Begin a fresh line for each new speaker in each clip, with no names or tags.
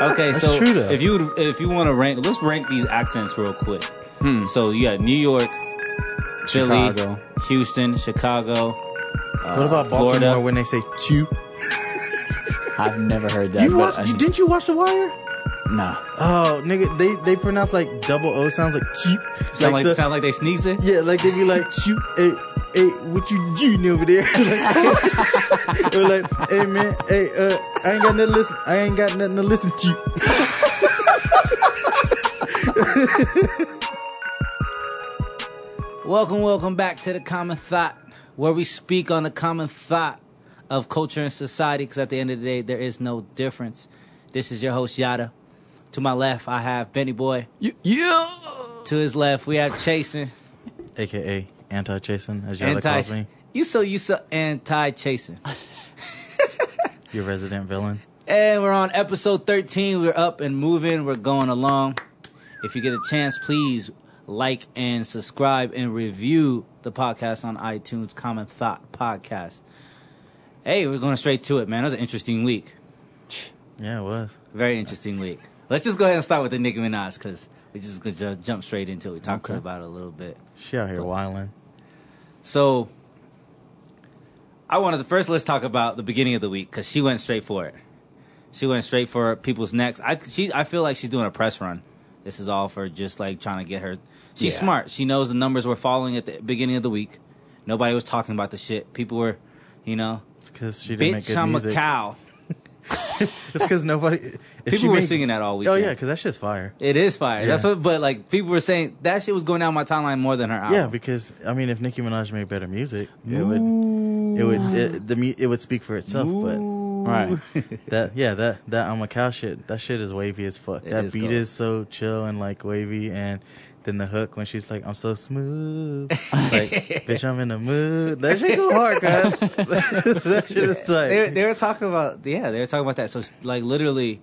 Okay,
That's
so
true, though.
if you if you want to rank, let's rank these accents real quick. So you got New York, Philly,
Hmm. Chicago.
Houston, Chicago.
What about Baltimore
Uh, Florida.
when they say chew?
I've never heard that.
You
but
watched?
I-
You, didn't you watch The Wire?
Nah.
Oh, nigga, they they pronounce like double O sounds like chew.
Sound like,
the-
sound like they sneeze it.
yeah, like they be like chew. Hey, hey, what you doing over there? like, or like, hey man, hey, uh, I ain't got nothing. to Listen, I ain't got nothing to listen to.
Welcome, welcome back to the Common Thought, where we speak on the common thought of culture and society. Because at the end of the day, there is no difference. This is your host Yada. To my left, I have Benny Boy.
You, you.
To his left, we have Chasen.
AKA anti chasing, as y'all
Anti.
calls me,
You so you so anti Chasen.
your resident villain.
And we're on episode 13. We're up and moving. We're going along. If you get a chance, please like and subscribe and review the podcast on iTunes, Common Thought Podcast. Hey, we're going straight to it, man. That was an interesting week.
Yeah, it was.
Very interesting week. Let's just go ahead and start with the Nicki Minaj because we just going to jump straight into it. We talked
Okay.
about it a little bit.
She out here wilding.
So, I wanted to first let's talk about the beginning of the week because she went straight for it. She went straight for people's necks. I she I feel like she's doing a press run. This is all for just like trying to get her. She's
Yeah.
smart. She knows the numbers were falling at the beginning of the week. Nobody was talking about the shit. People were, you know,
Because she didn't make
bitch,
good
I'm
music.
a cow.
It's because nobody. if she
People were
make-
singing that all week.
Oh yeah, because that shit's fire.
it is fire. That's
Yeah.
what. But like people were saying that shit was going down my timeline more than her album.
Yeah, because I mean, if Nicki Minaj made better music, it would, it would, it, the mu- it would speak for itself.
right.
But that, yeah, that that I'm a cow shit. That shit is wavy as fuck.
It
that
is
beat
dope.
is so chill and like wavy, and then the hook when she's like, "I'm so smooth, like bitch, I'm in the mood." That shit go hard, guys. that shit is tight.
they, they were talking about yeah they were talking about that so like literally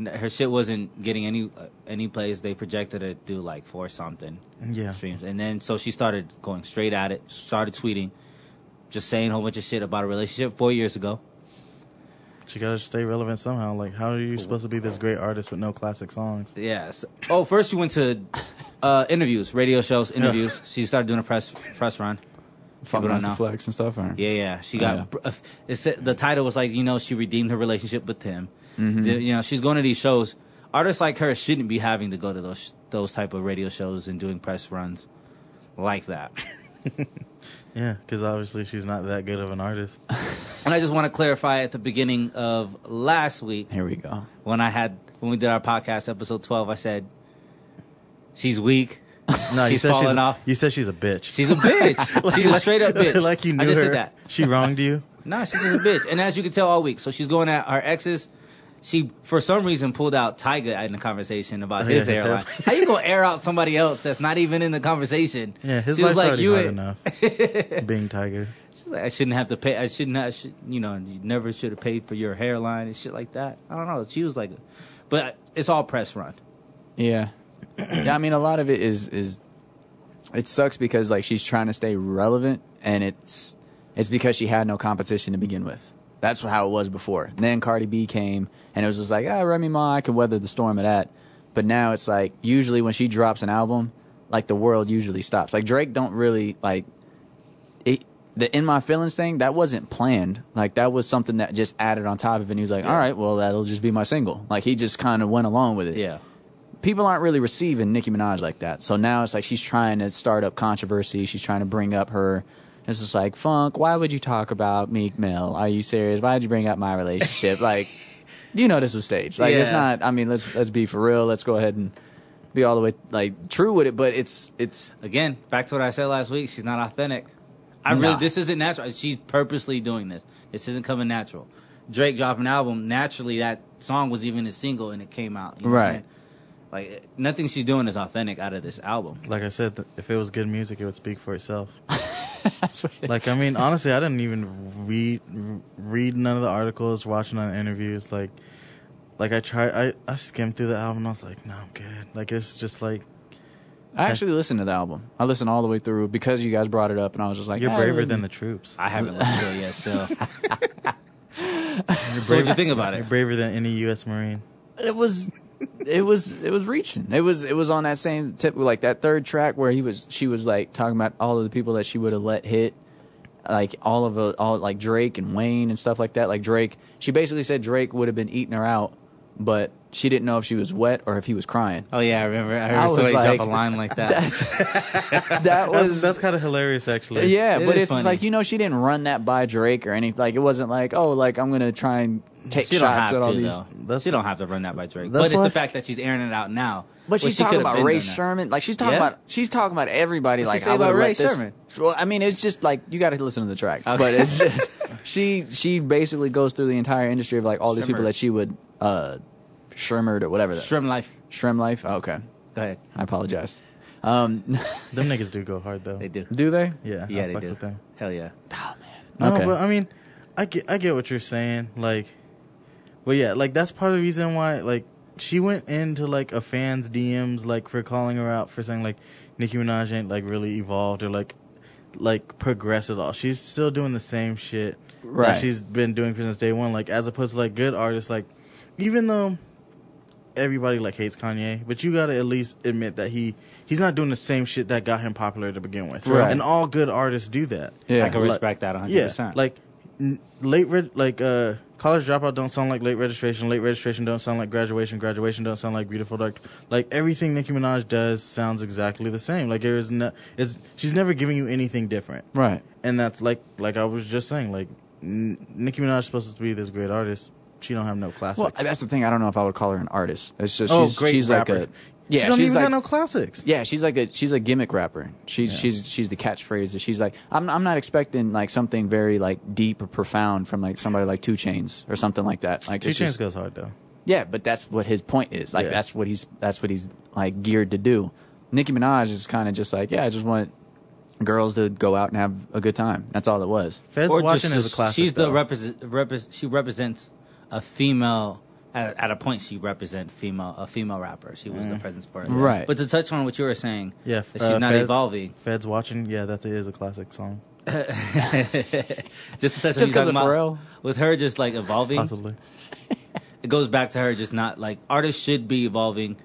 n- her shit wasn't getting any uh, any plays they projected it do like four something
Yeah.
streams and then so she started going straight at it started tweeting just saying a whole bunch of shit about a relationship four years ago
She gotta stay relevant somehow. Like, how are you supposed to be this great artist with no classic songs?
yeah so- oh first she went to uh interviews radio shows interviews she started doing a press press run
Fucking
don't
wants to
know.
flex and stuff. Or?
Yeah, yeah. She
Oh, yeah.
got. br- uh, It said, the title was like, you know, she redeemed her relationship with him.
Mm-hmm.
The- you know, she's going to these shows. Artists like her shouldn't be having to go to those those type of radio shows and doing press runs like that.
Yeah, because obviously she's not that good of an artist.
and I just want to clarify at the beginning of last week
Here we go.
when I had when we did our podcast episode twelve, I said she's weak.
No, you
She's
said
falling
a-
off.
You said she's a bitch.
She's a bitch. she's a straight up bitch.
like you knew
I just
her.
said that.
She wronged you.
Nah, she's just a bitch. And as you can tell all week, so she's going at her exes. She, for some reason, pulled out Tyga in the conversation about
Oh,
his
yeah, his
airline.
hairline.
How you gonna air out somebody else that's not even in the conversation?
Yeah, his
she was
life's
like,
already
you
hard
ain't-
enough. Being Tiger.
She's like, I shouldn't have to pay. I shouldn't have. Should, you know, you never should have paid for your hairline and shit like that. I don't know. She was like, but it's all press run.
Yeah. yeah, I mean, a lot of it is is it sucks because like she's trying to stay relevant, and it's it's because she had no competition to begin with. That's how it was before. And then Cardi B came, and it was just like, ah, Remy Ma, I could weather the storm of that. But now it's like usually when she drops an album, like the world usually stops. Like Drake don't really like it. The in my feelings thing that wasn't planned. Like that was something that just added on top of it. And he was like, all right, well that'll just be my single. Like he just kind of went along with it
Yeah,
people aren't really receiving Nicki Minaj like that. So now it's like she's trying to start up controversy. She's trying to bring up her. It's just like Funk. Why would you talk about Meek Mill? Are you serious? Why did you bring up my relationship? like, you know this was staged. Like it's
Yeah.
not. I mean, let's let's be for real. Let's go ahead and be all the way like true with it. But it's it's
again, back to what I said last week. She's not authentic. I really,
Nah.
this isn't natural. She's purposely doing this. This isn't coming natural. Drake dropped an album. Naturally, that song was even a single and it came out. You know What I'm
Right.
saying? like it- nothing she's doing is authentic out of this album.
Like I said, th- if it was good music, it would speak for itself.
that's what it-
like I mean, honestly, I didn't even read r- read none of the articles, watch none of the interviews. Like, like I tried, I I skimmed through the album. and I was like, no, I'm good. Like it's just like
I actually listened to the album. I listened all the way through because you guys brought it up, and I was just like,
you're
"Ah,
braver
let
than
me-"
the troops.
I haven't listened to it yet. Still. so what you think about it?
You're braver than any U.S. Marine.
it was it was it was reaching. It was it was on that same tip like that third track where he was she was like talking about all of the people that she would have let hit like all of the- all like Drake and Wayne and stuff like that. Like Drake, she basically said Drake would have been eating her out, but she didn't know if she was wet or if he was crying.
Oh yeah, I remember. I
I
heard
was
somebody
like-
drop a line like that.
That's, that was
That's, that's kind of hilarious, actually.
yeah,
It
but
is
it's
funny.
like you know she didn't run that by Drake or anything. Like it wasn't like oh like I'm gonna try and take
She don't
shots
have
at
to
all these.
though.
That's-
she don't have to run that by Drake.
That's
But it's
why-
the fact that she's airing it out now.
But she's
she
talking
could've
about
been
Ray
doing that.
Sherman. Like she's talking
Yeah.
about she's talking about everybody.
What'd
like
she say
I would've
about
let
Ray
this-
Sherman?
Well, I mean, it's just like you got to listen to the track.
Okay.
But it's just she she basically goes through the entire industry of like all these people
Shrimmered.
that she would uh shrimmered or whatever. That,
Shrimp life.
shrim life. Oh, okay,
Go ahead.
I apologize. Um,
them niggas do go hard though.
They do.
do they?
Yeah,
Yeah,
I
they
fucks
do.
with them.
Hell yeah.
No,
Okay.
but I mean, I get I get what you're saying. Like, well, yeah, like that's part of the reason why like she went into like a fan's DMs like for calling her out for saying like Nicki Minaj ain't like really evolved or like like progressed at all. She's still doing the same shit
Right.
that she's been doing since day one. Like as opposed to like good artists, like even though everybody like hates Kanye, but you gotta at least admit that he he's not doing the same shit that got him popular to begin with.
Right.
And all good artists do that.
Yeah.
I can
Like-
respect that 100%.
Yeah, like n- late reg- like uh college dropout don't sound like late registration. Late registration don't sound like graduation. Graduation don't sound like beautiful dark. Like everything Nicki Minaj does sounds exactly the same. Like there is no, it's she's never giving you anything different.
Right.
And that's like like I was just saying like N- Nicki Minaj is supposed to be this great artist. She don't have no
Well,
classics.
that's the thing. I don't know if I would call her an artist. It's just
oh,
she's,
great
she's
rapper.
like a yeah.
she don't
she's
even
like,
got no classics.
Yeah, she's like a she's a gimmick rapper. She's
Yeah.
she's she's the catchphrase that she's like I'm I'm not expecting like something very like deep or profound from like somebody like Two Chains or something like that. Like
Two
it's
Chainz
just,
goes hard though.
yeah, but that's what his point is. Like
Yeah.
that's what he's that's what he's like geared to do. Nicki Minaj is kind of just like yeah, I just want girls to go out and have a good time. That's all it was.
Feds
Or
watching
just-
is a classic.
She's the
though.
represent, repres she represents a female at, at a point she represent female a female rapper. She was the presence for it.
Right.
But to touch on what you were saying,
Mm. Yeah,
that she's
uh,
not
Fez-
evolving.
Feds watching. Yeah, that is a classic song.
Just to touch on what
Just
you talking
'cause of
about
Pharrell.
with her just like evolving.
Possibly.
it goes back to her just not like artists should be evolving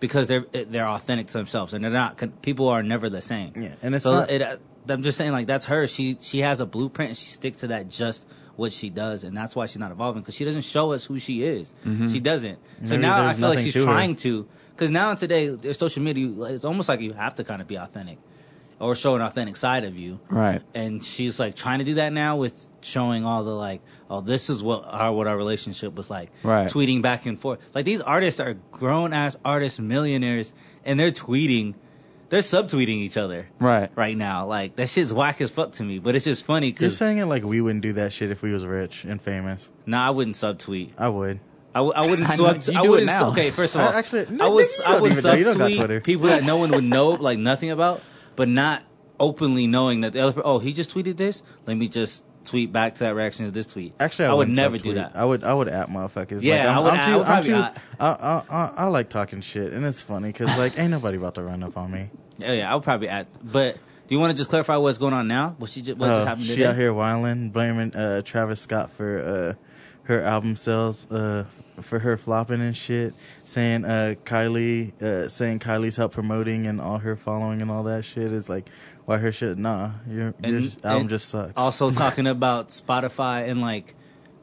because they're they're authentic to themselves and they're not con- people are never the same.
Yeah, and it's
so
not-
it, uh, I'm just saying like that's her. She she has a blueprint and she sticks to that just what she does and that's why she's not evolving because she doesn't show us who she is. She doesn't. So
Mm-hmm. Maybe
now I
there's
feel like
nothing
she's
to her.
trying to because now and today there's social media. you- It's almost like you have to kind of be authentic or show an authentic side of you
Right.
and she's like trying to do that now with showing all the like, oh, this is what our what our relationship was like.
Right.
Tweeting back and forth. Like these artists are grown ass artists, millionaires, and they're tweeting, they're subtweeting each other
Right.
right now. Like that shit's whack as fuck to me, but it's just funny
You're
because
saying it like we wouldn't do that shit if we was rich and famous.
nah, I wouldn't subtweet.
I would.
I, w- I wouldn't
I know,
sub.
you
I
do it
wouldn't.
now.
Okay, first of all,
I- actually, no,
I would.
nigga, you
I
don't
would
even know. You don't got Twitter.
subtweet people that no one would know, like nothing about, but not openly knowing that the other. Oh, he just tweeted this. Let me just tweet back to that reaction to this tweet.
Actually, I,
I would
wouldn't
never
subtweet.
do that.
I would. I would at motherfuckers.
Yeah,
like, I'm,
I would
I'm
at-
too.
I would
I'm
probably
too.
at.
I, I, I, I like talking shit, and it's funny because like ain't nobody about to run up on me.
yeah, yeah, I would probably add. But do you want to just clarify what's going on now? What she just, what just
Uh,
happened
she
today?
out here whiling, blaming uh, Travis Scott for uh, her album sales, uh, for her flopping and shit. Saying uh, Kylie, uh, saying Kylie's help promoting and all her following and all that shit is like why her shit. Nah, your, your
And-
album
and
just sucks.
Also talking about Spotify and like.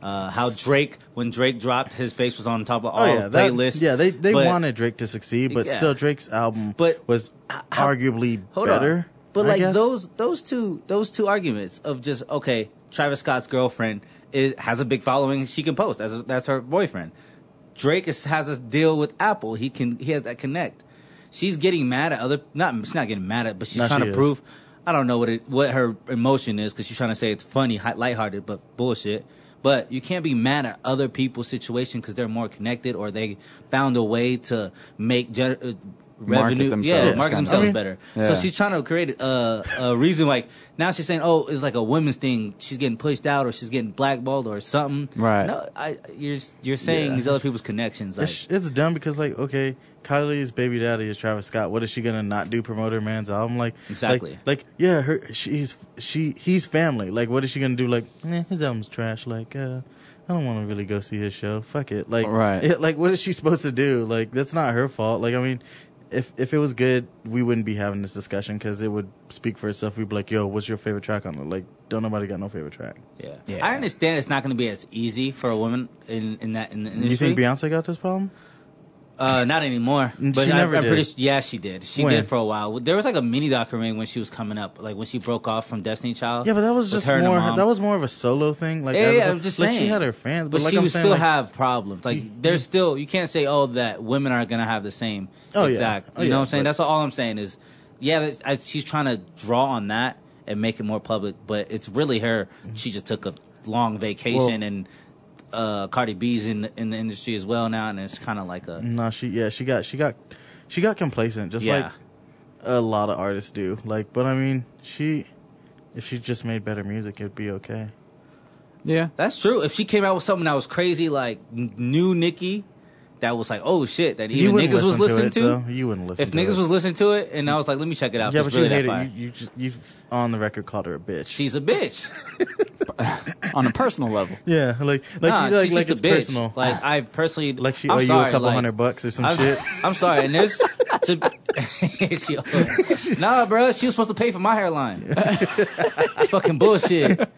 Uh, how Drake, when Drake dropped, his face was on top of all
that-
playlists.
Oh, Yeah, they they
But-
wanted Drake to succeed, but
Yeah.
still Drake's album
But-
was arguably better.
On. But
I
like
guess.
those those two those two arguments of just okay, Travis Scott's girlfriend is has a big following. She can post. That's that's her boyfriend. Drake is, has a deal with Apple. He can he has that connect. She's getting mad at other. Not she's not getting mad at, but she's
No,
trying
she
to
is.
prove. I don't know what it what her emotion is because she's trying to say it's funny, hi- lighthearted, but bullshit. But you can't be mad at other people's situation because they're more connected or they found a way to make gen- uh, revenue. yeah,
themselves,
market
kinda.
themselves
I mean,
better.
yeah.
So she's trying to create a, a reason. Like now she's saying, "Oh, it's like a women's thing. She's getting pushed out, or she's getting blackballed, or something."
Right.
No, I, you're you're saying
Yeah.
these other people's connections. Like,
It's, it's dumb because like okay, Kylie's baby daddy is Travis Scott. What is she gonna not do? Promote her man's album? Like like-
Exactly.
Like, yeah, her she's she he's family. Like what is she gonna do? Like eh, his album's trash. Like uh, I I don't want to really go see his show. Fuck it. Like,
Right.
it- like, what is she supposed to do? Like, that's not her fault. Like, I mean, if if it was good, we wouldn't be having this discussion because it would speak for itself. We'd be like, "Yo, what's your favorite track on it?" Like, don't nobody got no favorite track.
Yeah.
Yeah.
I understand it's not going to be as easy for a woman in, in that in the industry.
You think Beyonce got this problem?
Uh, not anymore.
Mm,
But
she
I,
never
I'm pretty.
did.
su- Yeah, she did. She
When?
did for a while. There was like a mini documentary when she was coming up, like when she broke off from Destiny Child.
Yeah, but that was
with
just
her and her
more.
mom.
That was more of a solo thing. Like,
Yeah,
as
yeah,
opposed-
I'm just
like,
saying.
She had her fans, but,
but
like
she
I'm
would
saying,
still
like,
have problems. Like there's still you can't say oh that women are gonna have the same
Oh, yeah.
exact.
Oh,
you know
yeah,
what I'm saying?
but-
That's all I'm saying is yeah. that- I, she's trying to draw on that and make it more public, but it's really her.
Mm-hmm.
She just took a long vacation and. Uh, Cardi B's in in the industry as well now, and it's kind of like a
No, she yeah, she got she got she got complacent, just
Yeah.
like a lot of artists do. Like, but I mean, she if she just made better music, it'd be okay.
Yeah.
That's true. If she came out with something that was crazy, like n- new Nicki, that was like, oh shit, that even niggas
wouldn't
was listening
it,
to.
though. You wouldn't listen.
if
to
niggas
it.
was listening to it, and I was like, let me check it out.
yeah,
if
but
it's
you
really that
hate
fire.
it. You, you just you on the record called her a bitch.
She's a bitch.
On a personal level.
yeah, like like
nah,
you, like,
she's
like
just
it's
a bitch.
personal. Like,
Like I personally,
she
I'm
owe you
sorry,
a couple
like,
hundred bucks or some
I'm,
shit.
I'm sorry, and there's to, she, owe- nah, bro. She was supposed to pay for my hairline. It's fucking bullshit.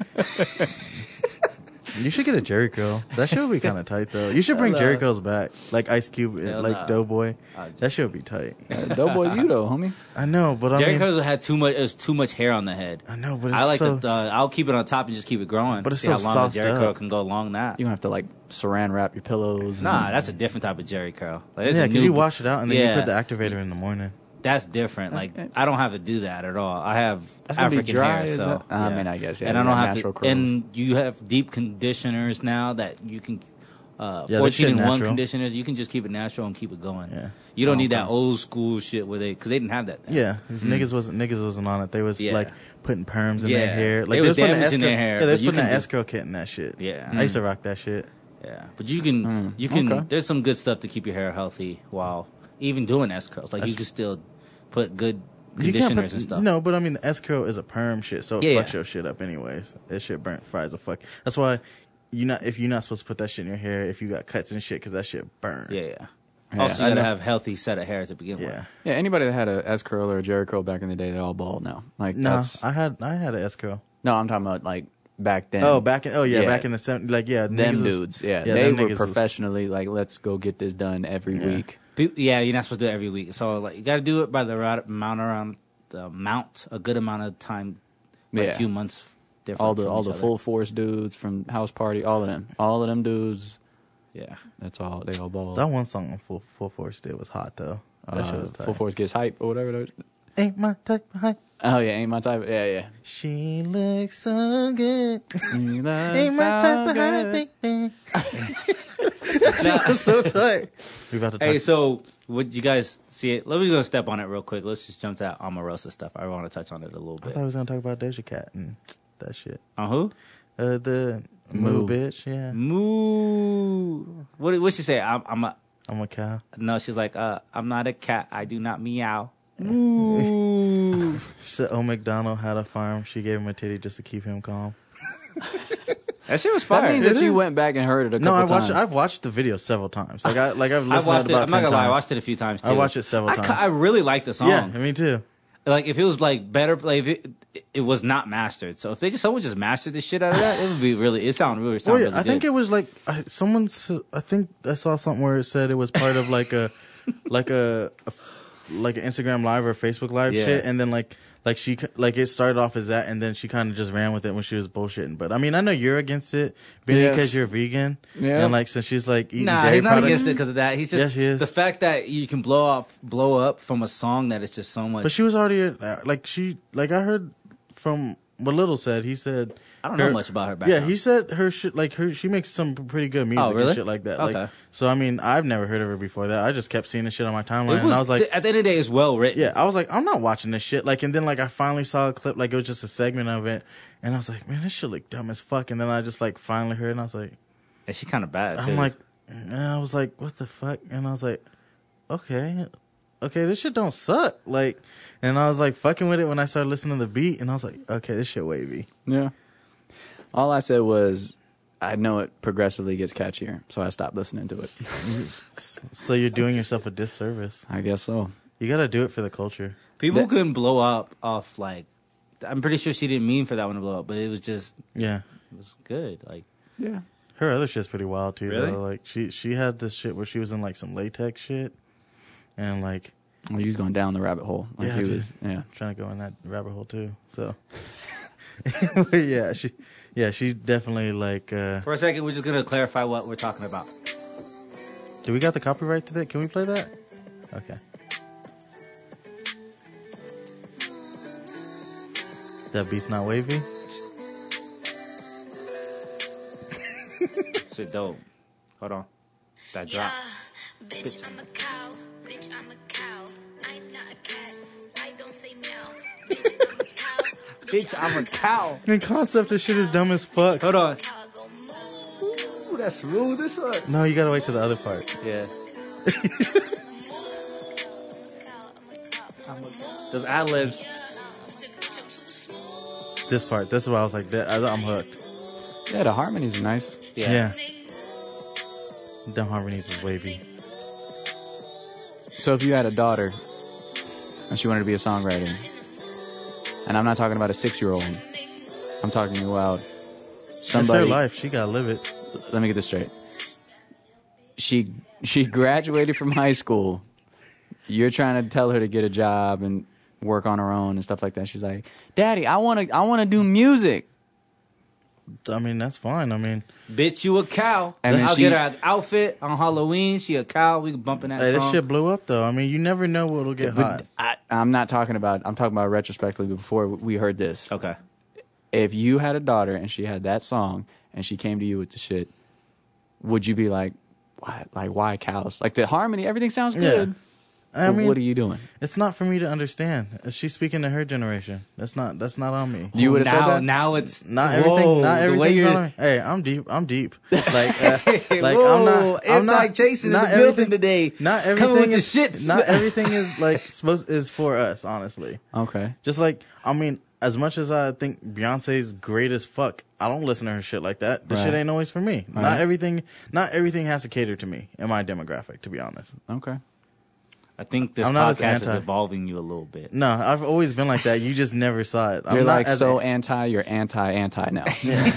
You should get a Jerry curl. That shit would be kind of tight though. You should bring
Hell
Jerry
no.
curls back, like Ice Cube, and
Hell
like
no.
Doughboy.
Uh,
That shit would be tight.
Doughboy you though, homie.
I know, but I
Jerry
mean,
Curls had too much. It was too much hair on the head.
I know, but it's
I like
so,
to. Uh, I'll keep it on top and just keep it growing.
But it's
See
so
how long
sauced
the Jerry
up.
curl can go along that.
You don't have to like saran wrap your pillows. and-
Nah, that's a different type of Jerry curl. Like, it's
yeah,
a
because
new,
you wash it out and then
Yeah.
you put the activator in the morning.
That's different. Like
That's-
I don't have to do that at all. I have
That's gonna be
African
dry,
hair,
is
so
it? I mean, I guess, yeah,
and I
you
don't
got
have to.
natural curls.
And you have deep conditioners now that you can. Uh,
Yeah, that shit
fourteen in one
natural.
conditioners. You can just keep it natural and keep it going.
Yeah.
You don't
Oh,
need that
okay.
old school shit where they because they didn't have that. then.
Yeah, 'cause niggas wasn't niggas wasn't on it. They was
Mm. Yeah.
like putting perms in
Yeah.
their hair.
They
Like
was
putting an
damaging
escrow-
their hair,
Yeah, they was
but you
putting an
can do-
escrow kit in that shit.
Yeah. Mm.
I used to rock that shit.
Yeah, but you can you can.
Mm. okay.
There's some good stuff to keep your hair healthy while even doing S curls. Like you
That's-
can still put good
You can't
conditioners
put-
and stuff.
No, but I mean the escrow is a perm shit, so it
Yeah,
fucks
yeah.
your shit up anyways. That shit burnt fries a fuck. That's why you not if you're not supposed to put that shit in your hair if you got cuts and shit because that shit burn.
Yeah, yeah.
Yeah.
Also, you
I
gotta
know.
have healthy set of hair to begin
yeah.
with.
Yeah, anybody that had a S curl or a Jerry curl back in the day, they're all bald now. Like
No,
that's
I had I had an escrow.
no, I'm talking about like back then.
Oh, back in oh yeah,
Yeah.
back in the seventies, like yeah, niggas
them
was-
dudes. Yeah,
yeah,
they
them
were
niggas was-
professionally like, let's go get this done every
Yeah.
week.
Pe- yeah, you're not supposed to do it every week. So like, you gotta do it by the right amount around the amount, a good amount of time, like
Yeah.
a few months. Different
All the
from
all
each
the
other.
full force dudes from house party, all of them, all of them dudes.
Yeah,
That's all. They all bald.
That one song on Full Full Force did was hot though. That
Uh,
shit was tight.
full force gets hype or whatever. that-
Ain't my type of hype.
Oh yeah, ain't my type. Yeah, yeah.
She looks so good.
Ain't
Ain't my type of honey, baby. That's so tight. We about to talk.
Hey, so would you guys see it? Let me just step on it real quick. Let's just jump to that Omarosa stuff. I want to touch on it a little
I thought we
bit. Uh-huh.
was gonna talk about Doja Cat and that shit.
On who?
Uh, the
Moo.
moo bitch. Yeah,
Moo. What? What she say? I'm. I'm a.
I'm a cow.
No, she's like. Uh, I'm not a cat. I do not meow. Moo.
She said, "Oh, McDonald had a farm. She gave him a titty just to keep him calm."
that shit was fire.
That means
It
that you
is.
went back and heard it a couple
No, I watched.
times.
I've watched the video several times. Like I, like I've
I
listened
watched it.
to it about
I'm
10
not gonna lie. I
times.
watched it a few times too.
I watched it several
I, ca-
times.
I really liked the song.
Yeah, me too.
Like if it was like better, like if it, it, was not mastered. So if they just someone just mastered the shit out of that, it would be really. It sound really. It sound
Well, Oh, yeah,
really
I think
good.
it was like I, someone. s- I think I saw something where it said it was part of like a, like a, a f- like an Instagram live or Facebook live
Yeah.
shit, and then like like she c- like it started off as that, and then she kind of just ran with it when she was bullshitting. But I mean, I know you're against it, because
Yes.
you're vegan,
Yeah.
and like since she's like eating
Nah,
dairy
he's not
products,
against it because of that. He's just
Yes, he is.
the fact that you can blow off, blow up from a song that is just so much.
But she was already uh, like she like I heard from what Little said. He said
I don't know much about her
Yeah,
background.
he said her shit like her she makes some pretty good music
really?
and shit like that.
Okay.
Like so I mean I've never heard of her before that. I just kept seeing this shit on my timeline
it
and
was,
I was like
at the end of the day, it's well written.
yeah, I was like, I'm not watching this shit. Like, and then like I finally saw a clip, like it was just a segment of it, and I was like, man, this shit look dumb as fuck. And then I just like finally heard, and I was like,
and she kind of bad.
I'm
too.
like, and I was like, what the fuck? And I was like, okay, okay, this shit don't suck. Like, and I was like fucking with it when I started listening to the beat, and I was like, okay, this shit wavy.
Yeah. All I said was, I know it progressively gets catchier, so I stopped listening to it.
So you're doing yourself a disservice.
I guess so.
You gotta do it for the culture.
People
That-
couldn't blow up off like. I'm pretty sure she didn't mean for that one to blow up, but it was just
Yeah.
it was good. Like
Yeah.
Her other shit's pretty wild too
Really?
though. Like she she had this shit where she was in like some latex shit and like
Well, he was going down the rabbit hole. Like
Yeah,
he
dude.
was. Yeah.
trying to go in that rabbit hole too. So But yeah, she yeah, she definitely like uh
for a second, we're just gonna clarify what we're talking about.
do we got the copyright to that? Can we play that? Okay. That beat's not wavy?
Shit, dope. Hold on, that
Yeah,
drop.
bitch, I'm a cow. Bitch, I'm a cow. I'm not a cat. I don't say meow. Bitch, I'm a cow.
Bitch, I'm a cow.
The concept of shit is dumb as fuck.
Hold on.
Cow I go moo.
Ooh, that's smooth. This one.
No, you gotta wait till the other part.
Yeah.
Cow, I'm a cow.
Those ad libs.
Said, bitch, I'm too smooth.
This part. That's why I was like, that, I, I'm hooked.
Yeah, the harmonies are nice.
Yeah.
The harmonies is wavy.
So if you had a daughter and she wanted to be a songwriter, and I'm not talking about a six year old, I'm talking about somebody.
It's her life. She gotta live it.
Let me get this straight. She she graduated from high school. You're trying to tell her to get a job and work on her own and stuff like that. She's like, "Daddy, I want to I want to do music."
I mean, that's fine. I mean,
Bitch, you a cow.
And then
I'll
she-
get her an outfit on Halloween. She a cow. We bumping that
hey,
song.
this shit blew up though. I mean, you never know what'll get hot.
But I, I'm not talking about. I'm talking about retrospectively before we heard this.
Okay.
if you had a daughter and she had that song and she came to you with the shit, would you be like, why, like why cows? Like the harmony, everything sounds good.
I
But
mean,
what are you doing?
it's not for me to understand. She's speaking to her generation. That's not. That's not on me.
You would have
now,
said that.
now it's
Not
Whoa,
everything. Not
the way
everything's
you're-
on me. Hey, I'm deep. I'm deep. Like, uh, like I'm
Whoa,
not. I'm not
Anti Jason in the
everything-
building today.
Not
Coming with
everything
the
is
shits.
Not everything is like supposed is for us. Honestly,
Okay.
Just like I mean, as much as I think Beyonce's great as fuck, I don't listen to her shit like that. This
Right.
shit ain't always for me.
Right.
Not everything not everything has to cater to me in my demographic, to be honest.
Okay.
I think this
I'm not as
podcast is
anti.
evolving you a little bit.
No, I've always been like that. You just never saw it. I'm
You're
not
like
as,
so anti. You're anti anti now.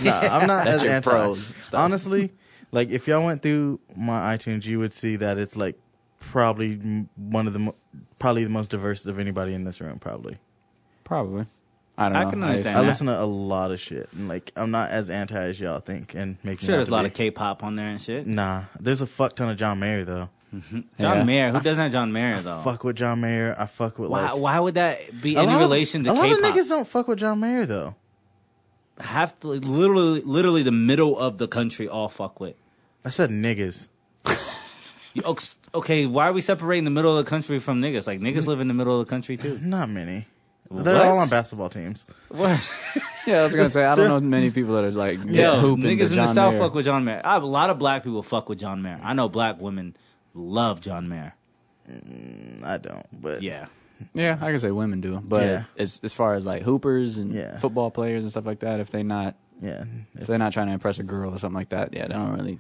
no, I'm not as
That's your
anti.
pros stuff.
Honestly, like if y'all went through my iTunes, you would see that it's like probably m- one of the mo- probably the most diverse of anybody in this room probably.
Probably. I don't
I
know.
can understand
I
that.
listen to a lot of shit and like I'm not as anti as y'all think and make me
sure,
out
there's
to
a lot
be.
of K-pop on there and shit.
Nah, there's a fuck ton of John Mayer though.
John
Yeah.
Mayer. Who doesn't have John Mayer though?
Fuck with John Mayer. I fuck with
Oh. Why?
like
Why would that be
A
any
lot of-
relation to
a lot of
K-pop?
niggas don't fuck with John Mayer though.
Have to literally, literally the middle of the country all fuck with.
I said niggas.
You- ox- Okay, why are we separating the middle of the country from niggas? Like niggas live in the middle of the country too.
Not many. They're
What?
all on basketball teams.
Yeah, I was gonna say I don't know many people that are like
Yo,
hooping to
niggas in the
John
South
Mayer.
fuck with John Mayer. I, a lot of black people fuck with John Mayer. I know black women love John Mayer.
I don't, but
Yeah.
Yeah, I can say women do, but
Yeah.
as as far as like hoopers and
Yeah.
football players and stuff like that, if they not
yeah,
if they're not trying to impress a girl or something like that, yeah, they don't really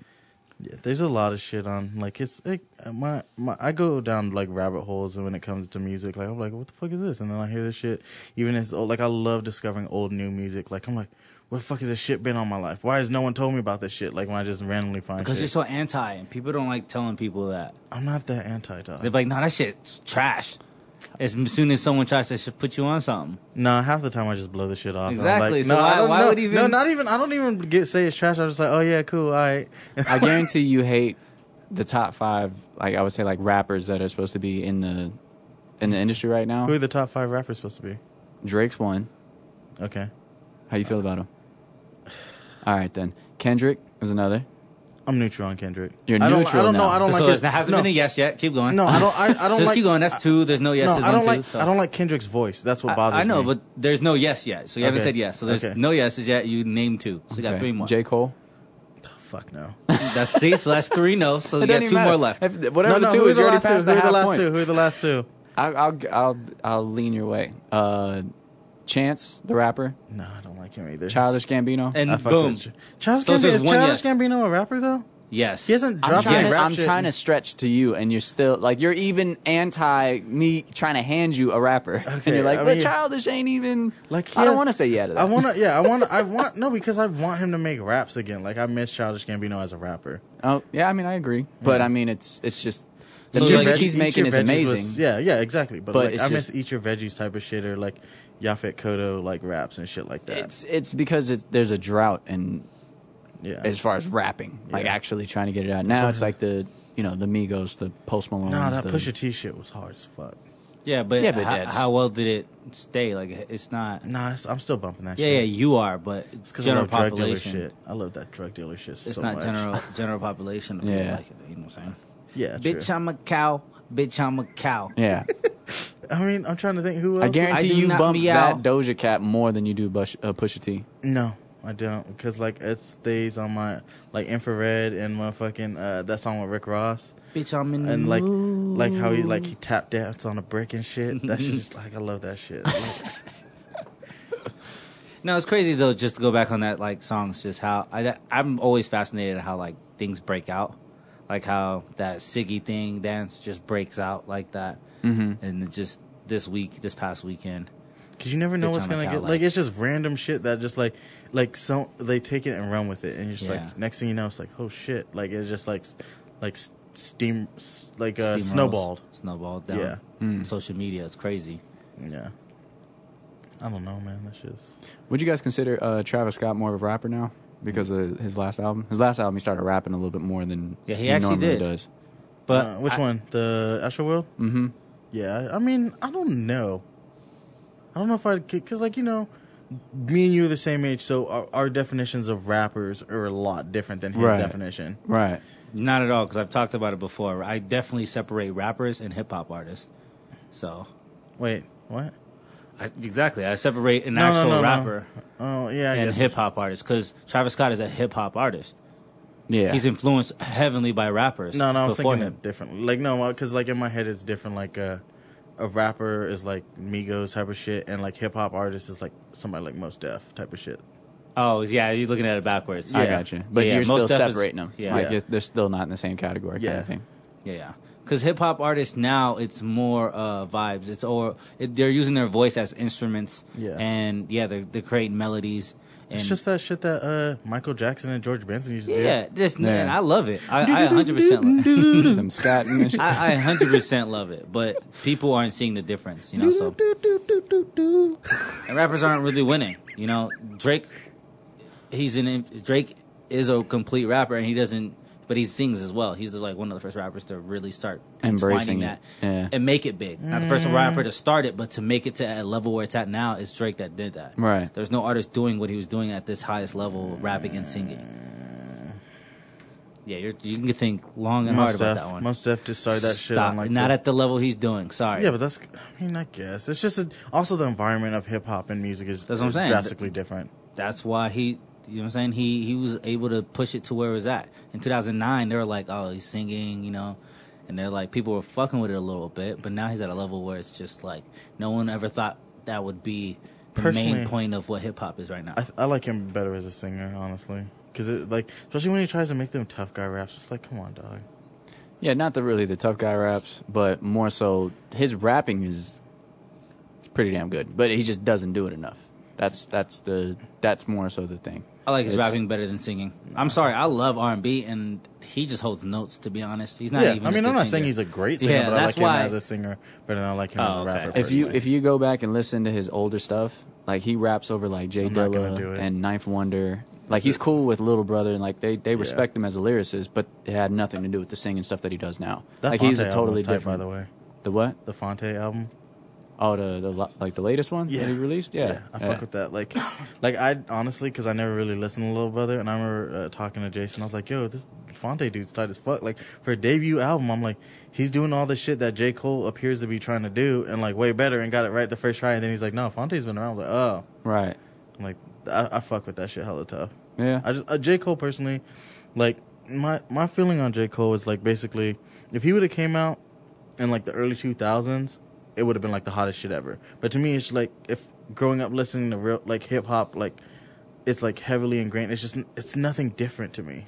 yeah. There's a lot of shit on. Like it's like my my. I go down like rabbit holes when it comes to music. Like I'm like, what the fuck is this? And then I hear this shit. Even as old, like I love discovering old new music. Like I'm like, what the fuck has this shit been on my life? Why has no one told me about this shit? Like when I just randomly find
Because you're
shit.
so anti, and people don't like telling people that.
I'm not that anti dog.
They're like, no, that shit's trash. As soon as someone tries to sh- put you on something,
No, half the time I just blow the shit off. I'm
Exactly,
like,
so
no,
why-
I don't
why
know.
would even-
No, not even. I don't even get say it's trash. I'm just like, oh yeah, cool, all right.
I guarantee you hate the top five, like I would say, like rappers that are supposed to be in the in the industry right
Who are
now.
the top five rappers supposed to be?
Drake's one.
Okay,
How you feel about him? All right then. Kendrick is another.
I'm neutral on Kendrick.
You're
I don't,
neutral
I don't know.
now.
I don't
so
like.
it's- there hasn't
no,
been a yes yet. Keep going.
No, I don't. I, I don't
so just
like.
keep going. That's two. There's no
no,
yeses
I
on
don't
two.
like.
so.
I don't like Kendrick's voice. That's what bothers
I,
me.
I know, but there's no yes yet. So you haven't
Okay.
said yes. So there's
Okay.
no yeses yet. You named two. So you got
Okay.
three more.
J Cole.
fuck no.
That's see. So that's three no. So you
It
got
doesn't
two
even matter.
more left.
If-
no,
whatever
no.
the two
who are
is,
the
you already
last two?
passed
Who
the
are the
half
last
point.
two? Who are the last two?
I'll, I'll I'll I'll lean your way. Uh, Chance, the rapper,
No, I don't like him either.
Childish Gambino.
And
I fuck
boom.
with Ch- Childish
So it's
Gambino,
just
is
one
Childish
yes.
Gambino a rapper though?
Yes.
He hasn't
I'm,
dropped
trying
any
to,
rap
I'm
shit.
trying to stretch to you, and you're still like you're even anti me trying to hand you a rapper, and
Okay,
you're like,
I
but
mean-
childish ain't even
Like,
I don't
yeah,
want to say yeah to that.
I want to, yeah, I want to, I want, no, because I want him to make raps again. Like, I miss Childish Gambino as a rapper.
Oh yeah, I mean I agree, but I mean it's it's just the
So,
Eat Your
music
like,
Veg-
he's
Eat
making
Your
is
Veggies
amazing.
was- yeah, yeah, exactly. But,
But
like,
it's
I
just-
miss Eat Your Veggies type of shit or like Yafet Kodo, like raps and shit like that.
It's it's because it's, there's a drought and
yeah.
as far as rapping, like
Yeah.
actually trying to get it out. Now it's like the you know the Migos, the Post Malone.
no, that
the,
Pusha T shit was hard as fuck.
Yeah, but,
Yeah, but
how,
that's-
how well did it stay? Like, it's not.
Nah, it's, I'm still bumping that
Yeah, yeah,
shit.
you are, but it's
Because I
general
love drug dealer
population.
shit. I love that drug dealer shit
It's
so
not
much.
general general population. Of people
Yeah.
like it, you know what I'm
Yeah,
saying?
true.
Bitch, I'm a cow. Bitch, I'm a cow.
Yeah,
I mean, I'm trying to think who else.
I guarantee
do
you
not
bump that
meow.
Doja Cat more than you do Bush, uh, Pusha T.
No, I don't. Because, like, it stays on my, like, infrared and motherfucking, uh, that song with Rick Ross.
Bitch, I'm in the
and like
mood.
like how he like he tap dance on a brick and shit. That shit just like I love that shit. Like,
No, it's crazy though. Just to go back on that, like songs, just how I that- I'm always fascinated at how like things break out, like how that Siggy thing dance just breaks out like that, mm-hmm. and it just this week, this past weekend,
Cause you never know
Bitch,
what's
I'm a
gonna
cow,
get. Like,
like-
it's just random shit that just like like so they take it and run with it, and you're just
Yeah.
like next thing you know, it's like oh shit, like it's just like s- like s- steam s- like uh,
steamrolls,
snowballed.
snowballed down.
Yeah. Mm.
Social media, it's crazy.
Yeah, I don't know, man. That's just
Would you guys consider uh, Travis Scott more of a rapper now because of his last album? His last album, he started rapping a little bit more than
Yeah, he actually
normally
did.
does.
But
uh, which
I-
one? The Astro World. Mm-hmm. Yeah, I mean, I don't know. I don't know if I because like you know, me and you are the same age, so our, our definitions of rappers are a lot different than his
Right.
definition.
Right.
Not at all, because I've talked about it before. I definitely separate rappers and hip hop artists. So,
Wait, what?
I, exactly, I separate an
No, no,
actual
no, no.
rapper
Oh yeah, I
and
guess.
hip hop artist because Travis Scott is a hip hop artist.
Yeah.
He's influenced heavily by rappers.
No, no, I was
before
thinking
him.
it differently. Like no, because like in my head it's different. Like uh, a rapper is like Migos type of shit, and like hip hop artist is like somebody like Most Def type of shit.
Oh, yeah, you're looking at it backwards.
I
Yeah.
got you. But
Yeah,
you're
most
still
def is-
separating them.
yeah.
Like
Yeah.
they're still not in the same category kind
Yeah.
of thing.
Yeah, yeah. Because hip hop artists now, it's more uh, vibes. It's or it, they're using their voice as instruments.
Yeah.
and yeah, they're they're creating melodies. And
It's just that shit that uh Michael Jackson and George Benson used to do.
yeah, this
Yeah.
man, I love it. I, I 100% love it.
Them Scott and shit.
I, I 100% love it, but people aren't seeing the difference, you know. So and rappers aren't really winning, you know. Drake, he's an Drake is a complete rapper, and he doesn't, but he sings as well. He's like one of the first rappers to really start embracing
Embracing it,
that
yeah.
and make it big. Not the
Mm.
first rapper to start it, but to make it to a level where it's at now is Drake that did that.
Right.
There's no artist doing what he was doing at this highest level, rapping and singing. Yeah, you're, you can think long and hard
Most
about
Def,
that one.
Most Def just started that shit
Stop.
on like
not
the-
at the level he's doing. Sorry.
Yeah, but that's. I mean, I guess it's just a, also the environment of hip hop and music is,
That's what I'm
is
saying.
drastically different.
that's why he. You know what I'm saying? He he was able to push it to where it was at. In 2009, they were like, "Oh, he's singing," you know, and they're like, people were fucking with it a little bit. But now he's at a level where it's just like no one ever thought that would be the main
Personally-
point of what hip hop is right now.
I, I like him better as a singer, honestly, because it like especially when he tries to make them tough guy raps. It's like, come on, dog.
yeah, not the really the tough guy raps, but more so his rapping is it's pretty damn good. But he just doesn't do it enough. That's that's the that's more so the thing.
I like his
It's-
rapping better than singing. I'm sorry, I love R&B, and he just holds notes. To be honest, he's not
Yeah,
even.
I
a
mean,
good
I'm not
singer.
saying he's a great singer,
Yeah,
but I
that's
like
why-
him as a singer better than I like him as
Oh,
a
okay.
rapper.
If you
personally.
if you go back and listen to his older stuff, like he raps over like Jay
not gonna do
Dilla
it.
and Knife Wonder. Like he's cool with Little Brother and like they, they respect him as a lyricist, but it had nothing to do with the singing stuff that he does now.
that
like
Fonte
he's a
album
totally
was tight,
different.
by the way,
The what?
the Fonte album.
Oh, the the lo- like the latest one that he released. Yeah,
I
Yeah.
fuck with that. Like, like I honestly, because I never really listened to Little Brother, and I remember uh, talking to Jason. I was like, "Yo, this Fonte dude's tight as fuck." Like for a debut album, I'm like, he's doing all the shit that J Cole appears to be trying to do, and like way better, and got it right the first try. And then he's like, "No, Fonte's been around." I'm like, oh,
Right.
I'm like, I, I fuck with that shit hella tough.
Yeah.
I just uh, J Cole personally, like my my feeling on J Cole is like basically if he would have came out in like the early two thousands, it would have been like the hottest shit ever. But to me, it's like if growing up listening to real like hip hop, like it's like heavily ingrained. It's just it's nothing different to me.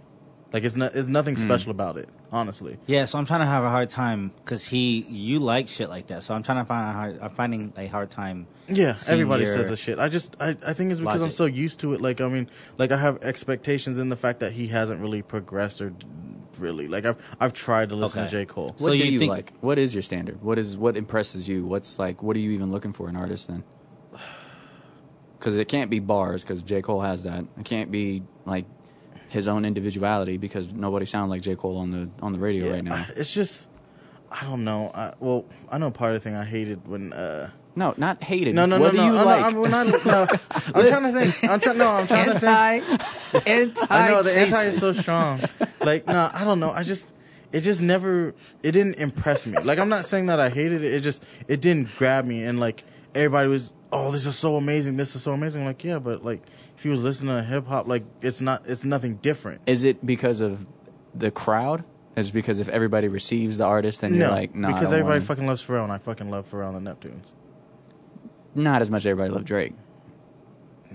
Like it's not it's
Hmm.
nothing special about it. Honestly,
Yeah, so I'm trying to have a hard time because he, you like shit like that. So I'm trying to find a hard, I'm finding a hard time.
yeah. Everybody
Senior-
says the shit. I just I I think it's because I'm
Logic.
so used to it. Like I mean, like I have expectations in the fact that he hasn't really progressed or d- really like I've I've tried to listen
Okay.
to J Cole.
So
What do
you
you,
think-
like? What is your standard? What is what impresses you? What's like? What are you even looking for in artists then? Because it can't be bars because J Cole has that. It can't be like his own individuality because nobody sounds like J Cole on the on the radio
Yeah,
right now.
It's just I don't know. I, well, I know part of the thing I hated when. uh
No, not hated.
No, no,
what
no, Oh, no.
do you
I'm,
like?
I'm, we're not, no. I'm trying to think. I'm trying. No, I'm trying to think.
Anti, anti.
Oh, I know the anti is so strong. Like, no, I don't know. I just, it just never, it didn't impress me. Like, I'm not saying that I hated it. It just, it didn't grab me. And like, everybody was, oh, this is so amazing. This is so amazing. I'm like, yeah, but like, if you was listening to hip hop, like, it's not, it's nothing different.
is it because of the crowd? Is it because if everybody receives the artist, then you're like, no,
because everybody
fucking
fucking loves Pharrell, and I fucking love Pharrell and the Neptunes.
not as much. Everybody loved Drake.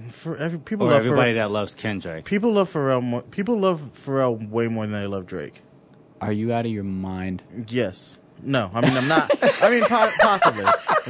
For every people
Or
love
Oh, everybody
Pharrell,
that loves Kendrick.
people love Pharrell. More, people love Pharrell way more than they love Drake.
Are you out of your mind?
Yes. No, I mean I'm not. I mean po- possibly,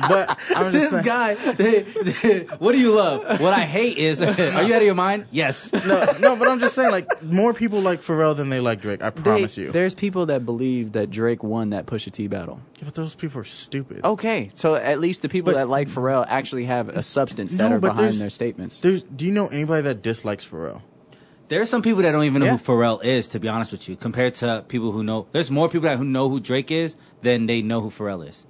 but I'm
This
just saying.
guy, what do you love? What I hate is, are you out of your mind? Yes.
no, no, but I'm just saying like more people like Pharrell than they like Drake. I promise
They-
you. Yeah,
There's people that believe that Drake won that Pusha T battle.
but those people are stupid.
Oh.
Okay, so at least the people
But-
that like Pharrell actually have a substance that
No,
are
but
behind
there's-
their statements.
There's. Do you know anybody that dislikes Pharrell?
There are some people that don't even know
Yeah.
who Pharrell is, to be honest with you, compared to people who know. There's more people that who know who Drake is than they know who Pharrell is.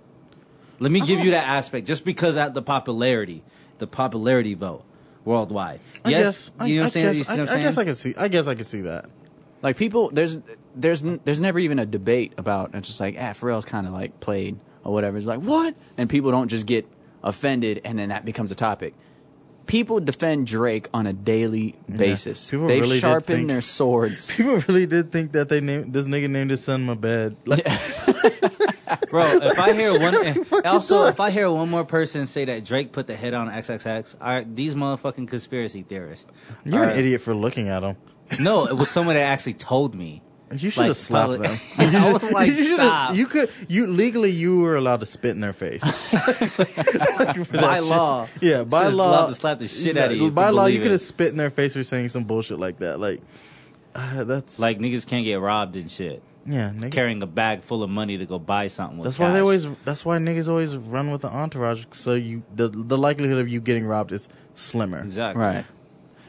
Let me
Oh.
give you that aspect, just because of the popularity, the popularity vote worldwide.
I
yes,
guess. I,
you know what
I
I'm saying.
guess-
You see what I'm
I- I guess I
saying?
can see. I guess I can see that.
Like people, there's there's n- there's never even a debate about. It's just like, ah, Pharrell's kind of like played or whatever. It's like what? And people don't just get offended, and then that becomes a topic. People defend Drake on a daily basis.
people
They've
really did
sharpened
think-
their swords.
People really did think that they named this nigga named his son my bed. Like,
Bro, if I hear one, eh, also if I hear one more person say that Drake put the hit on XXX, I, these motherfucking conspiracy theorists.
you're
are-
an idiot for looking at him.
No, it was someone that actually told me.
You should
Like,
have slapped
probably-
them.
I was like,
you should've-
stop.
You could. You legally, you were allowed to spit in their face.
by law.
Yeah, by
Should've
law,
loved to slap the shit out of you if
By
you
law, you
believe
could
it.
have spit in their face for saying some bullshit like that. Like uh, that's
Like niggas can't get robbed and shit.
yeah, nigga.
Carrying a bag full of money to go buy something. With
That's why they
cash.
always. That's why niggas always run with the entourage. So you the the likelihood of you getting robbed is slimmer.
exactly
Right.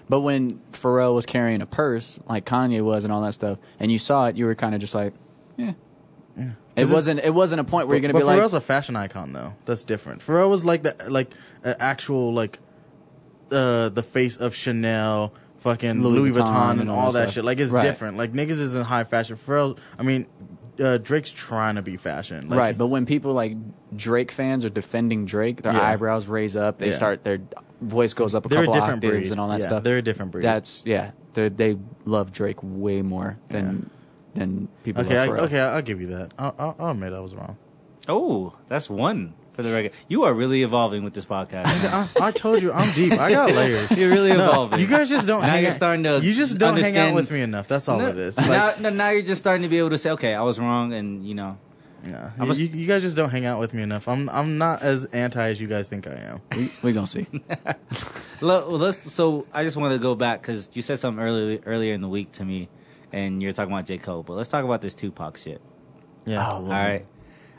But when Pharrell was carrying a purse, like Kanye was and all that stuff, and you saw it, you were kind of just like, yeah. It
it's-
wasn't. It wasn't a point where you're
but,
gonna be
but
like,
Pharrell's a fashion icon though. That's different. Pharrell was like the like an actual like uh the face of Chanel, fucking Louis,
Louis Vuitton
Vuitton,
and
and,
all
all
that
that
stuff.
shit. Like it's
Right.
different. Like niggas is in high fashion. Pharrell, I mean, uh, Drake's trying to be fashion. Like,
right. But when people like Drake fans are defending Drake, their
Yeah.
eyebrows raise up. They
Yeah.
start their voice goes up a
They're a
couple
different
octaves
breed.
and all that
Yeah,
stuff.
they're a different breed.
That's yeah. They they love Drake way more than than people.
Okay, I,
love Pharrell.
okay, I'll give you that. I'll, I'll, I'll admit I was wrong.
Oh, that's one for the record. You are really evolving with this podcast. man.
I, I told you I'm deep. I got layers.
You're really evolving.
You guys just don't.
Now
hang
you're
out-
starting to
You just don't hang
understand-
out with me enough. That's all
No,
it is.
now,
Like,
no, now you're just starting to be able to say, okay, I was wrong, and you know,
nah.
I'm a-
you, you guys just don't hang out with me enough. I'm I'm not as anti as you guys think I am.
we we gonna see.
Lo- well, let's, so I just wanted to go back because you said something earlier earlier in the week to me, and you're talking about J Cole. But let's talk about this Tupac shit.
Yeah.
Oh, Lord.
All right.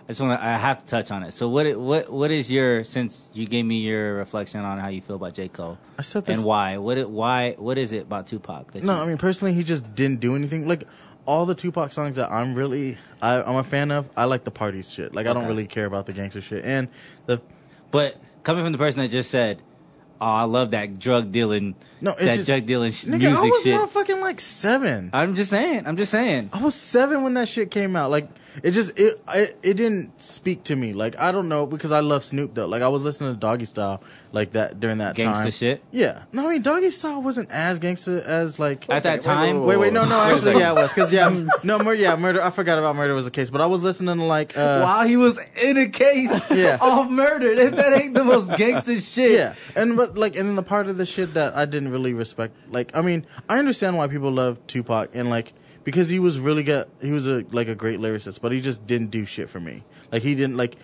I just want to. I have to touch on it. So what? it- What? What is your? Since you gave me your reflection on how you feel about J Cole
I said this.
and why? What? It, why? What is it about Tupac? That
No,
you-
I mean personally, he just didn't do anything. Like all the Tupac songs that I'm really I, I'm a fan of. I like the party shit. Like I don't
Okay.
really care about the gangster shit. And the
But coming from the person that just said, "Oh, I love that drug dealing,
No, it's
that
just-
drug dealing sh-
nigga, I
music
was
shit."
motherfucking like seven.
I'm just saying. I'm just saying.
I was seven when that shit came out. Like It just it, it it didn't speak to me. Like I don't know because I love Snoop though. Like I was listening to Doggy Style like that during that
Gangsta
time.
shit?
Yeah. No, I mean Doggy Style wasn't as gangster as like
At that
Wait, wait,
time,
wait,
Wait, wait, no, no,
Wait a
actually,
second.
yeah, it was because yeah, no, mur- yeah, murder. I forgot about murder was a case, but I was listening to like, uh,
while he was in a case
Yeah.
of murder, if that ain't the most gangster shit.
yeah, and but like, and the part of the shit that I didn't really respect, like, I mean, I understand why people love Tupac and like because he was really good, he was a like a great lyricist, but he just didn't do shit for me. Like he didn't like,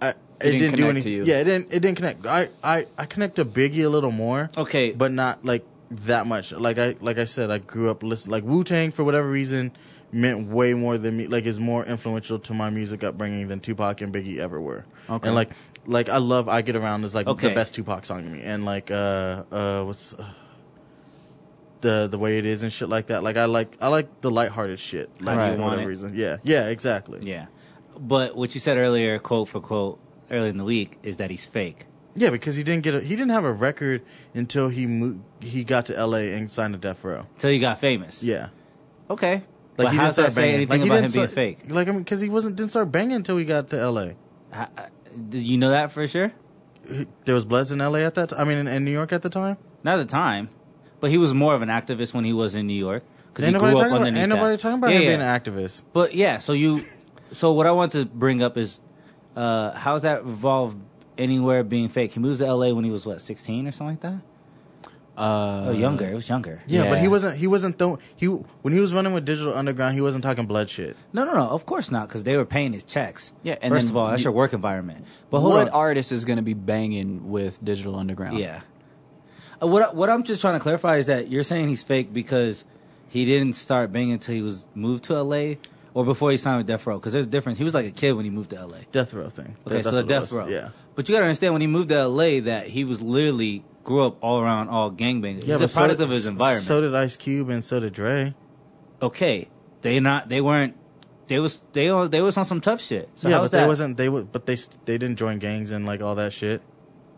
I, it didn't, do
didn't connect to
anything.
you.
Yeah, it didn't, it didn't connect. I, I, I connect to Biggie a little more.
Okay,
but not like that much. Like I like I said, I grew up listening like Wu Tang for whatever reason meant way more than me. Like is more influential to my music upbringing than Tupac and Biggie ever were.
Okay.
and like like I love I Get Around is like
Okay.
the best Tupac song to me, and like uh uh what's. Uh, the the way it is and shit like that. Like I like I like the lighthearted shit. Like
Right.
for
Want
whatever
it.
reason. Yeah. Yeah, exactly.
yeah, but what you said earlier, quote for quote, earlier in the week, is that he's fake.
Yeah, because he didn't get a, he didn't have a record until he moved, he got to LA and signed to Death Row.
Till he got famous.
Yeah.
Okay.
Like
but
he
how
didn't
does that
start
say
banging.
anything
Like, he
about him
didn't
being
start-
fake?
Like I mean, because he wasn't didn't start banging until we got to L.A.
How- uh, Did you know that for sure?
There was Bloods in L.A. at that. T- I mean, in, in New York at the time.
Not at the time, but he was more of an activist when he was in New York because he
Ain't nobody
grew up
talking about,
underneath
ain't
that.
nobody talking about
yeah,
him
yeah.
being an activist.
But yeah, so you, so what I want to bring up is, uh, how's that revolve anywhere being fake? He moves to L.A. when he was what, sixteen or something like that?
Uh,
Oh, younger. It was younger.
Yeah, but
Yeah.
he wasn't. He wasn't. Th- he when he was running with Digital Underground, he wasn't talking blood shit.
No, no, no. Of course not, because they were paying his checks.
Yeah, and
first
then
of all, that's
you-
your work environment. But hold
What
on.
artist is going to be banging with Digital Underground?
Yeah. Uh, What I- what I'm just trying to clarify is that you're saying he's fake because he didn't start banging until he was moved to LA or before he signed with Death Row because there's a difference. He was like a kid when he moved to LA.
Death Row thing. That-
Okay,
that's
so the
what it
Death
was.
Row.
Yeah.
But you gotta understand when he moved to LA that he was literally grew up all around all gangbangers.
Yeah,
He's a
but so
product
did-
of his environment.
So did Ice Cube and so did Dre.
okay, they not they weren't they was they was, they was on some tough shit. So
yeah,
how's
but they
that?
wasn't. They would, but they st- they didn't join gangs and like all that shit.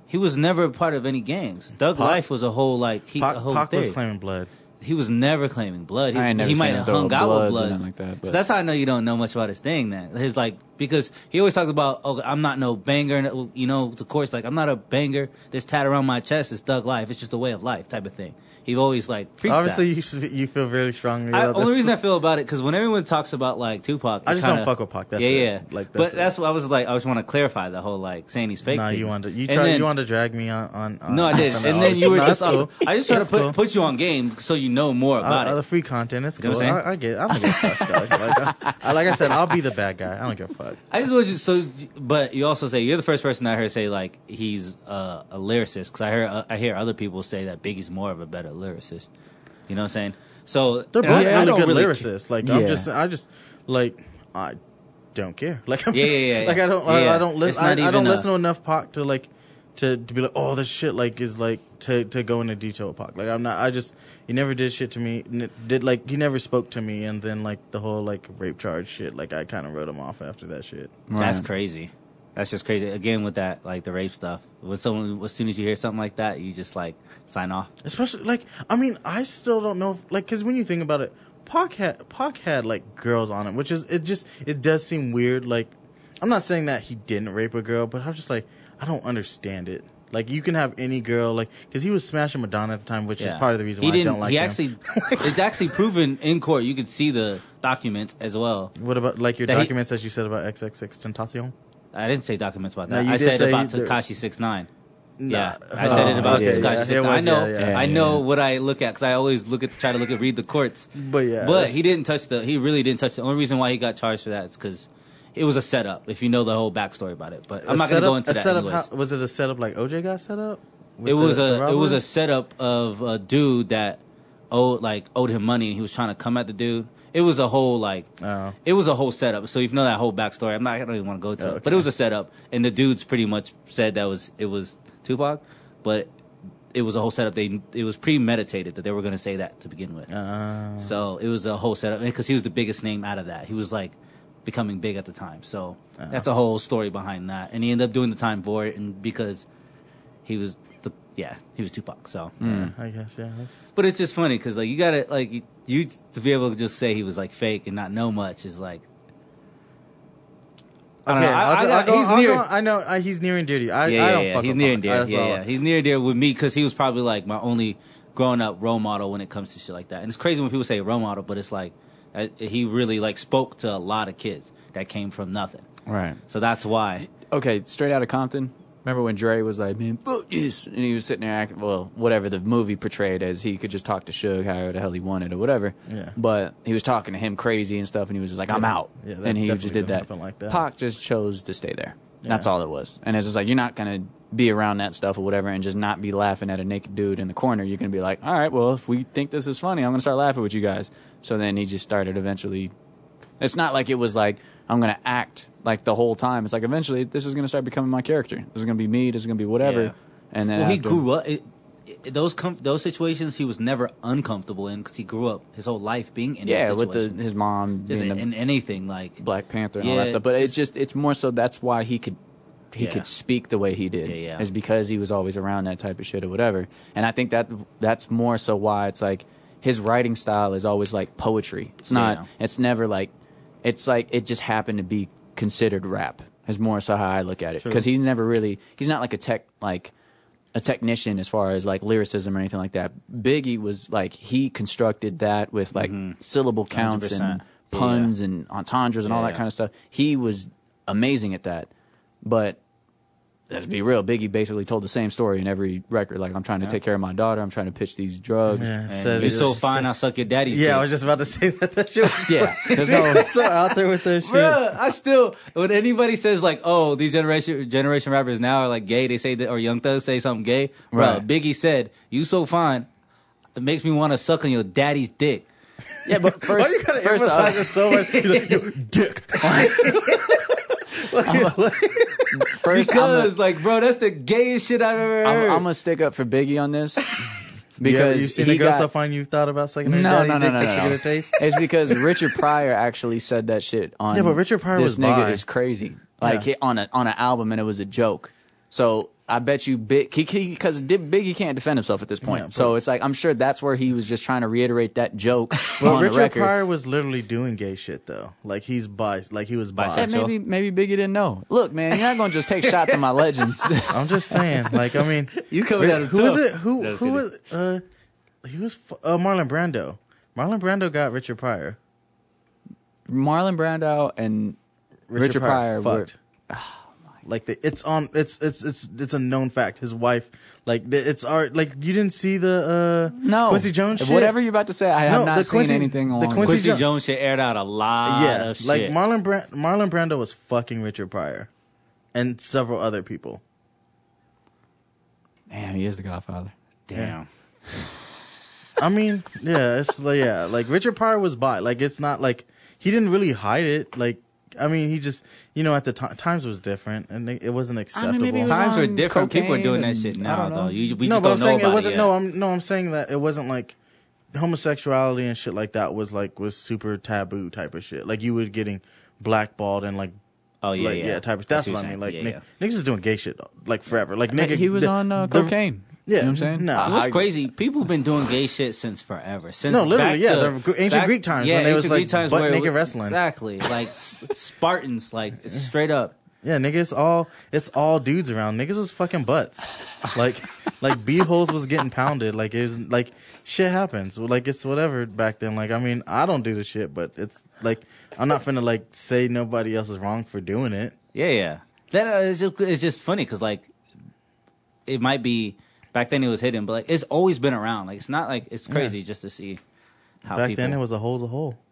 he was never a part of any gangs. Thug
Pac-
Life was a whole like he,
Pac,
a whole
Pac was
thing.
claiming blood.
he was never claiming blood. He,
I ain't never
he might
seen him
have
throw
hung out with
Bloods or
bloods.
nothing like that,
so
but-
that's how I know you don't know much about his thing. Then his like because he always talked about oh I'm not no banger. and, You know the course like I'm not a banger. This tat around my chest is thug life. It's just a way of life type of thing. He always like preached
Obviously,
That.
you should, you feel really strongly.
I,
about
only
this.
reason I feel about it because when everyone talks about like Tupac,
I
it
just don't
kinda-
fuck with Pac, that's
yeah,
it.
yeah.
Like,
but
that's it.
that's what I was like. I just want to clarify the whole like saying he's fake.
No, you
things.
wanted you
And
tried
then-
you wanted to drag me on on. on
No, I did,
on
and
the
then you were
No,
just.
that's cool.
I just try to
That's
put,
cool.
put you on game so you know more about
Uh,
it.
uh, the free content. It's
You know
cool.
what I'm saying?
I, I get. It. I don't give a fuck. dog. Like, I, like I said, I'll be the bad guy. I don't give a fuck.
I just want you so, but you also say you're the first person I heard say like he's uh, a lyricist because I hear I hear other people say that Biggie's more of a better lyricist. You know what I'm saying? So
They're
and I-
both
I
really
don't
good
really-
lyricists. Like
Yeah.
I'm just. I just like I don't care. Like I'm,
Yeah, yeah, yeah,
Like I don't.
yeah.
I, I don't
It's
listen. I,
not
I
even
don't
a-
listen to enough Pac to like to to be like, oh, this shit like is like to to go into detail with Pac. Like I'm not. I just he never did shit to me. N- Did like he never spoke to me. And then like the whole like rape charge shit. Like I kind of wrote him off after that shit.
That's
Right.
crazy. That's just crazy. Again, with that like the rape stuff. When someone, as soon as you hear something like that, you just like sign off.
Especially like I mean I still don't know if, like because when you think about it, Pac had Pac had like girls on him, which is it just it does seem weird. Like I'm not saying that he didn't rape a girl, but I'm just like I don't understand it. Like you can have any girl like because he was smashing Madonna at the time, which
Yeah.
is part of the reason
he
why I
didn't.
don't like
he
him.
actually, it's actually proven in court. You could see the documents as well.
What about like your
that he-
documents as you said about XXX Tentacion?
I didn't say documents about
No,
that.
you
I
did
said
say
about
there-
Takashi six nine. Yeah,
Nah.
I said it
Oh,
about
okay,
Takashi
yeah,
six
it
nine. I
was,
know,
yeah,
yeah.
I
Yeah,
know
yeah.
what I look at because I always look at try to look at read the courts.
But yeah,
but
that's-
he didn't touch the. He really didn't touch the. Only reason why he got charged for that is because it was a setup. If you know the whole backstory about it, but I'm
A
not going to
setup-
go into
a
that.
setup,
Anyways.
how- was it a setup like OJ got set up? With
it was
the- the
a it was
robbery?
a setup of a dude that owed like owed him money and he was trying to come at the dude. It was a whole like
Oh.
it was a whole setup. So if you know that whole backstory, I'm not I don't even want to go to
Oh,
it.
okay.
But it was a setup and the dudes pretty much said that was it was Tupac, but it was a whole setup. They it was premeditated that they were going to say that to begin with.
Uh,
So it was a whole setup because he was the biggest name out of that. He was like becoming big at the time. So
Uh-huh.
that's a whole story behind that. And he ended up doing the time for it, and because he was the yeah he was Tupac. So,
I guess yeah. That's,
but it's just funny because like you gotta like you, you to be able to just say he was like fake and not know much is like I don't know. I, I,
I'll- I'll
got-
go-
he's
I'll
near.
go- I know uh, he's near and dear to you. I,
yeah,
I
yeah,
don't
yeah.
fuck
he's
with
near
Pac.
and dear.
That's
Yeah,
all.
yeah, he's near and dear with me because he was probably like my only grown up role model when it comes to shit like that. And it's crazy when people say role model, but it's like uh, he really like spoke to a lot of kids that came from nothing.
Right.
So that's why.
Okay, straight out of Compton. Remember when Dre was like, "Man, fuck this," and he was sitting there acting well, whatever the movie portrayed as he could just talk to Suge however the hell he wanted or whatever.
Yeah.
But he was talking to him crazy and stuff, and he was just like, "I'm
Yeah.
out,"
Yeah, that
and he
definitely
just did
could
that.
happen like that.
Pac just chose to stay there. That's
Yeah.
all it was. And it's just like you're not gonna be around that stuff or whatever, and just not be laughing at a naked dude in the corner. You're gonna be like, "All right, well, if we think this is funny, I'm gonna start laughing with you guys." So then he just started eventually it's not like it was like I'm gonna act like the whole time. It's like eventually this is gonna start becoming my character. This is gonna be me. This is gonna be whatever.
Yeah.
And then
Well, he
after-
grew up. It, it, those com- those situations he was never uncomfortable in because he grew up his whole life being in.
Yeah,
those
with the,
situations.
his mom
Just
being
in,
the
in anything like
Black Panther and all
Yeah,
that stuff. But it's just it's more so that's why he could he
Yeah.
could speak the way he did.
Yeah, yeah.
Is because he was always around that type of shit or whatever. And I think that that's more so why it's like his writing style is always like poetry. It's not
Yeah.
it's never like it's like it just happened to be considered rap. Is more so how I look at it because he's never really he's not like a tech like a technician as far as like lyricism or anything like that. Biggie was like he constructed that with like
Mm-hmm.
syllable counts
100%.
and
Yeah.
puns and entendres and all that
Yeah.
kind of stuff. He was amazing at that. But let's be real, Biggie basically told the same story in every record. Like I'm trying to take care of my daughter, I'm trying to pitch these drugs.
Yeah,
Yeah,
so
You're
it's-
so fine. I suck your daddy's.
Yeah, I
dick.
was just about to say that. That shit was
there's no
so out there with that shit.
Bruh, I still when anybody says like, "Oh, these generation generation rappers now are like gay," they say that, or Young Thug say something gay. Bruh,
Right.
Biggie said, "You so fine, it makes me want to suck on your daddy's dick."
yeah. But
Why do
first,
you gotta
first
emphasize
off,
it so much? He's like, "Yo, dick.
first
Because like, bro, that's the gayest shit I've ever
I'm,
heard.
I'm, I'm gonna stick up for Biggie on this
Yeah, but
because
you've seen
he
a girl
got,
so fine you've thought about sucking her
No,
daddy
no, no,
dick
no,
just
no,
to
no.
get a taste.
It's because Richard Pryor actually said that shit on.
Yeah, but Richard Pryor
this
was
nigga
bi.
is crazy.
Yeah.
Like he- on a on an album, and it was a joke. So I bet you Big because Biggie can't defend himself at this point.
Yeah, but-
so it's like I'm sure that's where he was just trying to reiterate that joke
But
on the
Richard
record.
Pryor was literally doing gay shit though. Like he's bi, like he was bi.
Hey, maybe maybe Biggie didn't know. Look, man, you're not gonna just take shots at my legends.
I'm just saying. Like I mean,
You coming
Ri-
at him
Who was
tough.
it? Who
No, just
who was? Uh, he was fu- uh, Marlon Brando. Marlon Brando got Richard Pryor.
Marlon Brando and Richard, Pryor, were
fucked. like the, it's on it's it's it's it's a known fact. His wife, like the, it's art. Like you didn't see the uh
no
Quincy Jones. Shit?
Whatever you're about to say, I have
No,
not
the
seen
Quincy-
anything
the
along.
Quincy
Quincy
Jo-
Jones shit aired out a lot
yeah,
of Ah, shit.
like Marlon Brand Marlon Brando was fucking Richard Pryor, and several other people.
Damn, he is the Godfather.
Damn.
I mean, yeah, it's like, yeah, like Richard Pryor was bi. Like it's not like he didn't really hide it. Like I mean, he just you know at the time times was different and it, it wasn't acceptable.
maybe it was
Times
on
are different. People are doing
cocaine
that shit
and- I
now,
don't know.
though. You, we
no,
just
but
don't
I'm
know
saying
about
it wasn't.
yet.
No, I'm no, I'm saying that it wasn't like homosexuality and shit like that was like was super taboo type of shit. Like you were getting blackballed and like.
Oh, yeah,
like,
yeah.
type of.
I
That's
see
what
what
I mean.
you're
Like,
saying.
ni-
Yeah,
niggas is doing gay shit like forever. Like, nigga,
he was
the-
on uh,
the-
cocaine.
Yeah,
you know what I'm saying?
no.
What's
I-
crazy? People been doing gay shit since forever. Since
No, literally,
back
yeah,
to-
the Gr- ancient Greek times
Yeah,
when they
ancient
was, like,
Greek times
butt
where it
naked
was-
wrestling.
Exactly, like s- Spartans, like straight up.
Yeah, nigga, it's all it's all dudes around. Niggas was fucking butts. Like like b holes was getting pounded. Like it was like shit happens. Like it's whatever back then. Like I mean, I don't do the shit, but it's like I'm not finna like say nobody else is wrong for doing it.
Yeah, yeah. That uh, it's just, it's just funny because like it might be back then it was hidden, but like it's always been around. Like it's not like it's crazy just to see how
Back
people.
then it was a hole's a hole.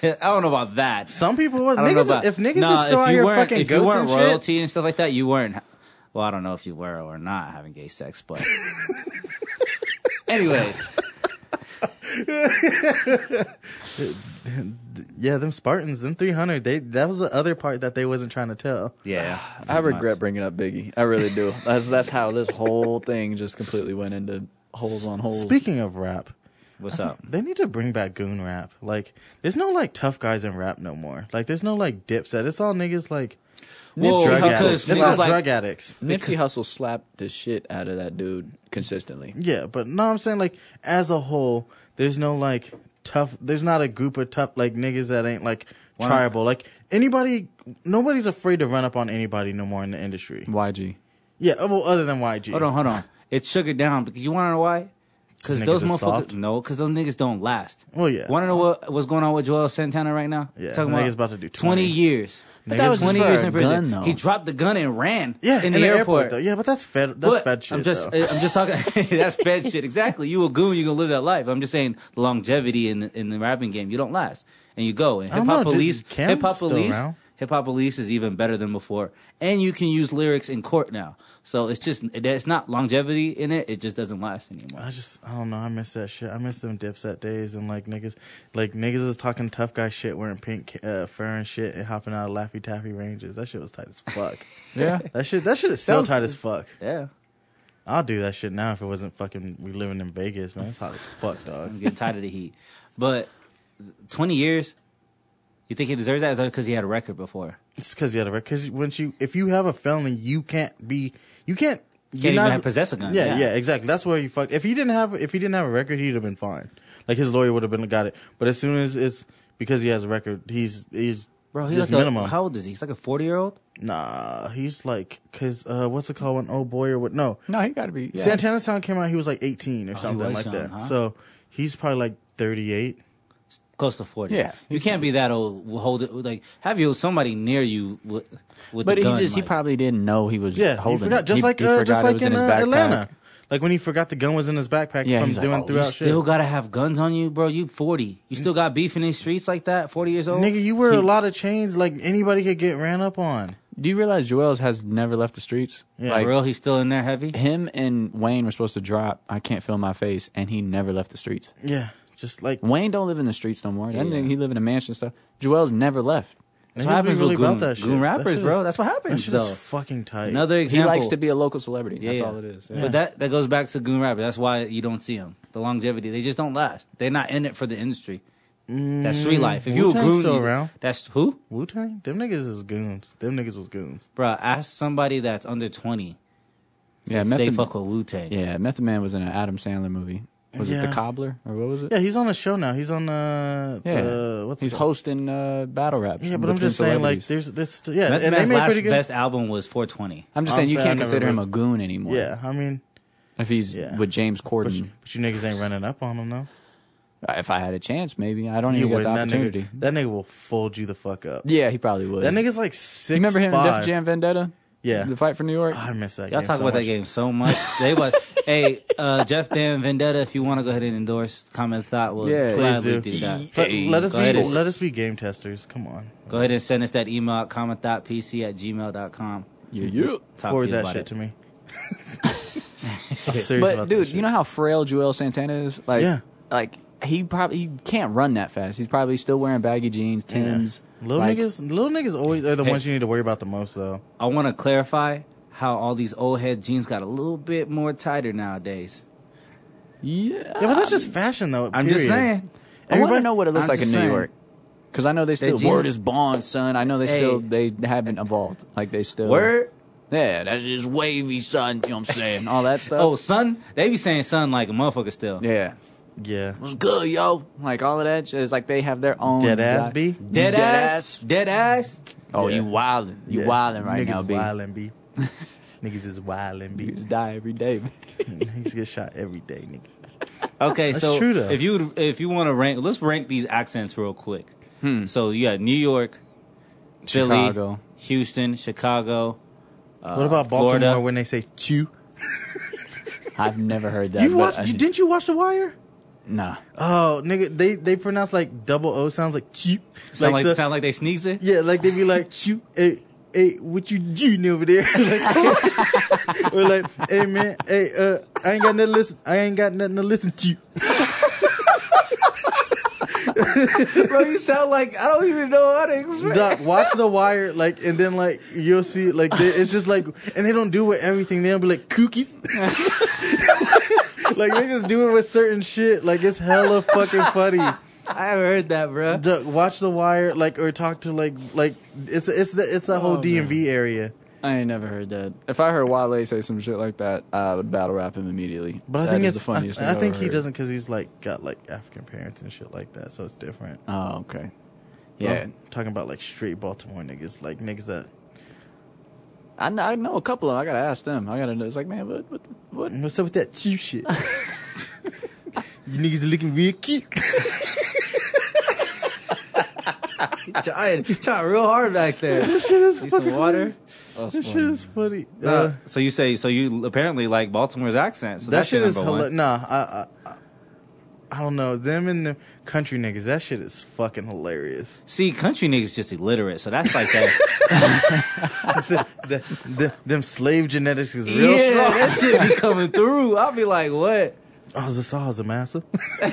I don't know about that.
Some people was
I don't
niggas
know
is-
about-
if niggas
Nah,
is still
if
out
you
here
weren't-
fucking
if you
goats
weren't
and shit-
royalty and stuff like that, you weren't. ha- Well, I don't know if you were or not having gay sex, but anyways.
Yeah, them Spartans, them three hundred, they that was the other part that they wasn't trying to tell.
Yeah,
I
pretty
regret
much.
bringing up Biggie. I really do. That's that's how this whole thing just completely went into holes on holes.
Speaking of rap,
What's up?
They need to bring back goon rap. Like, there's no like tough guys in rap no more. Like, there's no like dipset. It's all niggas like
Well,
drug
because
addicts. It's
Oh, niggas
all
like-
drug addicts.
Nipsey Hussle slapped the shit out of that dude consistently.
Yeah, but no, I'm saying like as a whole, there's no like tough. There's not a group of tough like niggas that ain't like
Why not?
tribal. Like anybody, nobody's afraid to run up on anybody no more in the industry.
YG.
Yeah, well, other than YG.
Hold on, hold on. It shook it down because you want to know why? Because
Niggas
those
are
motherfuckers.
soft.
No, because those niggas don't last.
Well, yeah.
Want to know what, what's going on with Joel Santana right now?
Yeah,
Talking
niggas
about,
about to do 20.
years.
But that Niggas- was just
twenty
for
years
a
in prison.
gun, though.
he dropped the gun and ran.
Yeah,
in, the, airport.
though. Yeah, but that's fed. That's
But
fed shit.
I'm just,
though.
I'm just talking. that's fed shit. Exactly. You a goon. You gonna live that life. I'm just saying longevity in the, in the rapping game. You don't last, and you go. And
I don't
hip hop
know, did
police,
Cam
hip hop
still
police,
around?
hip hop police is even better than before. And you can use lyrics in court now. So it's just, it- it's not longevity in it. It just doesn't last anymore.
I just, I don't know. I miss that shit. I miss them Dipset days and like niggas, like niggas was talking tough guy shit, wearing pink uh, fur and shit, and hopping out of Laffy Taffy Ranges. That shit was tight as fuck.
Yeah.
that shit, that shit is still
Sounds-
tight as fuck.
Yeah,
I'll do that shit now if it wasn't fucking. We living in Vegas, man. It's hot as fuck,
I'm
dog.
getting tired of the heat. But twenty years, you think he deserves that? Is because he had a record before?
It's because you had a record. Because once you, if you have a felony, you can't be, you can't.
You
you're
can't
not-
even have possess a gun.
Yeah, yeah, exactly. That's where you fucked. If he didn't have, if he didn't have a record, he'd have been fine. Like his lawyer would have been got it. But as soon as it's because he has a record, he's he's
Bro, he's
his
like
minimum.
A, how old is he? He's like a forty year old.
nah, he's like because uh, what's it called? When old boy or what? No,
No, he got to be. Yeah.
Santana Sound came out. He was like eighteen or something
was
like
young,
that.
huh?
So he's probably like thirty eight.
close to 40.
Yeah.
You can't be that old. Hold it. Like, have you somebody near you with, with
But
the
he
gun,
just he
like-
probably didn't know he was
Yeah,
holding
he forgot
it.
just
He-
like
he
uh,
forgot
just
it
like
was
in,
his
uh,
backpack.
Atlanta. Like when he forgot the gun was in his backpack
Yeah,
from
he's like,
doing
oh,
You
throughout shit.
still gotta have guns on you, bro. You 40. You still got beef in these streets like that, 40 years old?
Nigga, you wear a lot of chains. Like anybody could get ran up on.
Do you realize Joel's has never left the streets?
Yeah.
For
like,
real, he's still in there heavy?
him and Wayne were supposed to drop I Can't Feel My Face, and he never left the streets.
Yeah, just like
Wayne don't live in the streets no more. That
Yeah.
nigga, he live in a mansion and stuff. Joel's never left.
That's what
Niggas be
happens
really
with goon,
about that shit.
goon
That
rappers,
shit
bro.
is-
That's what
that
happens,
shit
though.
is fucking tight.
Another
He
example.
likes to be a local celebrity. That's
Yeah.
all it is. Yeah.
But that, that goes back to goon rappers. That's why you don't see them. The longevity. They just don't last. They're not in it for the industry. That's
Mm,
street life. If you a
Wu-Tang's
goon,
still
you-
around.
that's who?
Wu Tang, them niggas is goons. Them niggas was goons.
Bro, ask somebody that's under 20
yeah,
if
Method,
they fuck with Wu Tang.
yeah, Method Man was in an Adam Sandler movie. Was it
Yeah.
The Cobbler or what was it?
Yeah, he's on a show now. He's on uh,
Yeah.
uh what's
he's
it-
hosting uh, battle raps.
Yeah, but I'm just saying like there's this yeah,
Method
and they
Man's
made
last
pretty good.
best album was 420.
I'm just
I'm
saying you
saying I
can't
never
consider him
really-
a goon anymore.
yeah, I mean,
if he's
Yeah.
with James
but
Corden.
you, but you niggas ain't running up on him though.
If I had a chance, maybe I don't
You
even get
would
the
that
opportunity.
nigga. That nigga will fold you the fuck up.
Yeah, he probably would.
That nigga's like six.
Do you remember him in
five.
Def Jam Vendetta?
Yeah. Ah,
the fight for New York.
I miss that.
Y'all
game
talk
so
about that
much.
game so much. they was hey uh, Jeff Dan Vendetta. If you want to go ahead and endorse Common Thought, we'll
Yeah,
gladly
please
do.
do.
that.
But
Hey,
let us
go ahead
be
and-
let us be game testers. Come on,
Go ahead and send us that email at commenthoughtpc at gmail.com.
Yeah, yeah.
Talk to
forward
us
that
about
shit
it.
to me. I'm serious
But
about
dude,
that
you know how frail Joel Santana is? Like,
Yeah.
like he probably he can't run that fast. He's probably still wearing baggy jeans, Tim's.
Little
like,
niggas, little niggas always are the
Hey.
ones you need to worry about the most, though.
I want to clarify how all these old head jeans got a little bit more tighter nowadays.
Yeah,
Yeah, but that's just fashion, though.
I'm just
period.
saying.
I want to
everybody-
know what it looks
I'm
like in
just saying.
New York. Because I know they still
jeans-
word is bond, son. I know they still
Hey.
they haven't evolved. Like they still
Word.
Yeah, that's just wavy, son. You know what I'm saying? All that stuff.
Oh, son. They be saying son like a motherfucker still.
yeah.
Yeah,
What's good, yo? Like all of that shit is like they have their own
Dead ass
guy-
B?
Dead, ass, Dead ass.
Oh,
Yeah.
you wildin', you
yeah.
wildin' right
niggas
now, B.
Wildin', B. niggas is wildin',
You
B.
just die every day.
niggas get shot every day, nigga.
Okay,
That's
so
true, though.
if you if you want to rank, let's rank these accents real quick.
Hmm.
So you got New York, Philly,
Chicago.
Houston, Chicago.
what about Baltimore
Uh, Florida.
when they say chew?
I've never heard that.
You
but
watched?
I-
You, didn't you watch The Wire?
Nah.
Oh, nigga, they they pronounce like double O sounds like chew.
Sound like,
so-
sound like they sneeze it.
Yeah, like they be like, "Chew, hey, hey, what you doing over there?" like, come on. or like, "Hey man, hey, uh, I ain't got nothing. To listen, I ain't got nothing to listen to."
Bro, you sound like I don't even know how to
Doc, watch The Wire, like, and then like you'll see, like, they, it's just like, and they don't do it with everything. They'll be like cookies. like they just do it with certain shit. Like it's hella fucking funny.
I haven't heard that, bro.
Duck, watch The Wire, like, or talk to like, like it's it's the it's the whole
Oh,
DMV area.
I ain't never heard that. If I heard Wale say some shit like that, I would battle rap him immediately.
But I
That
think
is
it's
the
I,
funniest. thing
I
I've
think
ever
he
heard.
doesn't because he's like got like African parents and shit like that, so it's different.
Oh, okay. Yeah.
I'm talking about like straight Baltimore niggas, like niggas that
I know, I know a couple of them. I gotta ask them. I gotta know. It's like, man, what, what, what?
what's up with that cheap shit? you niggas looking real cute.
trying, trying real hard back there. Need some water. Oh,
This shit is funny.
Nah,
Uh,
so you say so you apparently like Baltimore's accent. So
that, shit is
number
hilarious.
one.
Nah, I, I, I, I don't know. Them and the country niggas, that shit is fucking hilarious.
See, country niggas just illiterate, so that's like that.
The- the- them slave genetics is real
yeah,
strong.
that shit be coming through. I'll be like, what?
I was a saw, a massa.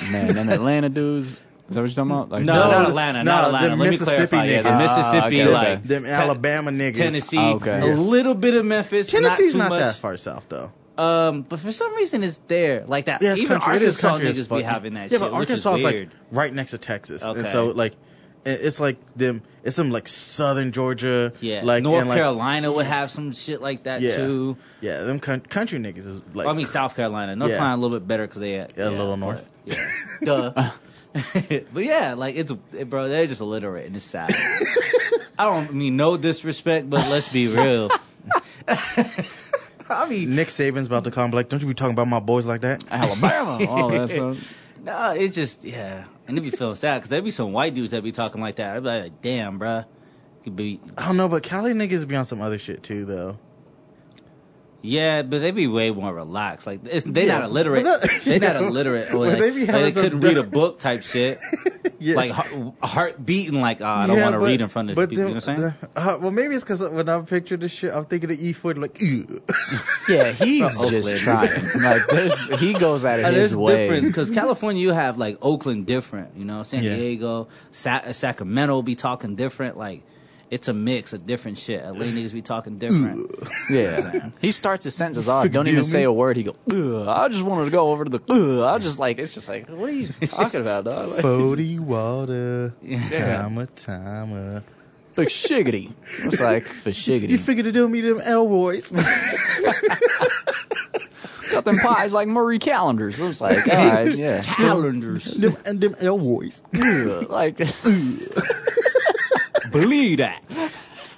man, them Atlanta dudes. Is that what you're talking about? Like,
No,
No,
not Atlanta,
no,
not Atlanta.
them
Let me
Mississippi
clarify. Yeah, the
niggas.
Mississippi,
Ah, okay,
like
okay.
Them
Ten-
Alabama niggas.
Tennessee,
Ah, okay.
a
Yeah.
little bit of Memphis,
Tennessee's
not
not,
too much.
that far south though.
Um, but for some reason, it's there like that.
Yeah, it's
Even
country. It is
Arkansas
country as
niggas
fuck.
be having that.
Yeah,
shit,
but Arkansas
which is
is like
weird.
right next to Texas, and
Okay.
so like it- it's like them. It's some like southern Georgia,
yeah,
like
North
and, like,
Carolina would have some shit like that
yeah,
too.
yeah. Them coun- country niggas is like
Well, I mean, South Carolina, North
Yeah.
Carolina a little bit better because they had
Yeah, a little north.
but, Yeah, duh. but yeah, like it's it, bro, they're just illiterate and it's sad. I don't mean no disrespect, but let's be real. I mean,
Nick Saban's about to come. Like, don't you be talking about my boys like that?
Alabama, all that stuff.
Nah, it just yeah, and it be feeling sad because there be some white dudes that be talking like that. I'd be like, damn, bruh. Could be
I don't know, but Cali niggas be on some other shit too, though.
yeah, but they be way more relaxed. Like it's, they
Yeah.
not illiterate.
Well, that-
they not
yeah.
illiterate. Or
Well,
like,
they
like,
be
they,
having some
couldn't read a
dumb-
book type shit.
Yeah.
Like heart, heart beating. Like oh, I don't
Yeah,
want to
but-
read in front of
but
people. you know what
then-
I'm saying?
the- uh, well, maybe it's because when I picture this shit, I'm thinking of E Ford like, ew.
Yeah, he's
Oakland.
just trying. Like, there's, he goes out of
Uh,
his
there's
way.
difference because California, you have like Oakland different, you know, San
Yeah.
Diego, Sa- Sacramento be talking different. Like it's a mix of different shit. LA niggas be talking different.
Yeah, he starts his sentences off. Don't even
Forgive
say
me.
a word. He go. Ugh, I just wanted to go over to the. Ugh. I just like. It's just like. What are you talking about, dog? Like,
Fody water. Timer, timer.
like shiggity. It's like for
You
shiggity.
figured to do me them Elroy's.
Got them pies like Murray calendars. It's like, all right, yeah.
Calendars,
them, and them Elroy's.
Ugh, like,
believe that.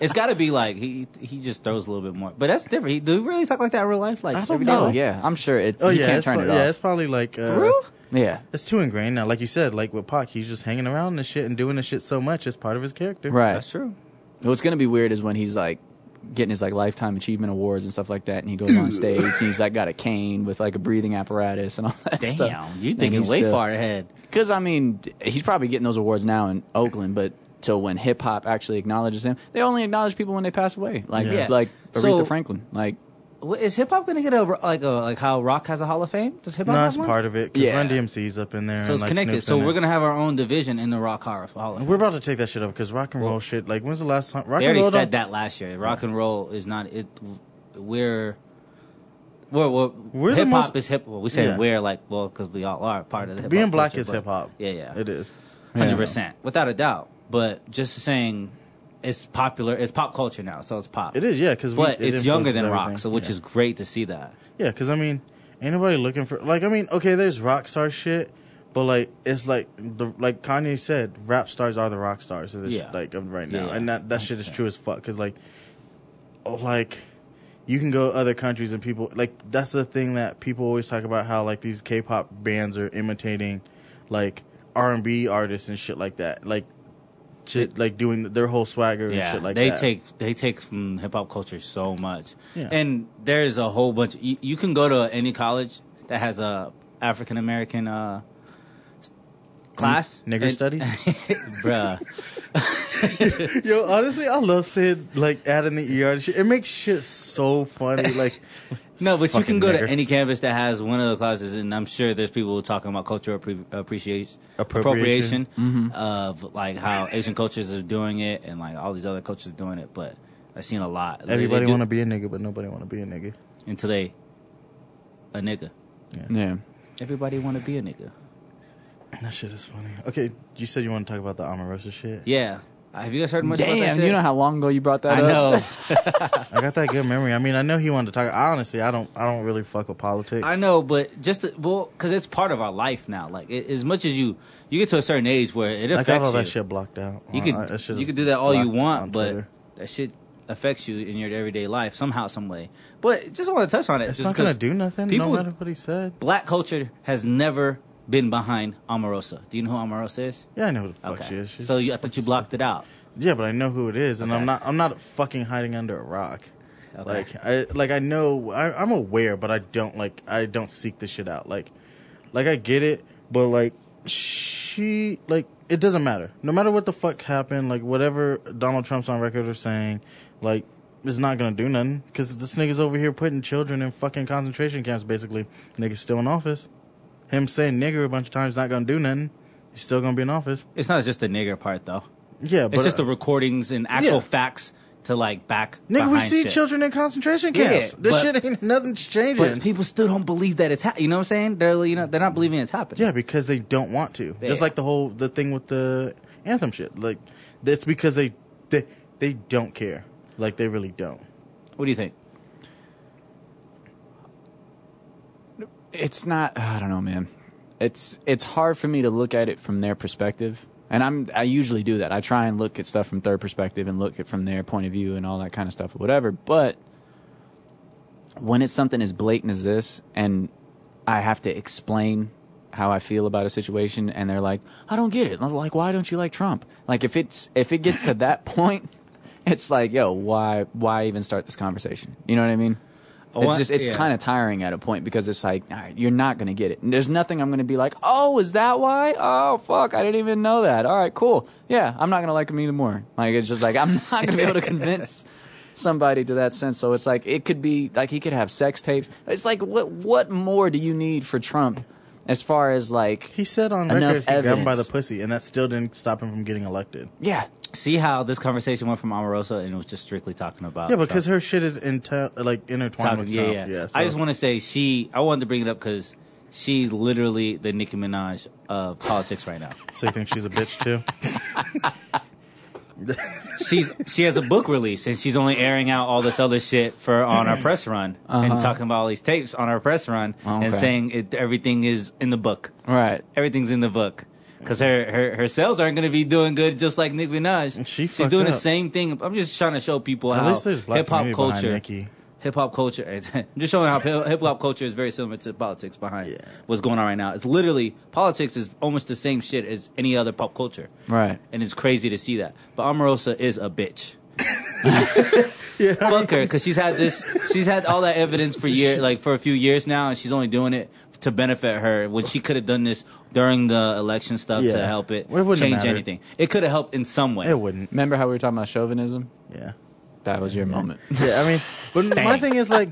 It's got to be like he he just throws a little bit more, but that's different. He, do we really talk like that in real life? Like
I don't
every day?
know.
oh yeah, I'm sure it's.
Oh,
you
yeah.
can't
it's
turn
pro-
it
Yeah,
off.
it's probably like. Uh,
For real?
Yeah,
It's too ingrained now. Like you said, like with Pac, he's just hanging around and shit and doing this shit so much. It's part of his character.
right.
That's true.
What's gonna be weird is when he's like getting his like lifetime achievement awards and stuff like that, and he goes on stage and he's like got a cane with like a breathing apparatus and all that
Damn,
stuff.
you thinking way far ahead.
Because I mean, he's probably getting those awards now in Oakland, but till when hip hop actually acknowledges him, they only acknowledge people when they pass away, like
Yeah.
like
Yeah.
Aretha
So-
Franklin, like.
Wh- Is hip hop gonna get a like a like how rock has a Hall of Fame? Does hip hop
No,
have
it's
one?
part of it. Cause
Yeah.
Run DMC's up in there.
So
and,
it's
like,
connected.
Snoop's
So
in
we're
it.
gonna have our own division in the Rock Hall of Hall of Fame.
We're about to take that shit over because rock and roll shit. Like, when's the last time rock
They
and
already
roll?
said
don't-
that last year. Rock and roll is not it. We're we're, we're,
We're the
hip hop
most-
is hip. Well, we say
Yeah.
we're like well because we all are part of the hip
Being black is
culture, but-
hip hop.
Yeah, yeah,
it is.
hundred percent without a doubt. But just saying, it's popular. It's pop culture now, so it's pop.
It is, yeah, 'cause we-
but
it
it's younger
influences
than rock,
everything,
so which
yeah.
is great to see that.
Yeah, because I mean, ain't nobody looking for like I mean, okay, there's rock star shit, but like it's like the like Kanye said, rap stars are the rock stars of this
Yeah.
like of right
Yeah,
now,
yeah.
and that that shit is true as fuck. Because like, oh, like you can go to other countries and people like that's the thing that people always talk about how like these K-pop bands are imitating like R and B artists and shit like that, like. To, like doing their whole swagger and
Yeah,
shit like
they
that.
take they take from hip hop culture so much,
Yeah.
and there's a whole bunch. You, you can go to any college that has a African American uh, s- class.
nigger
and-
studies?
bruh.
Yo, honestly, I love saying like adding the ER. and shit. It makes shit so funny. Like,
No, but you
Fucking
can go to
nigger.
any campus that has one of the classes, and I'm sure there's people talking about cultural appre- appreciation,
Appropriation.
of like how Asian cultures are doing it, and like all these other cultures are doing it. But I've seen a lot. They- they
everybody
do-
want to be a nigga, but nobody want to be a nigga.
until they a nigga.
Yeah.
Everybody want to be a nigga.
That shit is funny. Okay, you said you want to talk about the Omarosa shit.
Yeah. Have you guys heard much about that
Damn,
shit?
you know how long ago you brought that
I
up?
know.
I got that good memory. I mean, I know he wanted to talk. I honestly, I don't. I don't really fuck with politics.
I know, but just to, well, because it's part of our life now. Like it, as much as you you get to a certain age where it
I
affects
got all
you.
that shit blocked out.
You
Uh,
could
I- that shit
you
is
could do that all you
blocked on
want, but
Twitter.
that shit affects you in your everyday life somehow, some way. But just want to touch on it.
it's
just
not gonna
because
do nothing.
people-
no matter what he said.
Black culture has never been behind Omarosa. Do you know who Omarosa is?
Yeah, I know who the fuck
Okay,
Oh, she is. She's-
so you, I thought you blocked it out.
Yeah, but I know who it is, and
Okay.
I'm not. I'm not fucking hiding under a rock.
Okay.
Like I, like I know. I, I'm aware, but I don't like. I don't seek this shit out. Like, like I get it, but like she, like it doesn't matter. No matter what the fuck happened, like whatever Donald Trump's on record or saying, like it's not gonna do nothing because this nigga's over here putting children in fucking concentration camps. Basically, nigga's still in office. Him saying nigger a bunch of times not gonna do nothing. He's still gonna be in office.
It's not just the nigger part though.
Yeah, but uh,
it's just the recordings and actual
Yeah.
facts to like back.
Nigga, we
behind
see
shit.
children in concentration camps.
Yeah,
this
but-
shit ain't nothing's
but
changing.
people still don't believe that it's happening. You know what I'm saying? They're you know they're not believing it's happening.
yeah, because they don't want to. Just
Yeah.
like the whole the thing with the anthem shit. Like that's because they they they don't care. Like they really don't.
What do you think?
it's not i don't know man it's it's hard for me to look at it from their perspective and i'm i usually do that i try and look at stuff from their perspective and look at from their point of view and all that kind of stuff or whatever but when it's something as blatant as this and i have to explain how i feel about a situation and they're like i don't get it I'm like why don't you like trump like if it's if it gets to that point it's like yo why why even start this conversation you know what i mean
I
it's
want-
just it's
yeah.
kind of tiring at a point because it's like all right, you're not gonna get it. And there's nothing I'm gonna be like, oh, is that why? Oh fuck, I didn't even know that. All right, cool. Yeah, I'm not gonna like him even more. Like it's just like I'm not gonna be able to convince somebody to that sense. So it's like it could be like he could have sex tapes. It's like what what more do you need for Trump as far as like
He said on
Enough
record he got him by the
evidence.
pussy, and that still didn't stop him from getting elected.
yeah
See how this conversation went from Omarosa and it was just strictly talking about
Yeah, because her shit is inter- like intertwined
Talking-
with
yeah,
Trump.
yeah.
so-
I just want to say she. I wanted to bring it up because she's literally the Nicki Minaj of politics right now.
So you think she's a bitch too?
She's she has a book release and she's only airing out all this other shit for on our press run and talking about all these tapes on our press run and
Uh-huh. Oh, Okay.
saying it, everything is in the book.
right.
Everything's in the book. Cause her, her her sales aren't gonna be doing good just like Nicki Minaj.
She
She's
fucked
doing the
up.
same thing. I'm just trying to show people
At
how
least there's black
hip hop
community
Oh,
behind
culture
Nicki.
hip hop culture. I'm just showing how hip hop culture is very similar to politics behind
Yeah.
what's going on right now. It's literally politics is almost the same shit as any other pop culture,
Right.
and it's crazy to see that. But Omarosa is a bitch. Fuck her, because she's had this. She's had all that evidence for year, like for a few years now, and she's only doing it to benefit her. When she could have done this during the election stuff to
Yeah.
help it,
It wouldn't have
change
mattered.
anything. It could have helped in some way.
It wouldn't.
Remember how we were talking about chauvinism?
Yeah.
That was your moment.
Yeah, I mean, but my thing is like,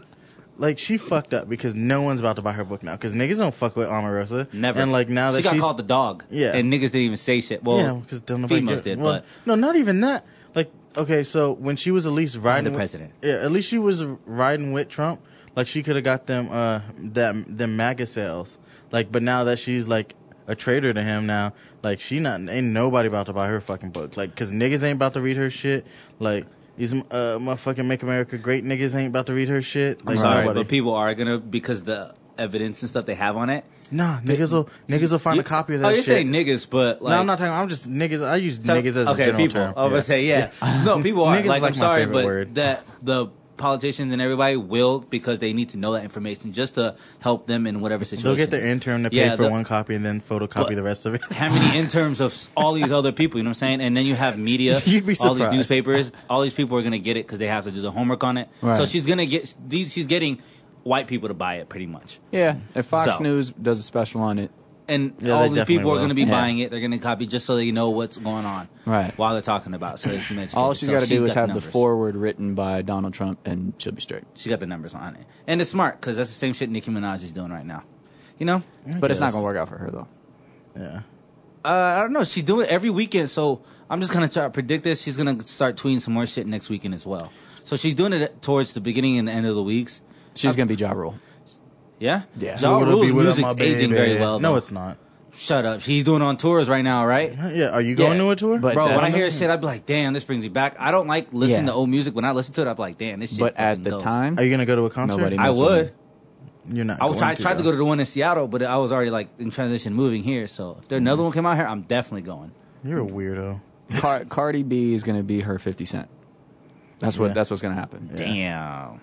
like she fucked up because no one's about to buy her book now because niggas don't fuck with Omarosa.
Never.
And like now that
she got
she's,
called the dog,
Yeah.
and niggas didn't even say shit. Well,
yeah, because
females did,
well,
but
no, not even that. Like, okay, so when she was at least riding
the
with-
president.
yeah, at least she was riding with Trump. Like she could have got them, uh, that them MAGA sales. Like, but now that she's like a traitor to him now, like she not ain't nobody about to buy her fucking book. Like, cause niggas ain't about to read her shit. Like. These uh, motherfucking Make America Great niggas ain't about to read her shit. Like,
I'm sorry,
nobody.
but people are gonna because the evidence and stuff they have on it.
Nah, niggas will niggas will find a copy of that
Oh, you're
shit.
saying niggas, but like
no, I'm not talking. I'm just niggas. I use
tell-
niggas as
okay,
a general
people.
term.
I was gonna say yeah. No, people are
Niggas is
like,
like
I'm
my
sorry,
favorite
but
word.
that the politicians and everybody will because they need to know that information just to help them in whatever situation.
They'll get their intern to pay
Yeah,
for
the-
one copy and then photocopy
But-
the rest of it.
how many interns of s- all these other people, you know what I'm saying? And then you have media,
You'd be
all these
surprised.
newspapers, all these people are going to get it because they have to do the homework on it. So
Right.
she's going to get these. She's getting white people to buy it, pretty much.
Yeah. If Fox
So.
News does a special on it,
and
Yeah,
all
they
these
definitely
people are
will.
going to be
Yeah.
buying it. They're going to copy just so they know what's going on,
Right.
While they're talking about, so it's an
all she's
so
got to do is
the
have the
numbers.
forward written by Donald Trump, and she'll be straight.
She got the numbers on it, and it's smart because that's the same shit Nicki Minaj is doing right now. You know,
But it's not
guess.
gonna work out for her though.
Yeah.
uh, I don't know. She's doing it every weekend, so I'm just going to try to predict this. She's going to start tweeting some more shit next weekend as well. So she's doing it towards the beginning and the end of the weeks.
She's gonna be Ja Rule.
Yeah,
Yeah.
Ja
Would've
Rule's
be without
music's
my
aging
baby.
very well.
No,
though.
it's not.
Shut up. She's doing on tours right now, right?
Yeah, are you going
Yeah,
to a tour?
but-
Bro, when I
that's-
hear shit, I'd be like, damn, this brings me back. I don't like listening
Yeah.
to old music. When I listen to it, I'd be like, damn, this shit.
but
fucking
at the
goes.
time,
are you gonna go to a concert?
Nobody
I
That's
would.
You're not.
I was
going
try, tried to
though.
go to the one in Seattle, but I was already like in transition moving here. So if there
Mm-hmm.
another one came out here, I'm definitely going.
You're a weirdo.
Car- Cardi B is going to be her 50 Cent. That's what.
Yeah.
That's what's going to happen.
Damn,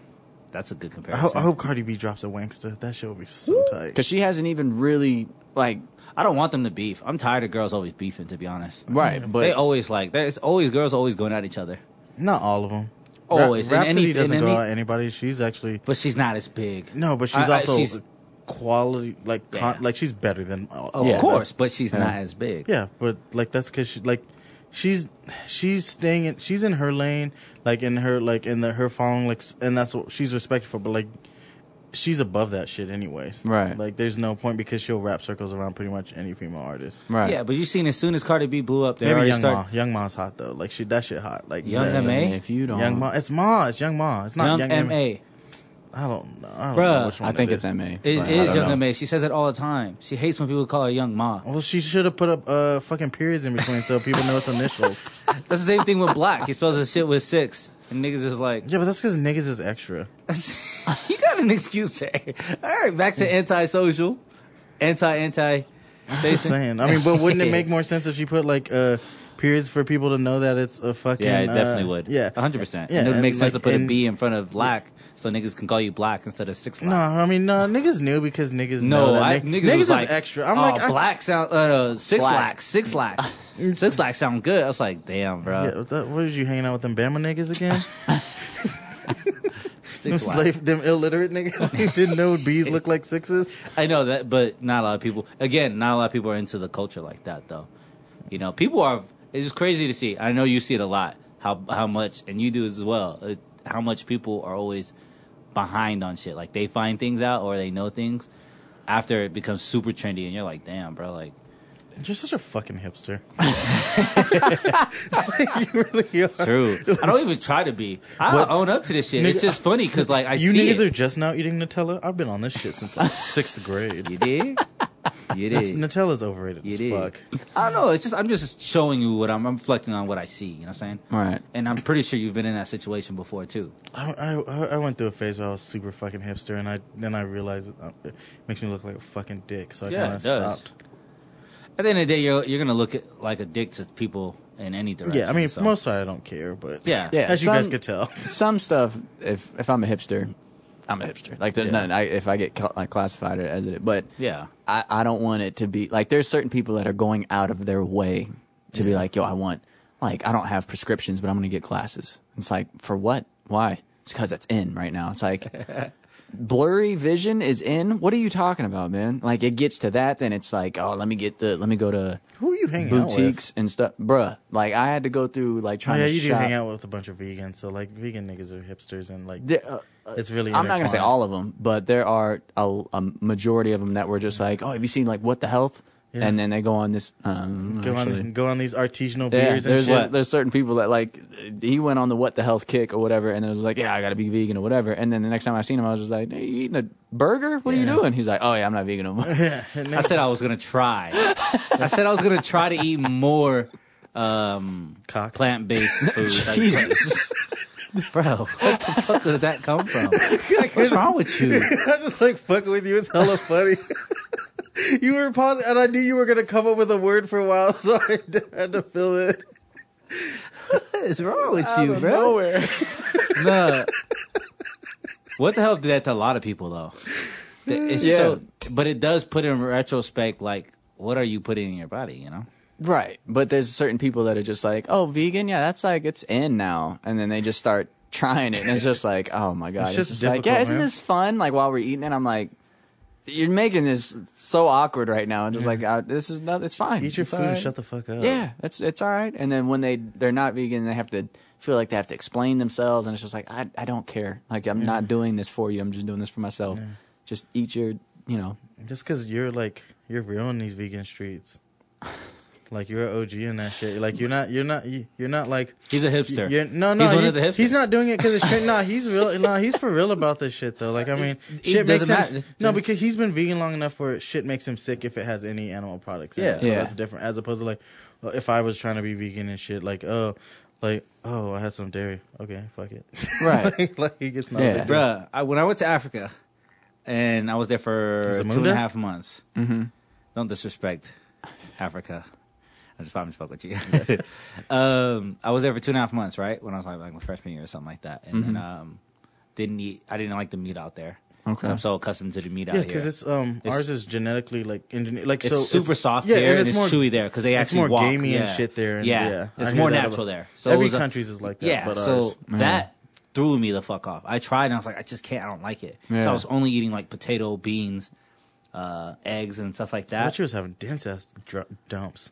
that's a good
I,
comparison.
ho- I hope Cardi B drops a wankster. That shit will be so tight.
Because she hasn't even really like
I don't want them to beef. I'm tired of girls always beefing. To be honest,
right, but
they always like there's always girls always going at each other.
Not all of them.
Always. In
Rhapsody
any- in
doesn't
any-
go out anybody. She's actually
But she's not as big.
no, but she's
I- I-
also
she's-
quality. Like, con-
Yeah.
like she's better than. All,
of
all
Yeah.
course, but she's
Yeah.
not as big.
Yeah, but like that's because she like she's she's staying in she's in her lane like in her like in the her following like s- and that's what she's respected for but like she's above that shit anyways
Right.
like there's no point because she'll wrap circles around pretty much any female artist
right.
Yeah, but you seen as soon as Cardi B blew up, they
maybe
already
young
start.
ma young ma's hot though like she that shit hot like
Young
that-
M.A.?
And if you don't,
young ma it's ma it's young ma it's not
Young,
young,
Ma,
M.A.
it
I don't know I don't know
Bruh.
which one
I think
it
it's MA. It
is
but I don't
Young
know.
Ma. She says it all the time. She hates when people call her Young Ma.
well she should have put up uh fucking periods in between so people know it's initials
That's the same thing with Black. He spells his shit with six, and niggas is like,
yeah but that's because niggas is extra
you got an excuse there. All right, back to antisocial, anti anti.
Just saying. I mean, but wouldn't it make more sense if she put like uh periods for people to know that it's a fucking?
Yeah, it
uh,
definitely would.
Yeah,
hundred percent.
Yeah,
and it would
and
make sense to
like-
put
and-
a B in front of black, so niggas can call you black instead of six.
No,
Black.
I mean, no, niggas knew because niggas know
No,
that
I,
nig-
niggas,
niggas
was
is
like,
extra. I'm
oh,
like, I-
black sound uh, uh, six
Slack.
lack, six lack, six lack sound good. I was like, damn, bro,
yeah, what, the, what is you hanging out with them Bama niggas again? them
six lack.
slave, them illiterate niggas who didn't know bees look like sixes.
I know that, but not a lot of people. Again, not a lot of people are into the culture like that, though. You know, people are. It's just crazy to see. I know you see it a lot. How how much, and you do as well. uh, How much people are always behind on shit. Like they find things out or they know things after it becomes super trendy, and you're like, damn, bro, like
You're such a fucking hipster. you really are.
true. I don't even try to be. I don't own up to this shit.
Nigga,
it's just funny because like I
You
see
niggas
it.
are just now eating Nutella. I've been on this shit since like sixth grade.
you did. You
That's,
did.
Nutella's overrated
You
as
did.
fuck.
I don't know. It's just I'm just showing you what I'm, I'm reflecting on what I see. You know what I'm saying?
Right.
And I'm pretty sure you've been in that situation before too.
I, I I went through a phase where I was super fucking hipster, and I then I realized it, uh, it makes me look like a fucking dick, so I
Yeah,
kind
it
of
does.
stopped.
At the end of the day, you're you're gonna look at, like a dick to people in any direction.
Yeah, I mean,
so.
for most part, I don't care, but
Yeah.
Yeah,
as you guys
some-
could tell,
some stuff if if I'm a hipster, I'm a hipster. Like there's
Yeah.
nothing I, if I get cl- like classified as it, but
Yeah.
I I don't want it to be like there's certain people that are going out of their way to be like, yo, I want like I don't have prescriptions, but I'm gonna get glasses. It's like for what? Why? It's because that's in right now. It's like. Blurry vision is in. What are you talking about, man? Like it gets to that, then it's like, oh, let me get the, let me go to
who are you hanging
boutiques and stuff, bruh. Like I had to go through
out
like trying
with? Oh, yeah,
to
you do
shop.
hang out with a bunch of vegans, so like vegan niggas are hipsters, and like
There- uh, uh,
it's really.
I'm not gonna say
intertwined.
all of them, but there are a, a majority of them that were just like, oh, have you seen like what the health?
Yeah.
And then they go on this. Um,
Go
actually-
on, go on these artisanal
yeah,
beers and
there's
shit.
there's certain people that like he went on the what the health kick or whatever, and it was like, yeah, I gotta be vegan or whatever. And then the next time I seen him, I was just like, hey, you eating a burger? What are you doing? He's like, oh yeah, I'm not vegan no more.
I said I was gonna try. I said I was gonna try to eat more um,
Cock.
plant based food. Jesus. Bro, what the fuck did that come from? What's wrong with you?
I'm just like fucking with you. It's hella funny. you were pausing, and I knew you were gonna come up with a word for a while, so I had to fill it.
What is wrong with you, bro? Nah. what the hell did that to a lot of people though? Th- It's
Yeah.
so, but it does put in retrospect, like, what are you putting in your body? You know,
Right. But there's certain people that are just like, oh, vegan? Yeah, that's like, it's in now. And then they just start trying it. And it's just like, oh my God. It's,
just
just, like, yeah,
difficult,
isn't
man.
this fun? Like, while we're eating it, I'm like, you're making this so awkward right now. And just like, I, this is not, it's fine.
Eat your
It's
food
all
and
right.
shut the fuck up.
Yeah, it's, it's all right. And then when they, they're not vegan, they have to feel like they have to explain themselves. And it's just like, I, I don't care. Like, I'm not doing this for you. I'm just doing this for myself. Just eat your, you know,
Just because you're like you're ruining these vegan streets. Like you're an OG and that shit. Like you're not. You're not. you- You're not like.
He's a hipster.
You're, no, no,
He's one
he-
of the hipsters.
he's not doing it because it's shit. Nah, he's real. Nah, he's for real about this shit though. Like, I mean,
It
shit makes
doesn't
him.
matter. It's-
No, because he's been vegan long enough where shit makes him sick if it has any animal products. in
Yeah.
it. so
Yeah.
that's different. As opposed to like, well, if I was trying to be vegan and shit, like, oh, like, oh, I had some dairy. Okay, fuck it.
Right.
like, like, it's not.
Yeah.
Yeah.
Bruh, I, when I went to Africa, and I was there for
Is
two
it
and a
Munda?
half months.
Mm-hmm.
Don't disrespect Africa. I just probably fuck with you. um, I was there for two and a half months, right? When I was like, like my freshman year or something like that, and
Mm-hmm.
then um, didn't eat. I didn't like the meat out there. 'Cause
Okay.
I'm so accustomed to the meat
Yeah,
out here.
because it's um
It's-
ours is genetically like engineered like
It's
so
super soft here and it's, chewy there because they
it's
actually
more
walk.
gamey and
Yeah.
shit there and-
yeah,
yeah, I
it's
hear
more
that
natural
about-
there. So it
every
was a-
country's is like that.
yeah,
but
so
ours-
that threw me the fuck off. I tried and I was like, I just can't. I don't like it. So
Yeah.
I was only eating like potato, beans, uh, eggs, and stuff like
I
that.
thought you was having dense ass dr- dumps.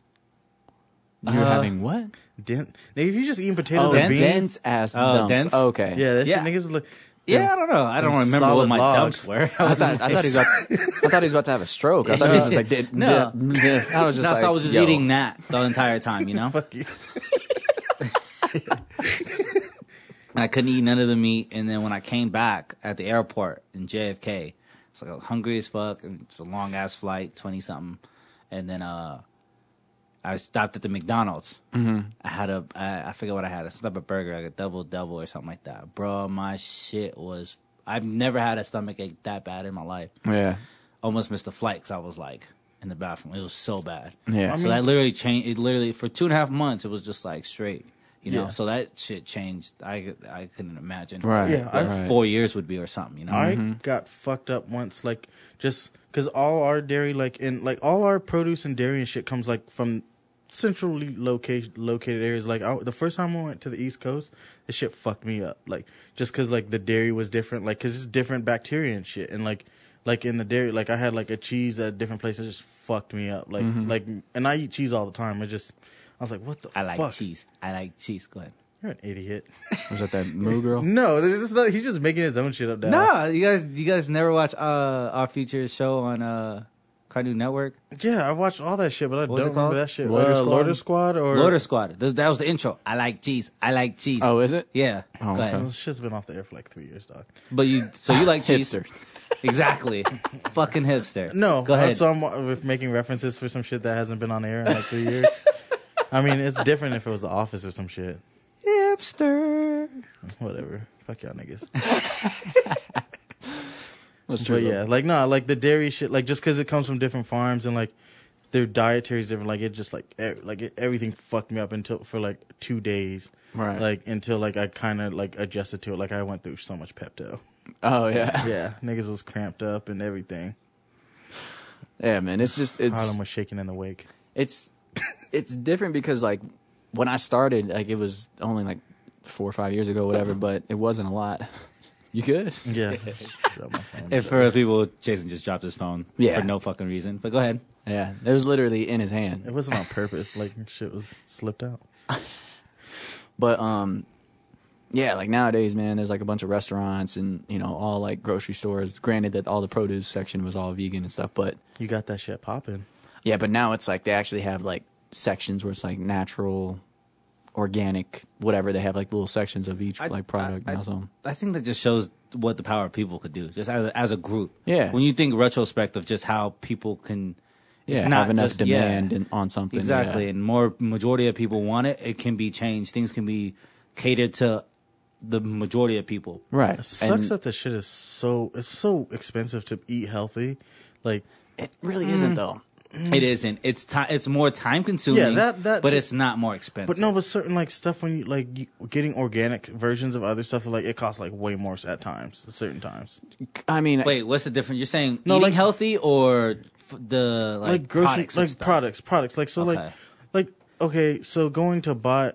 You're
Uh,
having what?
Dent. Now, if you're just eating potatoes and
Oh, dense?
beans,
dense ass
Oh,
dumps.
dense?
Okay.
yeah, that
Yeah.
shit niggas look.
yeah, I don't know. I don't
Them
remember what
solid
my
logs.
dumps were.
I thought, I, thought he was about, I thought he was about to have a stroke. I thought he was just like, d-
No.
d- d- I was just
no,
like,
so I was just
yo.
eating that the entire time, you know.
Fuck you.
And I couldn't eat none of the meat. And then when I came back at the airport in JFK, it's like I was hungry as fuck. And it's a long ass flight, twenty something. And then uh, I stopped at the McDonald's. Mm-hmm. I had a I, I forget what I had. I stopped a burger, like a double double or something like that. Bro, my shit was. I've never had a stomach ache that bad in my life.
Yeah.
Almost missed the flight 'cause I was like in the bathroom. It was so bad.
Yeah. I
so
mean-
that literally changed. It literally for two and a half months, it was just like straight. You know,
Yeah.
so that shit changed. I I couldn't imagine.
Right.
Yeah, I-
right.
Four years would be or something. You know.
I got fucked up once, like just because all our dairy, like in like all our produce and dairy and shit comes like from centrally located located areas. Like I, the first time I went to the East Coast, the shit fucked me up. Like just because like the dairy was different, like because it's different bacteria and shit, and like. Like in the dairy, like I had like a cheese at a different place that just fucked me up. Like, like, and I eat cheese all the time. It just, I was like, what the
Mm-hmm. I like
fuck?
cheese. I like cheese. Go ahead.
You're an idiot.
Was that that moo girl?
No, it's not. He's just making his own shit up. Now.
No, you guys, you guys never watch uh, our feature show on uh, Cartoon Network,
Yeah, I watched all that shit, but I
What was
don't
it called? um,
remember that shit.
Loader
uh,
Squad?
Loader Squad or
Loader Squad. Th- that was the intro. I like cheese. I like cheese.
Oh, is it?
yeah.
Oh,
Go
okay.
ahead.
This shit's been off the air for like three years, dog.
But you, so you like cheese?
Hipster.
Exactly. Fucking hipster.
No,
Go
uh,
ahead.
so I'm uh, with making references for some shit that hasn't been on air in like three years. I mean, it's different if it was The Office or some shit.
hipster.
Whatever. Fuck y'all niggas.
Let's
But
try
yeah,
that.
like nah, like the dairy shit, like just because it comes from different farms and like their dietary is different, like it just like e- like it, everything fucked me up until for like two days,
Right.
Like until like I kind of like adjusted to it. Like I went through so much Pepto.
Oh yeah.
Yeah, niggas was cramped up and everything.
Yeah, man. It's just it's
Harlem was shaking in the wake.
it's it's different because like when I started, like it was only like four or five years ago, whatever. But it wasn't a lot. You good?
Yeah. Drop my phone.
If for people, Jason just dropped his phone
Yeah.
for no fucking reason. But go ahead.
Yeah, it was literally in his
it
hand.
wasn't on purpose. Like shit was slipped out.
But um, yeah, like nowadays, man, there's like a bunch of restaurants and you know all like grocery stores. Granted that all the produce section was all vegan and stuff, but
You got that shit popping.
yeah, but now it's like they actually have like sections where it's like natural, organic, whatever. They have like little sections of each
I-
like product.
I,
and
I,
also-
I think that just shows what the power of people could do, just as a, as a group.
Yeah.
When you think retrospective, just how people can. It's
yeah,
not
have enough
just-
demand
yeah.
and, on something. yeah.
Exactly, and more majority of people want it. It can be changed. Things can be catered to the majority of people.
Right.
It sucks
And
that this shit is so it's so expensive to eat healthy. Like
it really
Mm.
isn't though.
It isn't. It's time. It's more time consuming.
Yeah, that- that
But
ju-
it's not more expensive.
but no, but certain like stuff when you like you, getting organic versions of other stuff like it costs like way more at times, at certain times.
I mean,
Wait, what's the difference? You're saying
No,
eating
like-
healthy or f- the like,
like, grocery
products and
like
stuff?
products products like so
Okay.
like like okay so going to buy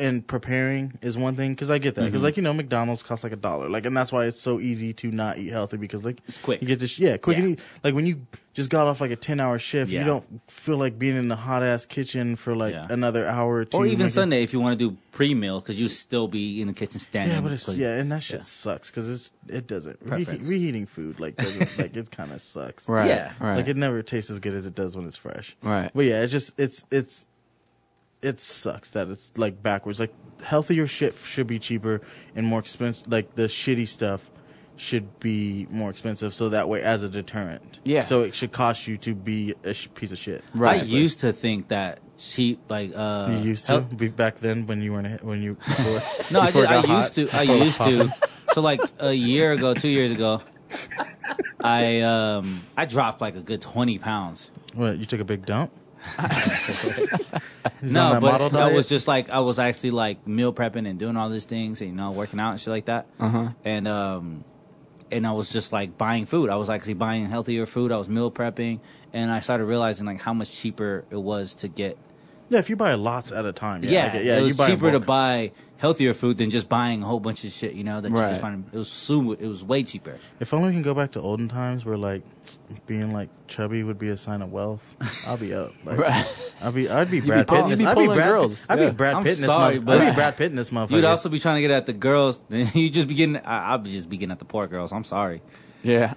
and preparing is one thing because I get that because
Mm-hmm.
like you know McDonald's costs like a dollar like and that's why it's so easy to not eat healthy because like
It's quick.
you get this yeah quick and
Yeah.
eat like when you just got off like a ten hour shift
Yeah.
you don't feel like being in the hot ass kitchen for like
Yeah.
another hour or two
Or even
making-
Sunday if you want to do pre meal because you still be in the kitchen standing.
yeah but it's
clean.
yeah and that shit sucks because it's it doesn't Rehe-
Preference.
reheating food like doesn't, like it kind of sucks
Right.
Yeah.
Right.
Like it never tastes as good as it does when it's fresh.
Right.
But yeah, it's just it's it's it sucks that it's like backwards. Like healthier shit should be cheaper and more expensive. Like the shitty stuff should be more expensive, so that way as a deterrent.
Yeah.
So it should cost you to be a sh- piece of shit.
I
Right.
used to think that cheap, like uh,
You used to
health-
be back then when you weren't a- when you before,
No, I,
before
did, I
it got hot.
used to. I used to. So like a year ago, two years ago, I um I dropped like a good twenty pounds.
What you took a big dump? He's on
no,
that
but
model
I
diet?
was just like I was actually like meal prepping and doing all these things, you know, working out and shit like that. Uh-huh. And um, and I was just like buying food. I was actually buying healthier food. I was meal prepping, and I started realizing like how much cheaper it was to get.
yeah. If you buy lots at a time, yeah,
Yeah,
I get- yeah.
it was
you buy in
cheaper to
bulk.
buy healthier food than just buying a whole bunch of shit. You know that you
Right.
just find it was super, it was way cheaper.
If only we can go back to olden times where like being like chubby would be a sign of wealth. I'll be up. Like,
Right.
I'd be I'd be Brad
pull-
Pitt. in
you'd
this-
be
I'd be
pulling
Brad.
girls.
I'd
Yeah.
be Brad
I'm
Pitt in this
sorry,
motherfucker.
but-
I'd be Brad Pitt in this motherfucker.
You'd also be trying to get at the girls. you just be getting. I, I'll be just be getting at the poor girls. I'm sorry.
Yeah.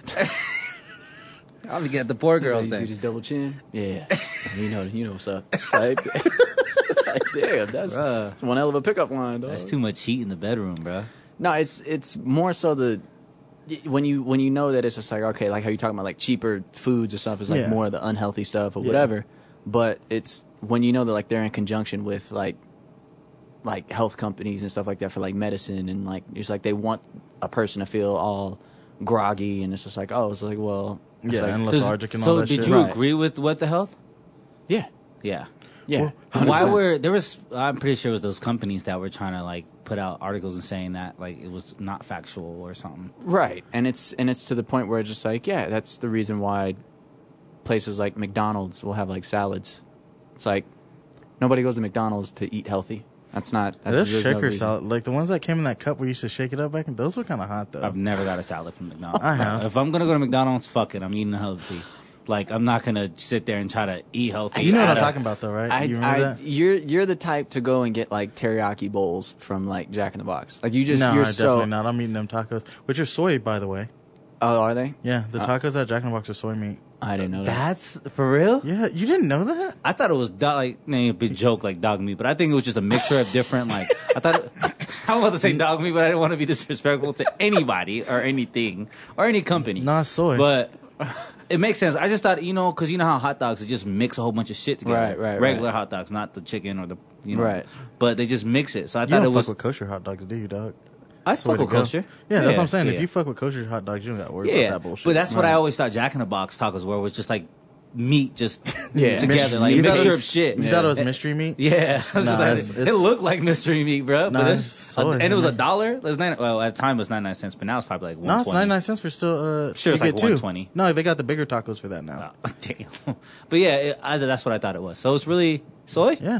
I'll be getting at the poor
You see this double chin. Yeah. you know. You know what's up. It's like, like, damn, that's,
Bruh.
that's one hell of a pickup line, dog.
That's too much heat in the bedroom, bro.
No, it's it's more so the y- when you when you know that it's just like okay, like how you talking about like cheaper foods or stuff is like
Yeah.
more of the unhealthy stuff or whatever. But it's when you know that like they're in conjunction with like like health companies and stuff like that for like medicine and like it's like they want a person to feel all groggy and it's just like oh it's like well it's
yeah,
like-
and
'Cause-
lethargic and
so
all that
did
shit.
you
Right.
agree with what the health?
yeah
Yeah.
yeah
Why
100%.
were there was? I'm pretty sure it was those companies that were trying to like put out articles and saying that like it was not factual or something.
Right, and it's and it's to the point where it's just like, yeah, that's the reason why places like McDonald's will have like salads. It's like nobody goes to McDonald's to eat healthy. That's not that's
Those
there's no
shaker
reason.
salad, like the ones that came in that cup we used to shake it up back, in, those were kind of hot though.
I've never got a salad from McDonald's.
I have.
If I'm gonna go to McDonald's, fuck it. I'm eating healthy. Like I'm not gonna sit there and try to eat healthy.
you know what I'm
Outta-
talking about though, right?
I,
you remember
I,
that?
you're you're the type to go and get like teriyaki bowls from like Jack in the Box. Like you just
no,
you're
I
so
definitely not. I'm eating them tacos, which are soy, by the way.
oh are they?
Yeah, the tacos at Jack in the Box are soy meat.
I didn't know that.
That's for real.
Yeah, you didn't know that?
I thought it was dog, like nah, a big joke like dog meat, but I think it was just a mixture of different. Like I thought, it, I'm about to say dog meat, but I didn't want to be disrespectful to anybody or anything or any company.
Not soy.
but it makes sense. I just thought you know because you know how hot dogs they just mix a whole bunch of shit together.
Right, right, right.
Regular hot dogs, not the chicken or the you know.
Right.
But they just mix it. So I
You
thought
don't
it
fuck
was.
with kosher hot dogs, do you, dog?
I
That's the way
fuck
to
with
go.
kosher.
Yeah, that's what I'm saying.
yeah.
If you fuck with kosher hot dogs, you don't got to worry
yeah,
about that bullshit.
but that's what I always thought Jack in the Box tacos were was just like meat just
Yeah.
together, like
You
a
thought it
mixture
was-
of shit.
You thought it was mystery meat?
Yeah, I was
Nah,
just like,
it's-
it-
it's-
it looked like mystery meat, bro.
Nah,
but
it's
it's,
soy,
and it was a
man.
dollar. It was nine. Well, at the time it was ninety nine cents, but now it's probably like
No,
one
it's
twenty.
99 cents for still, uh,
Sure,
you
it's like Ah.
get two.
120.
No, they got the bigger tacos for that now.
Oh, damn. But yeah, it, I, that's what I thought it was. So it's really soy.
Yeah.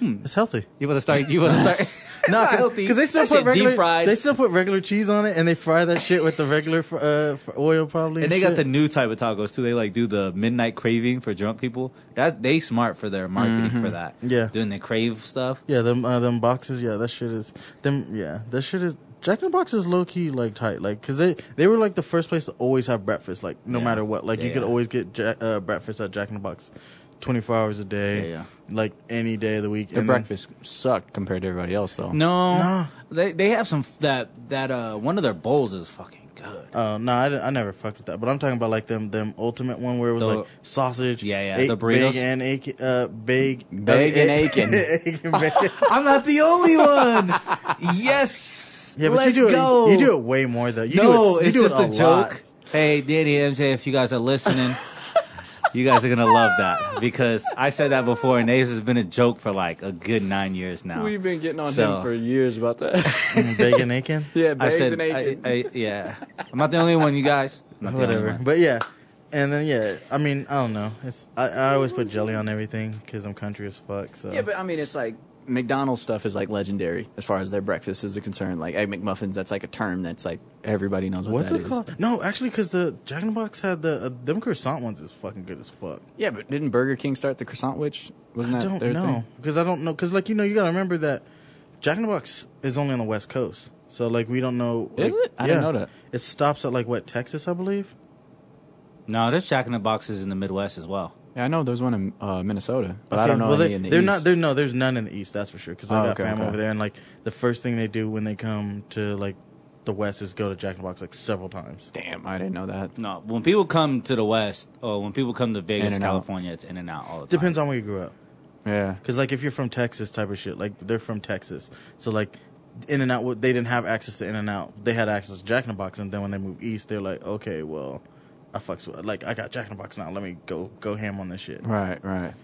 It's healthy.
You want to start? You want to start? It's not Hmm. Ah, healthy
Because they still
That
put
shit
regular,
deep fried.
they still put regular cheese on it, and they fry that shit with the regular fr- uh, fr- oil probably.
and they got the
shit.
new type of tacos too. They like do the midnight craving for drunk people. That they smart for their marketing for that.
Mm-hmm. Yeah.
doing the crave stuff.
yeah them uh, them boxes. Yeah, that shit is them. Yeah, that shit is. Jack in the Box is low key like tight, like because they they were like the first place to always have breakfast, like no
Yeah.
matter what, like you
Yeah,
could
yeah.
always get Jack, uh, breakfast at Jack in the Box, twenty four hours a
Yeah,
day,
yeah.
like any day of the week.
The
and then-
breakfast sucked compared to everybody else though.
No,
Nah.
they they have some f- that that uh one of their bowls is fucking good.
Oh no, I, didn't- I never fucked with that. But I'm talking about like them them ultimate one where it was
The-
like sausage,
Yeah, yeah,
egg-
the burritos.
big and egg, uh, big,
Big and aching.
egg and bacon.
I'm not the only one. yes.
Yeah, but
Let's
you do
go.
it. You do it way more though. You
no,
do it, you
it's
do
just
it
a,
a, lot.
joke. Hey, Danny MJ, if you guys are listening, you guys are gonna love that because I said that before, and Ace has been a joke for like a good nine years now.
We've been getting on
So-
him for years about that.
Mm, big and aching.
yeah,
I
bags
said,
and
I,
aching.
I, yeah, I'm not the only one, you guys. I'm not the only
whatever.
one.
But yeah, and then yeah, I mean, I don't know. It's I, I always put jelly on everything because I'm country as fuck. So
Yeah, but I mean, it's like McDonald's stuff is like legendary as far as their breakfast is concerned. Like egg McMuffins, that's like a term that's like everybody knows what
What's
that
it
is.
called? No, actually, because the Jack in the Box had the uh, them croissant ones is fucking good as fuck.
Yeah, but didn't Burger King start the croissant witch? Wasn't
I
that
don't
their
know
thing?
because I don't know because like you know you gotta remember that Jack in the Box is only on the West Coast, so like we don't know.
Is
like-
it? I didn't know that.
It stops at like what Texas, I believe.
No, there's Jack in the Boxes in the Midwest as well.
Yeah, I know there's one in uh, Minnesota, but I don't know
well,
any
they,
in the
they're
East.
not. They're no. There's none in the East. That's for sure. Because I
Oh,
got
okay,
family
okay.
over there, and like the first thing they do when they come to like the West is go to Jack in the Box like several times.
Damn, I didn't know that.
No, when people come to the West or when people come to Vegas,
In-N-Out.
California, it's in and out all the time.
Depends on where you grew up.
Yeah,
Because like if you're from Texas, type of shit, like they're from Texas, so like In and Out, they didn't have access to In and Out. They had access to Jack in the Box, and then when they moved east, they're like, okay, well, I fucks with like I got Jack in the Box now. Let me go go ham on this shit.
right, right.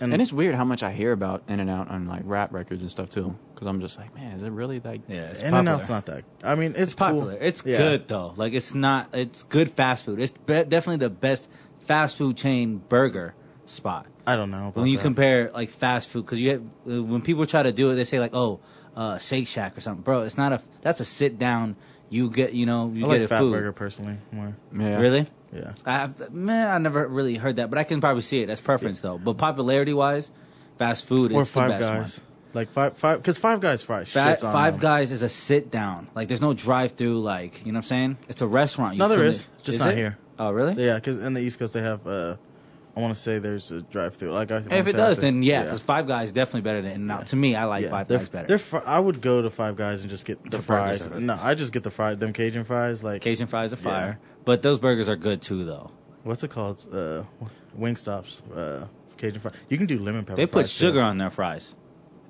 And,
And it's weird how much I hear about In and Out on like rap records and stuff too. Because I'm just like, man, is it really like?
Yeah, it's
In and Out's
popular.
not that. I mean, it's,
It's popular.
cool.
It's
Yeah.
good though. Like it's not. It's good fast food. It's be- definitely the best fast food chain burger spot.
I don't know. About
when you
that.
compare like fast food because you have, uh, when people try to do it they say like oh uh, Shake Shack or something bro it's not a that's a sit down you get you know you
I
get
like
a
Fat
food
Burger personally more.
Yeah.
really
Yeah.
I have, man I never really heard that but I can probably see it that's preference though but popularity wise fast food
Or
is the
Five
best
Guys.
one.
Like five five because Five Guys fries.
Fat,
shits on um,
Five
them.
Guys is a sit down like there's no drive through like you know what I'm saying it's a restaurant you
No, there
come
is.
in-
Just
is
not
it?
here.
oh really
Yeah, because in the East Coast they have. uh I want to say there's a drive-through. Like I,
if it does then yeah because
because
Five Guys is definitely better than In-N-Out to me I like Five
they're-
Guys better
They're fr- I would go to Five Guys and just get the,
The burgers
fries.
are good.
No, I just get the fries, them Cajun fries. Like
Cajun fries are fire, but those burgers are good too, though.
what's it called? Uh, Wingstop's uh, Cajun fries. You can do lemon pepper.
They put
fries,
sugar
too.
on their fries.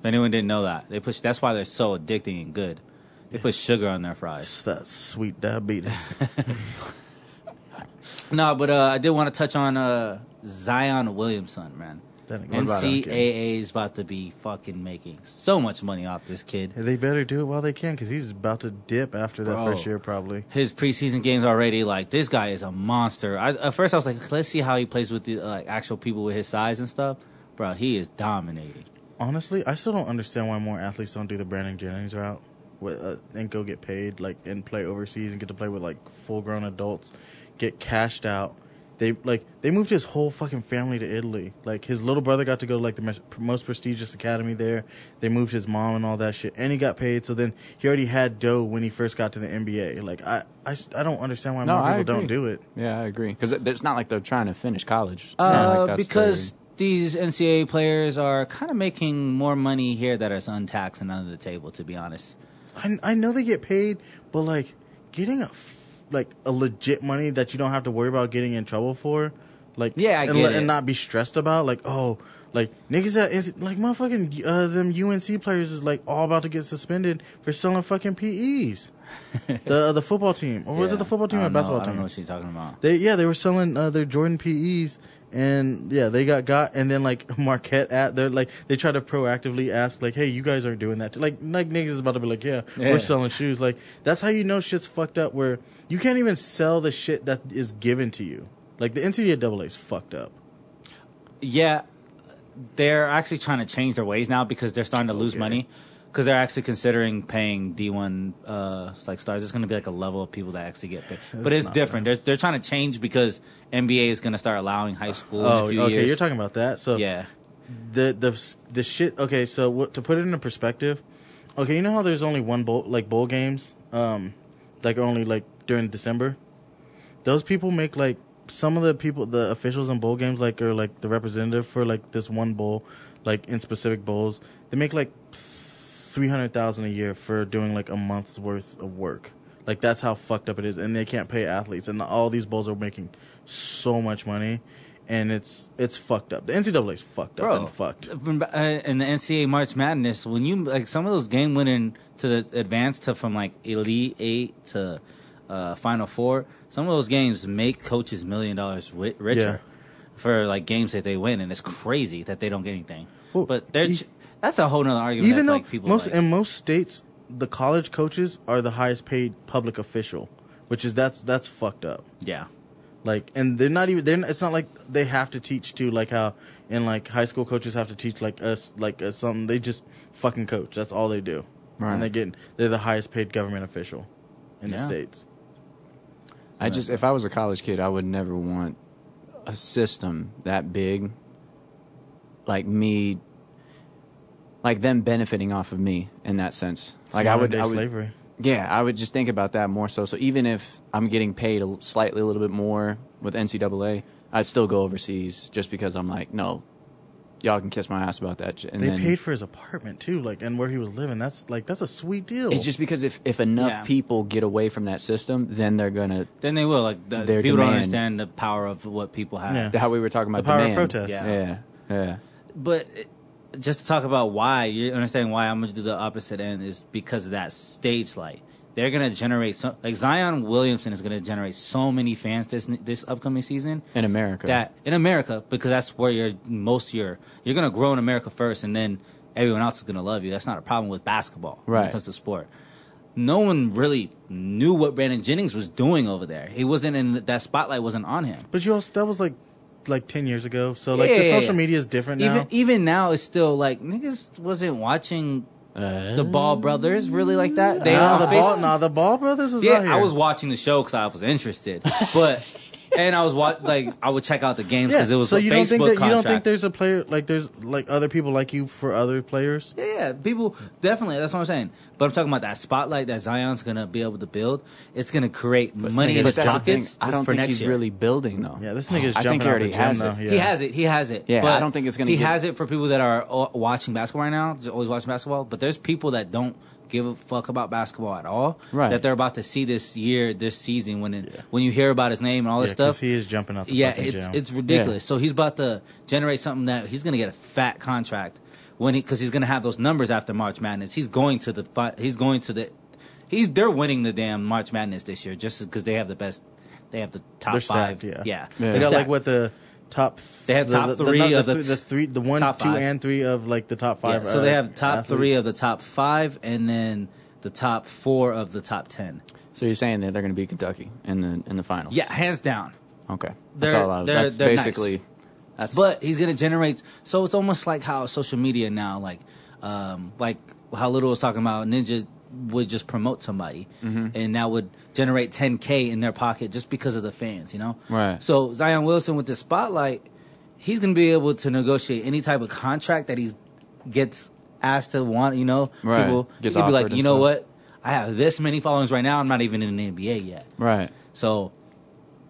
If anyone didn't know that, they put that's why they're so addicting and good. They put sugar on their fries.
It's that sweet diabetes.
No, but uh, I did want to touch on uh, Zion Williamson, man.
That ain't- what about him, kid?
NCAA is about to be fucking making so much money off this kid.
they better do it while they can because he's about to dip after that
Bro.
first year probably.
his preseason games already. Like this guy is a monster. I, at first, I was like, let's see how he plays with the like actual people with his size and stuff. Bro, he is dominating.
Honestly, I still don't understand why more athletes don't do the Brandon Jennings route with, uh, and go get paid, like, and play overseas and get to play with like full-grown adults, get cashed out. They like they moved his whole fucking family to Italy. Like his little brother got to go to like the mes- most prestigious academy there. They moved his mom and all that shit, and he got paid. So then he already had dough when he first got to the NBA. Like I, I, s- I don't understand why
No,
more
I
people don't
agree.
do it.
Yeah, I agree. Because it's not like they're trying to finish college. It's not
Uh,
like that's
because
their-
these NCAA players are kind of making more money here that is untaxed and under the table, to be honest.
I, I know they get paid, but like getting a f- like a legit money that you don't have to worry about getting in trouble for, like
Yeah, I
and,
get
let-
it.
and not be stressed about like oh like niggas that is like motherfucking uh, them UNC players is like all about to get suspended for selling fucking PEs. the the football team or was
Yeah.
it the football team
I
or
don't
the
know.
basketball
I don't know
team?
what she's talking about.
They yeah, they were selling uh, their Jordan PEs, and yeah, they got got, and then like Marquette at they're like they try to proactively ask like, hey, you guys aren't doing that. to-" Like like niggas is about to be like, yeah,
Yeah.
we're selling shoes. Like that's how you know shit's fucked up. Where you can't even sell the shit that is given to you. Like the NCAA is fucked up.
Yeah, they're actually trying to change their ways now because they're starting to lose
Okay.
money. Because they're actually considering paying D1 uh, like stars. It's going to be like a level of people that actually get paid, but it's
not
different. They're they're trying to change because NBA is going to start allowing high school in
Oh,
a few
okay,
years.
you're talking about that. So
yeah,
the the the shit. Okay, so what, to put it into perspective, okay, you know how there's only one bowl like bowl games, um, like only like during December. Those people make like some of the people, the officials in bowl games, like are like the representative for like this one bowl, like in specific bowls, they make like three hundred thousand a year for doing like a month's worth of work. Like that's how fucked up it is, and they can't pay athletes, and all these bowls are making so much money, and it's it's fucked up. The NCAA's fucked up and fucked.
From, uh, in the NCAA March Madness, when you like some of those game winning to the advance to from like elite eight to uh, final four, some of those games make coaches million dollars wi- richer for like games that they win, and it's crazy that they don't get anything.
Well,
but they're
e-
ch- that's a whole nother argument.
Even
that,
though
like, people
most
like-
in most states, the college coaches are the highest paid public official, which is that's that's fucked up.
yeah,
Like, and they're not even. They're. Not, it's not like they have to teach too. Like how in like high school coaches have to teach like us like us something. They just fucking coach. That's all they do.
Right.
And they get. They're the highest paid government official in the
Yeah.
states.
I just, if I was a college kid, I would never want a system that big, like me, like them benefiting off of me in that sense.
It's
Like I would,
modern-day
I would,
slavery.
yeah, I would just think about that more so. So even if I'm getting paid a, slightly a little bit more with NCAA, I'd still go overseas just because I'm like, no, y'all can kiss my ass about that. j- And
They
then
paid for his apartment too, like and where he was living. That's like that's a sweet deal.
it's just because if if enough
Yeah.
people get away from that system, then they're gonna
Then they will. Like the,
Their
people
demand.
don't understand the power of what people have.
Yeah.
how we were talking about
The power of
demand.
protest.
Yeah.
yeah, yeah.
but it- just to talk about why you understand why I'm gonna do the opposite end is because of that stage light. They're gonna generate some like Zion Williamson is gonna generate so many fans this this upcoming season
in America.
that in America because that's where you're most of your you're gonna grow in America first and then everyone else is gonna love you. That's not a problem with basketball when
Right.
it comes to sport. No one really knew what Brandon Jennings was doing over there. He wasn't in that spotlight wasn't on him.
but you also that was like like ten years ago. So like
Yeah,
the
yeah,
social
yeah.
media is different now.
Even even now, it's still like niggas wasn't watching
Uh,
the Ball Brothers really like that. They
nah,
were
the
basi-
ball, nah, the ball brothers was out here.
yeah, I was watching the show because I was interested, but and I was watch like I would check out the games because it was
so
a
you
Facebook
don't think that
contract.
you don't think there's a player like there's like other people like you for other players.
Yeah, yeah, people definitely. That's what I'm saying. But I'm talking about that spotlight that Zion's gonna be able to build. It's gonna create money in
But
his
that's the thing,
pockets.
I don't
for
think
next
he's
year.
really building though.
Yeah, this nigga's
I
jumping out
think he
the
already
gym
has
though.
it.
Yeah.
He has it. He has it.
Yeah,
but
I don't think it's gonna
He
get-
has it for people that are uh, watching basketball right now. Just always watching basketball. But there's people that don't give a fuck about basketball at all.
Right.
That they're about to see this year, this season when it, when you hear about his name and all this
Yeah, 'cause
stuff.
He is jumping out. The
yeah,
fucking
it's
gym.
it's ridiculous. So he's about to generate something that he's gonna get a fat contract when he because he's gonna have those numbers after March Madness. He's going to the fi- he's going to the he's they're winning the damn March Madness this year just because they have the best. They have the top
They're
five.
stacked, yeah.
yeah.
They
They're
They got like
stacked.
what the top. th-
They have
the-
top
the- the-
three
not the,
of the
th-
t-
the three, the one,
top
two,
five.
and three of like the top five.
Yeah, so they
uh,
have top
athletes.
three of the top five, and then the top four of the top ten.
So you're saying that they're going to beat Kentucky in the in the finals?
Yeah, hands down.
Okay. That's
They're-
all. I,
they're-
that's
they're nice.
basically. That's
But he's gonna generate. So it's almost like how social media now, like, um, like how Little was talking about Ninja would just promote somebody,
Mm-hmm.
and that would generate 10k in their pocket just because of the fans, you know?
Right.
So Zion Wilson with the spotlight, he's gonna be able to negotiate any type of contract that he gets asked to want. You know,
Right.
people he
Gets
could be like,
offered
you
and
know
stuff.
what? I have this many followings right now. I'm not even in the NBA yet.
right.
So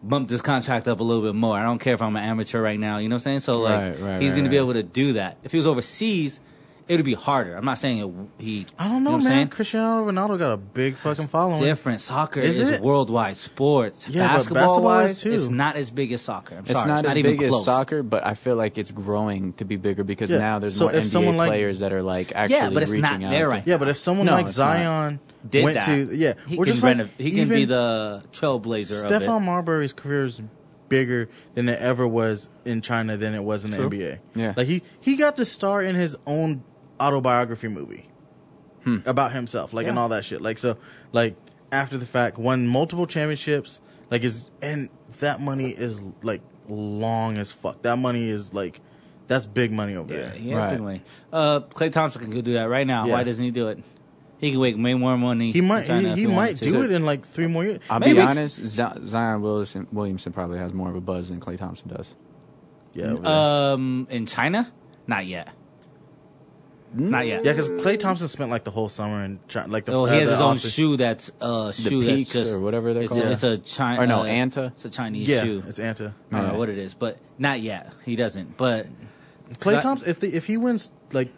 bump this contract up a little bit more. I don't care if I'm an amateur right now, you know what I'm saying? So like
Right, right,
he's
right,
going to be
right.
able to do that. If he was overseas, it would be harder. I'm not saying it, he
I don't know,
you know what I'm
man.
saying?
Cristiano Ronaldo got a big fucking following.
Different soccer
Is
is,
it?
worldwide sports.
Yeah, but
basketball,
basketball is
wise,
too.
it's not as big as soccer. I'm
It's
sorry,
not
it's
as
not even
big
close.
as soccer, but I feel like it's growing to be bigger because
Yeah,
now there's
so
more
if
NBA
someone like-
players that are like actually
but it's
reaching
not
out.
there
to-
right
Yeah, but if someone
No,
like
it's not.
Zion
Did
went
that.
to yeah,
he
or
can,
just like
renov- he can
even
be the trailblazer
Stephon
of it.
Marbury's career is bigger than it ever was in China than it was in the
True.
NBA.
Yeah.
Like he he got to star in his own autobiography movie
Hmm.
about himself, like and all that shit. Like so, like after the fact, won multiple championships. Like is and that money is like long as fuck. That money is like that's big money over
Yeah,
there.
he has
Right.
big money. Uh, Clay Thompson can go do that right now.
Yeah.
Why doesn't he do it? He can make way more money.
He
in
might
China
he,
if
he
wanted
might
to.
do it in like three more years.
I'll
Maybe
be
it's-
honest. Z- Zion Williamson, Williamson probably has more of a buzz than Clay Thompson does.
uh,
Yeah, over there.
Um, in China, not yet. Not yet.
Mm. yeah, because Clay Thompson spent like the whole summer in China. Like the
Oh, he
uh,
has
the
his own
office-
shoe that's uh shoe
Peaks
that's just
or whatever they're
it's,
called.
A, it's a China
Or no, Anta.
It's a Chinese
Yeah,
shoe.
it's Anta.
I don't know
Yeah.
what it is, but not yet. He doesn't. But
Clay
That-
Thompson, if they, if he wins, like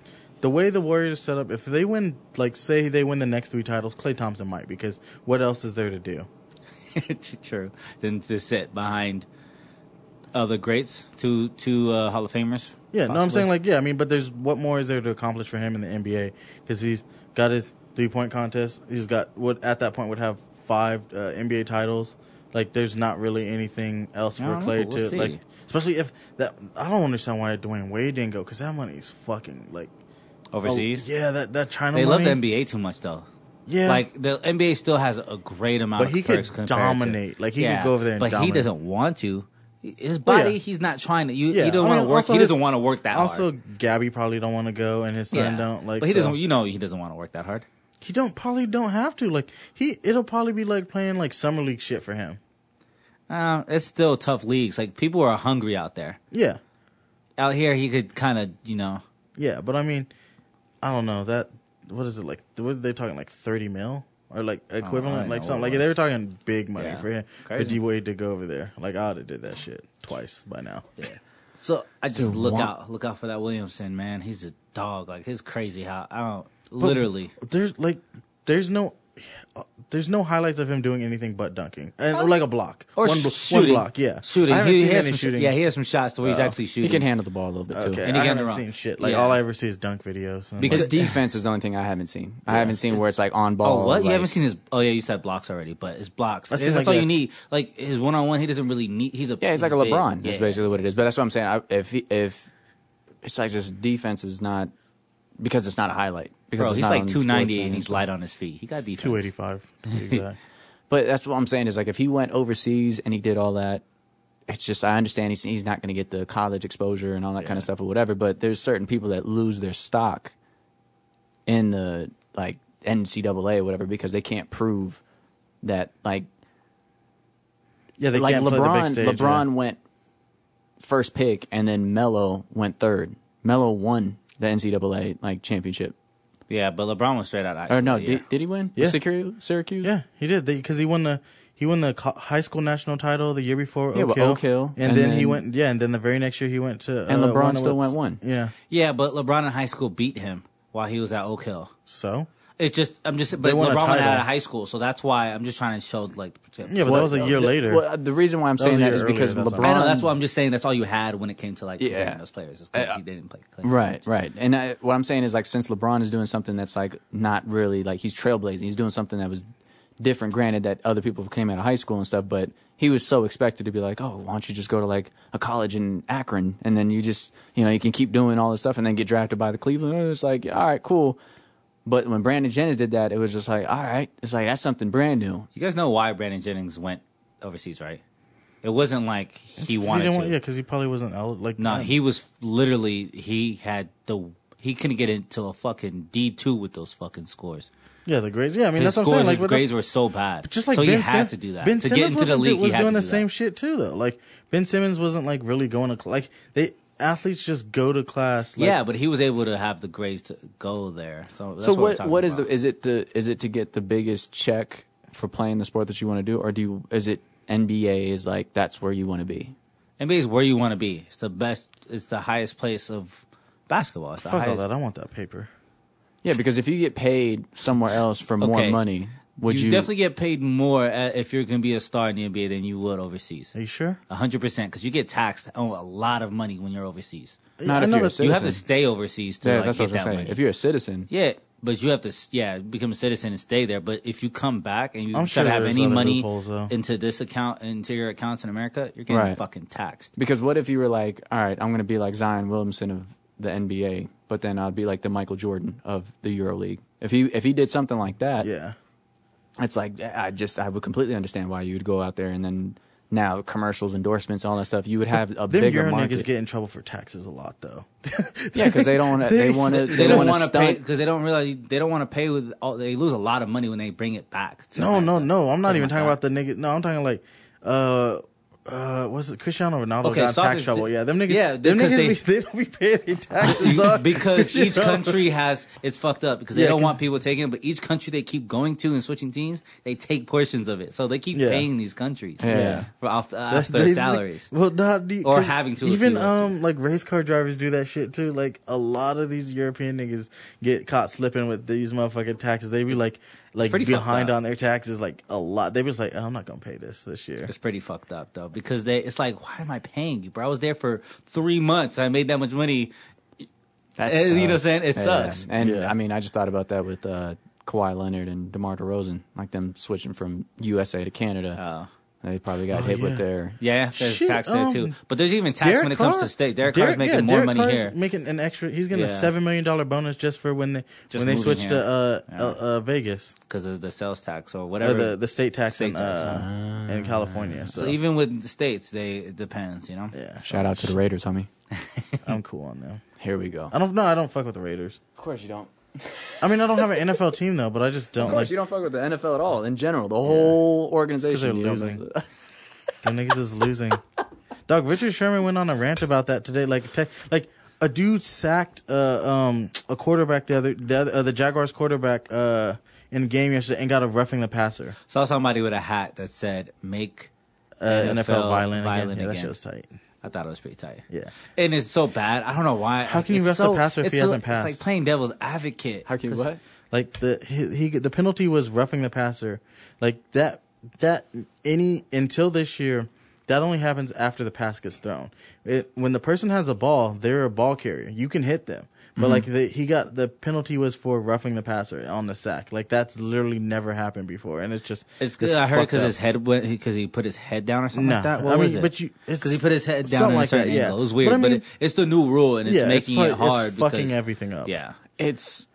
the way the Warriors set up, if they win, like say they win the next three titles, Clay Thompson might because what else is there to do?
true. Then to sit behind other greats, two two uh, Hall of Famers.
Yeah, no, I'm
possibly.
saying like yeah, I mean, but there's what more is there to accomplish for him in the NBA because he's got his three point contest. He's got what at that point would have five uh, NBA titles. Like there's not really anything else
I
for
don't
Clay
know,
to
we'll see.
like, especially if that I don't understand why Dwayne Wade didn't go because that money is fucking like
overseas.
Oh, yeah, that that China.
They love
money.
the NBA too much though.
Yeah.
Like the NBA still has a great amount
But
of
he could
perks compared to-
dominate. Like, he could go over there and
But he
dominate.
doesn't want to. His
Well, yeah.
body, he's not trying to. You,
Yeah,
he
I
doesn't want to
mean,
work.
also
He doesn't
his-
want to work that
also,
hard.
Gabby probably don't want to go, and his son don't like.
but he
so-
doesn't. You know, he doesn't want to work that hard.
He don't probably don't have to. Like he, it'll probably be like playing like summer league shit for him.
Uh, it's still tough leagues. Like people are hungry out there.
Yeah,
Out here, he could kind of, you know,
yeah. But I mean, I don't know that. What is it like? What are they talking like thirty mil or like equivalent?
Oh, know
like
what
something
it
like
was.
they were talking big money
Yeah.
for him for
Crazy.
D Wade to go over there. Like I would have did that shit twice by now.
So I just
Dude,
look
wha-
out, look out for that Williamson man. He's a dog. Like his crazy how I don't literally.
There's like, there's no. There's no highlights of him doing anything but dunking, and or like a block
Or
one, blo-
shooting,
one block, yeah,
shooting.
I haven't
He,
seen
he has some,
any shooting.
shooting. Yeah, he has some shots to where he's
Oh.
actually shooting.
He can handle the ball a little bit too.
Okay,
And he
I
got it
haven't
wrong.
seen shit. Like
Yeah.
all I ever see is dunk videos. And,
Because-
His defense is the only thing I haven't seen. I haven't seen where it's like on ball.
Oh, what? you
like-
haven't seen his? Oh yeah, you said blocks already, but his blocks.
That's
That's,
like
all
a-
you need. Like his one on one, he doesn't really need. He's a
Yeah, he's like a
big.
LeBron.
Yeah,
That's
yeah.
basically what it is. But that's what I'm saying. I, if he, if it's like just defense is not because it's not a highlight. Because
Bro,
it's
he's
not on
like
the
two
sports
ninety
scene
and he's
stuff.
light on his feet. He got defense.
Two eighty five.
But that's what I'm saying is like if he went overseas and he did all that, it's just I understand he's he's not going to get the college exposure and all that kind of stuff or whatever. But there's certain people that lose their stock in the like NCAA or whatever because they can't prove that like
Yeah, they
like
can't
LeBron.
play the big stage.
LeBron went first pick, and then Melo went third. Melo won the NCAA like championship.
Yeah, but LeBron was straight out. Of high
Or
school,
no,
yeah.
did, did he win?
Yeah.
Syracuse. Syracuse?
yeah. yeah, he did because he won the he won the co- high school national title the year before.
Yeah,
Oak
with
Hill,
Oak Hill,
and,
and
then, he
then-
went. Yeah, and then the very next year he went to
And
uh,
LeBron
one of
still
what's-
went one.
Yeah,
yeah, but LeBron in high school beat him while he was at Oak Hill.
so
It's just I'm just but
won a
LeBron went
title.
out of high school, so that's why I'm just trying to show like.
yeah, but that was a year
Oh, The-
later.
Well, uh, the reason why I'm
was
saying
a
that
year
is because
earlier, that's
LeBron.
all.
I know that's why I'm just saying that's all you had when it came to like
Yeah.
yeah. those players because he didn't play. play
Right, right, and I, what I'm saying is like since LeBron is doing something that's like not really like he's trailblazing, he's doing something that was different. Granted that other people came out of high school and stuff, but he was so expected to be like, oh, why don't you just go to like a college in Akron, and then you just you know you can keep doing all this stuff, and then get drafted by the Cleveland. And it's like, all right, cool. But when Brandon Jennings did that, it was just like, all right, it's like that's something brand new.
You guys know why Brandon Jennings went overseas, right? It wasn't like he
'Cause he
wanted
didn't
to.
want, yeah, because he probably wasn't eligible. Like
No,
yeah.
he was literally he had the he couldn't get into a fucking D two with those fucking scores.
yeah the grades. Yeah, I mean
His
that's what I'm
scores,
saying. Like
his
what
grades
the-
were so bad.
just like
so
ben
he had
Sim-
to do that
Ben
to
Simmons
get into the
wasn't do-
league.
was
he had
doing
to
the
do
same
that.
shit too, though. Like Ben Simmons wasn't like really going to cl- like they athletes just go to class. Like,
yeah, but he was able to have the grades to go there. So that's
so
what, I'm
what
talking
what is
about.
the is it the is it to get the biggest check for playing the sport that you want to do or do you is it NBA is like that's where you want to be
NBA is where you want to be. It's the best. It's the highest place of basketball. It's the
fuck all
highest.
that. I want that paper.
yeah because if you get paid somewhere else for more
Okay.
money would you,
you, definitely get paid more uh, if you're going to be a star in the NBA than you would overseas.
Are you sure?
A hundred percent, because you get taxed on a lot lot of money when you're overseas.
not
I
if
know
you're a
that's-
citizen.
You have to stay overseas to
yeah,
like,
that's
get
what I was
that
gonna say.
money.
If you're a citizen,
yeah, but you have to s- yeah become a citizen and stay there. But if you come back and you
I'm
try
sure
to have
there's
any
other
money
loopholes, though.
into this account into your accounts in America, you're getting
Right.
fucking taxed.
because what if you were like, all right, I'm gonna be like Zion Williamson of the NBA, but then I'd be like the Michael Jordan of the EuroLeague. If he if he did something like that,
Yeah.
it's like I just I would completely understand why you would go out there and then now commercials, endorsements, all that stuff. You would have a
Them
bigger
Euro
market.
niggas get in trouble for taxes a lot, though.
yeah, because they don't want to. They want to. They,
They don't
want
want to pay
stunt.
because they don't realize they don't want to pay with. All, they lose a lot of money when they bring it back. to
no,
America.
no, no. I'm not even
my
talking
God.
about the niggas. No, I'm talking like, uh, uh, what's it? Cristiano Ronaldo
Okay,
got in tax
soccer's
trouble.
di-
yeah, them niggas.
Yeah,
them niggas.
because they-
They, be, they don't be paying their taxes dog.
because
You
each
know?
country has it's fucked up because they
Yeah,
don't
can-
want people taking it, but each country they keep going to and switching teams, they take portions of it. So they keep
Yeah.
paying these countries
Yeah.
for off, uh,
They-
off their
they-
salaries.
Well, nah, do you-
Or
'cause
having to if
Even
you want to.
um, like race car drivers do that shit too. Like a lot of these European niggas get caught slipping with these motherfucking taxes. They be like, like
pretty fucked
behind
up.
on their taxes, like a lot. They be just like, oh, I'm not gonna pay this this year.
It's pretty fucked up though because they it's like why am I paying you, bro? I was there for three months. I made that much money.
That
Eh, you know what I'm
sucks.
saying? It sucks.
And
Yeah.
I mean, I just thought about that with uh, Kawhi Leonard and DeMar DeRozan, like them switching from USA to Canada.
Oh.
They probably got
Oh,
hit
yeah.
with their.
Yeah, there's
Shit,
tax there too.
um,
But there's even tax when it comes to state. Derek, Carr's making
yeah,
more
Derek
money
Carr's
here.
Making an extra. He's getting a
Yeah.
seven million dollar bonus just for when they
Just
when they
moving
switch
here.
to uh,
Yeah.
uh, uh Vegas
because of the sales tax or
or
whatever.
the the state tax
State
in
tax, Ah.
uh, in California. So,
so. even with the states, they it depends. You know,
yeah,
Shout out to the Raiders, homie.
I'm cool on them.
Here we go.
I don't know. I don't fuck with the Raiders.
Of course you don't.
I mean, I don't have an NFL team though, but I just don't
Of course
like
you don't fuck with the NFL at all in general. The whole organization.
they're
you don't
losing.
mess with.
Them niggas is losing. Dog, Richard Sherman went on a rant about that today. Like, te- like a dude sacked uh, um, a quarterback the other the other, uh, the Jaguars quarterback uh, in a game yesterday and got a roughing the passer.
saw somebody with a hat that said "Make
Uh, NFL, violent,
violent
again. Yeah, that
again.
shit was tight.
I thought it was pretty tight.
Yeah.
And it's so bad. I don't know why.
How can you
It's
ref the
so,
passer if
it's
he
so-
hasn't passed?
It's like playing devil's advocate.
How can you
'Cause
what?
Like the he, he the penalty was roughing the passer. Like that that any until this year that only happens after the pass gets thrown. It, when the person has a ball, they're a ball carrier. You can hit them. But
Mm-hmm.
like the, he got the penalty was for roughing the passer on the sack. Like that's literally never happened before, and it's just
It's good. I heard
fucked
because
up.
his head went because he put his head down or something
No.
like that. What
I mean,
was it?
but you- it's-
because he put his head down
something
in a
like
certain
that, yeah.
angle. It was
But
weird,
I
but,
mean-
it, it's the new rule and it's
yeah,
making
probably-
it hard
it's
because
fucking everything up.
yeah.
It's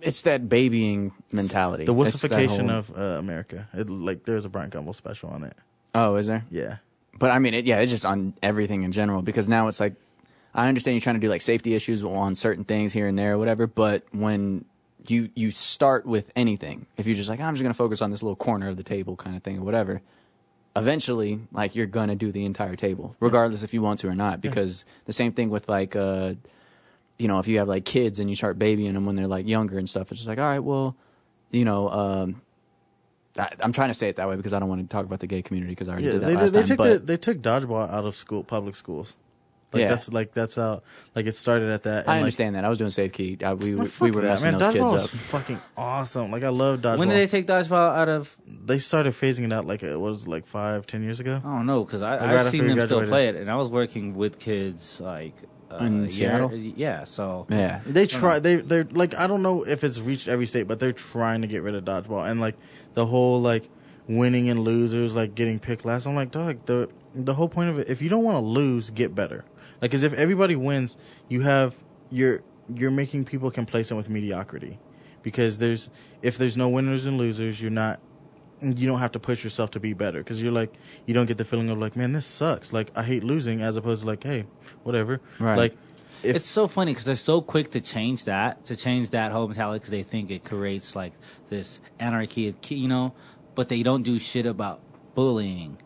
it's that babying mentality.
the
It's that
wussification
whole-
of uh, America. It, like there's a Brian Gumbel special on it.
Oh, is there?
Yeah,
But I mean, it, yeah, it's just on everything in general because now it's like, I understand you're trying to do like safety issues on certain things here and there, or whatever. But when you you start with anything, if you're just like, "Oh, I'm just gonna focus on this little corner of the table kind of thing or whatever, eventually, like you're gonna do the entire table, regardless if you want to or not. Because the same thing with like, uh, you know, if you have like kids and you start babying them when they're like younger and stuff, it's just like, all right, well, you know. um I, I'm trying to say it that way because I don't want to talk about the gay community because I already
yeah.
did that
They,
last
they
time.
took
but
the, they took dodgeball out of school public schools. Like
Yeah.
that's like that's how like it started at that. and,
I
like-
understand that. I was doing safe key. I, we
No,
we-
fuck
we were
that,
messing
man.
those
dodgeball
kids
is
up.
fucking awesome. Like I love dodgeball.
When did they take dodgeball out of?
They started phasing it out like uh what was it, like five, ten years ago.
I don't know because
Like,
I
right
I've
after
seen
we
them still
graduated.
play it, and I was working with kids like uh,
In
a year-
Seattle?
Yeah, so
Yeah,
They
Uh-huh.
try. They they're like I don't know if it's reached every state, but they're trying to get rid of dodgeball and like the whole like winning and losers like getting picked last. I'm like dog. The the whole point of it. If you don't want to lose, get better. Like because if everybody wins, you have you're you're making people complacent with mediocrity, because there's if there's no winners and losers, you're not you don't have to push yourself to be better because you're like you don't get the feeling of like man this sucks like I hate losing as opposed to like hey whatever
Right.
like if
it's so funny because they're so quick to change that to change that whole mentality because they think it creates like this anarchy of ki- you know but they don't do shit about bullying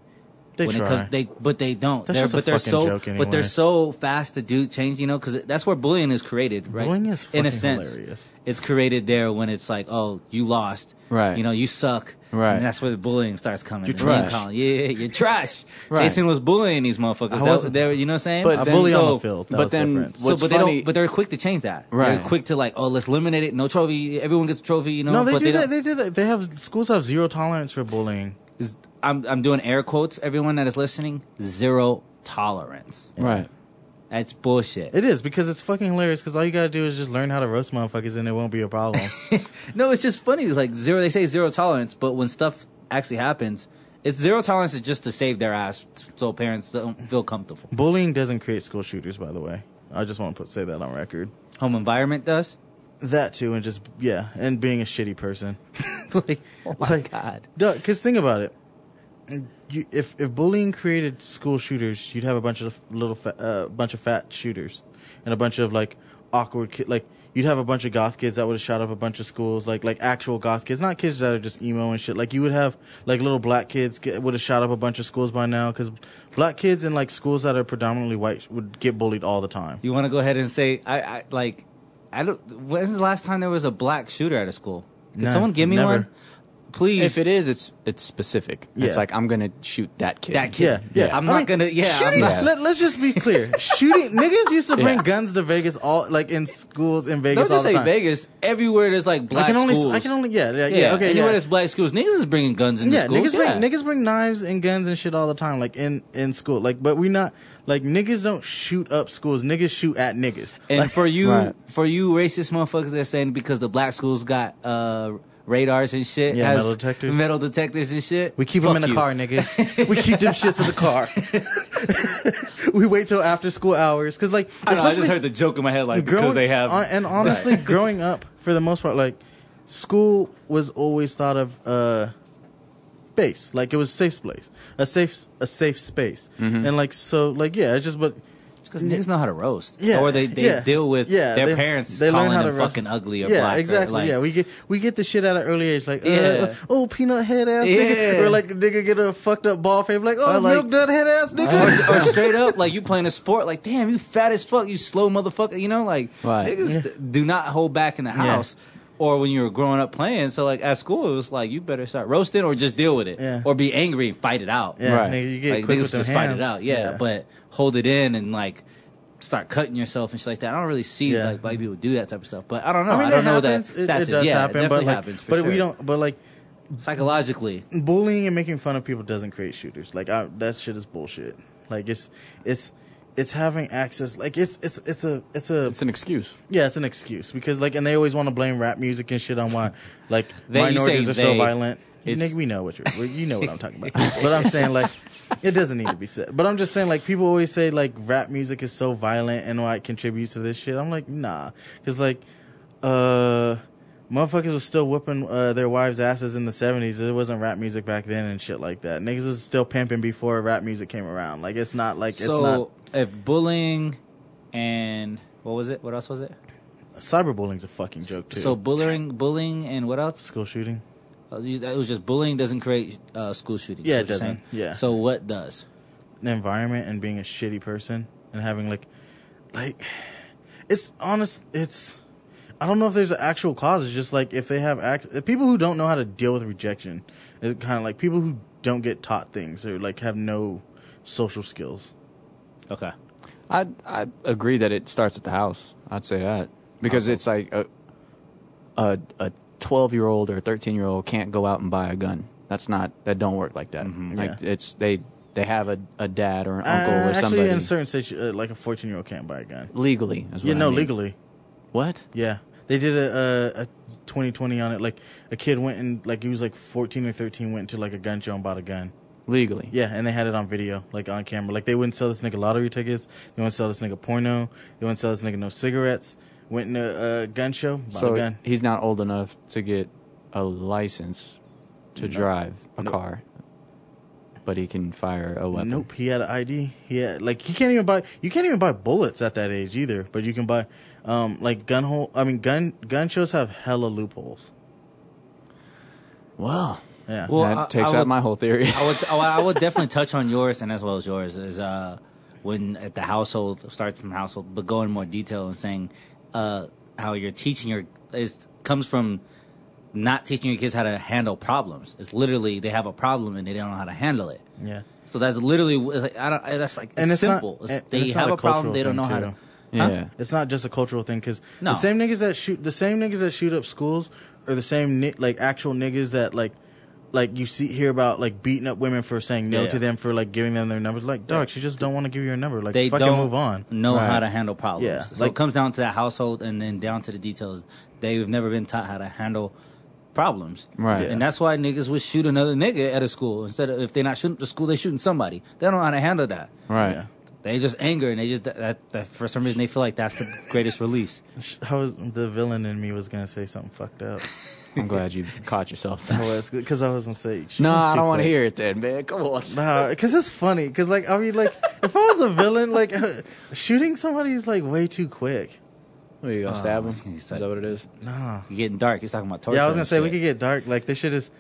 they
when
try.
it comes, they but they don't.
That's
they're,
just a
but they're
fucking
so
joke
but they're
anyways.
so fast to do change, you know, because that's where bullying is created, right?
Bullying is
in a
fucking
sense,
hilarious.
it's created there when it's like, oh, you lost,
Right.
You know, you suck,
Right.
And that's where the bullying starts coming.
You're
And then
trash.
calling- Yeah, yeah, you're trash.
Right.
Jason was bullying these motherfuckers. That,
wasn't.
they were- you know what I'm saying?
But
I
then-
bully on
so-
the field. That
but
was
then-
different.
So,
What's
but they
funny-
don't. But they're quick to change that.
Right.
They're quick to like, oh, let's eliminate it. No trophy. Everyone gets a trophy. You know.
No, they
but
do
they
that.
don't-
They do that. They have schools have zero tolerance for bullying.
is- I'm I'm doing air quotes. Everyone that is listening, zero tolerance.
right.
That's bullshit.
It is because it's fucking hilarious. Because all you gotta do is just learn how to roast motherfuckers, and it won't be a problem.
No, it's just funny. It's like zero. They say zero tolerance, but when stuff actually happens, it's zero tolerance is just to save their ass, so parents don't feel comfortable.
bullying doesn't create school shooters, by the way. I just want to put, say that on record.
Home environment does.
That too, and just yeah, and being a shitty person. like,
Oh my
like,
god.
because think about it. You, if if bullying created school shooters, you'd have a bunch of little fa- uh, bunch of fat shooters, and a bunch of like awkward kid like you'd have a bunch of goth kids that would have shot up a bunch of schools like like actual goth kids, not kids that are just emo and shit. Like you would have like little black kids get, would have shot up a bunch of schools by now because black kids in like schools that are predominantly white would get bullied all the time.
You want to go ahead and say I, I like I don't. When's the last time there was a black shooter at a school? Can
No,
someone give me
never.
one, please?
If it is, it's it's specific.
Yeah.
It's like I'm gonna shoot that kid.
that
Yeah,
kid,
yeah.
I'm
I
not
mean,
gonna. Yeah, I'm
shooting.
not-
Yeah.
Let, us just be clear. shooting niggas used to bring
Yeah.
guns to Vegas all like in schools in
don't
Vegas all
just
the
say
time.
Vegas. Everywhere there's like black
I can only
schools.
I can only yeah yeah, yeah,
yeah,
okay
Anywhere
yeah.
there's black schools, niggas is bringing guns into
yeah,
schools.
niggas
yeah.
bring niggas bring knives and guns and shit all the time, like in in school. Like, but we not like niggas don't shoot up schools. Niggas shoot at niggas.
And
Like,
for you,
Right.
for you racist motherfuckers, they're saying because the black schools got uh, radars and shit.
Yeah,
has
metal detectors.
metal detectors and shit.
We keep them
Fuck
in the
you.
car, nigga. we keep them shits in the car. we wait till after school hours because, like,
I, don't know, I just
especially
heard the joke in my head, like
growing-
because they have.
hon- and honestly,
Right.
growing up for the most part, like, school was always thought of uh, base, like it was a safe place, a safe a safe space,
Mm-hmm.
and like so, like yeah, it's just but
Because niggas know how to roast,
Yeah,
or they, they
yeah,
deal with
yeah,
their
they-
parents
they learn
calling
how
them
to roast.
fucking ugly or
yeah,
black. or,
exactly.
like,
yeah, we get we get the shit out of early age, like uh,
Yeah.
oh peanut head ass
Yeah.
nigga, or like nigga get a fucked up ball fave, like oh
Or, like-
milk dud head ass nigga.
or, or straight up, like you playing a sport, like damn, you fat as fuck, you slow motherfucker. You know, like
Right.
niggas d- do not hold back in the house. Or when you were growing up playing, so like at school, it was like you better start roasting or just deal with it,
Yeah.
or be angry and fight it out.
Yeah,
Right.
nigga, you get
like
quick
niggas
with them
just fight
hands.
it out, yeah, But hold it in and like start cutting yourself and shit like that. I don't really see
Yeah.
like black people do that type of stuff, but I don't know.
I
I,
mean,
don't
it
know
happens.
that.
It,
stats
it
is-
does
yeah, it
happen, but
definitely
like,
happens. For
but
sure.
we don't. But like
psychologically.
bullying and making fun of people doesn't create shooters. Like I, that shit is bullshit. Like it's it's it's having access. Like it's it's it's a it's a
It's an excuse.
yeah it's an excuse because like and they always want to blame rap music and shit on why like
They- you
minorities
say
are so
they.
violent.
It's-
Nigga, we know what you're well, you know what I'm talking about. but I'm saying like it doesn't need to be said. But I'm just saying like people always say like rap music is so violent and why it contributes to this shit. I'm like nah, because like uh motherfuckers was still whooping uh, their wives' asses in the 70s. It wasn't rap music back then and shit like that. Niggas was still pimping before rap music came around. Like, it's not like,
so if bullying and what was it? What else was it?
it's not. Cyberbullying's a fucking joke, too.
So bullying, bullying, and what else?
school shooting.
Uh, you- That was just bullying doesn't create uh, school shootings.
Yeah,
is
it
what you're saying?
doesn't. Yeah.
So what does?
the environment and being a shitty person and having like like it's honest it's I don't know if there's an actual cause. It's just like if they have ac- the people who don't know how to deal with rejection. It's kind of like people who don't get taught things or like have no social skills.
Okay.
I I agree that it starts at the house. I'd say that because it's like a a a twelve year old or thirteen year old can't go out and buy a gun. That's not that don't work like that. Like
Mm-hmm. Yeah.
it's they they have a, a dad or an uncle
Uh,
or
actually,
somebody
in certain states, uh, like a 14 year old can't buy a gun.
legally. Is what
Yeah,
I
no,
mean.
legally.
What?
Yeah, they did a, a a 2020 on it. Like a kid went and like he was like 14 or 13 went to like a gun show and bought a gun.
Legally.
Yeah, and they had it on video, like on camera. Like they wouldn't sell this nigga lottery tickets. They wouldn't sell this nigga porno. They wouldn't sell this nigga no cigarettes. Went in a, a gun show, bought
So
a gun.
he's not old enough to get a license to drive a
Nope.
car, but he can fire a weapon.
Nope, he had an ID. He had like he can't even buy. You can't even buy bullets at that age either. But you can buy, um, like gun hole. I mean, gun gun shows have hella loopholes.
Well,
Yeah.
Well,
that
I-
takes
I
out
would-
my whole theory.
I would I would- I would definitely touch on yours and as well as yours is uh when at the household starts from household, but go in more detail and saying uh how you're teaching your is comes from not teaching your kids how to handle problems. It's literally they have a problem and they don't know how to handle it.
yeah.
So that's literally it's like I don't I- that's like it's,
And it's not-
simple. It's-
and- and
they
it's not
have
a
a problem,
cultural
they don't know
thing,
how
too.
to.
yeah.
It's not just a cultural thing because
No.
the same niggas that shoot the same niggas that shoot up schools are the same ni- like actual niggas that like like you see hear about like beating up women for saying no
Yeah.
to them for like giving them their numbers. Like dog, she just don't want to give you her number. Like
They
fucking
don't
move on.
know how
Right.
to handle problems.
Yeah,
So
like-
it comes down to that household and then down to the details. They've never been taught how to handle problems.
Right. Yeah.
And that's why niggas would shoot another nigga at a school. Instead of if they're not shooting the school, they're shooting somebody. They don't know how to handle that.
Right.
Yeah.
They just anger and they just that, that, that for some reason they feel like that's the greatest release.
Sh- I was the villain in me was gonna say something fucked up.
I'm glad you caught yourself.
I was because I was gonna say she
no,
was
I
too
don't want to
quick.
hear it then, man. Come on.
Nah, because it's funny. Because like I mean, like if I was a villain, like shooting somebody is like way too quick.
What, you gonna stab him?
Oh, he's
Is that what it is?
Nah.
You're getting dark. He's talking about torture.
Yeah, I was gonna
and
say we
shit.
could get dark. Like this shit is.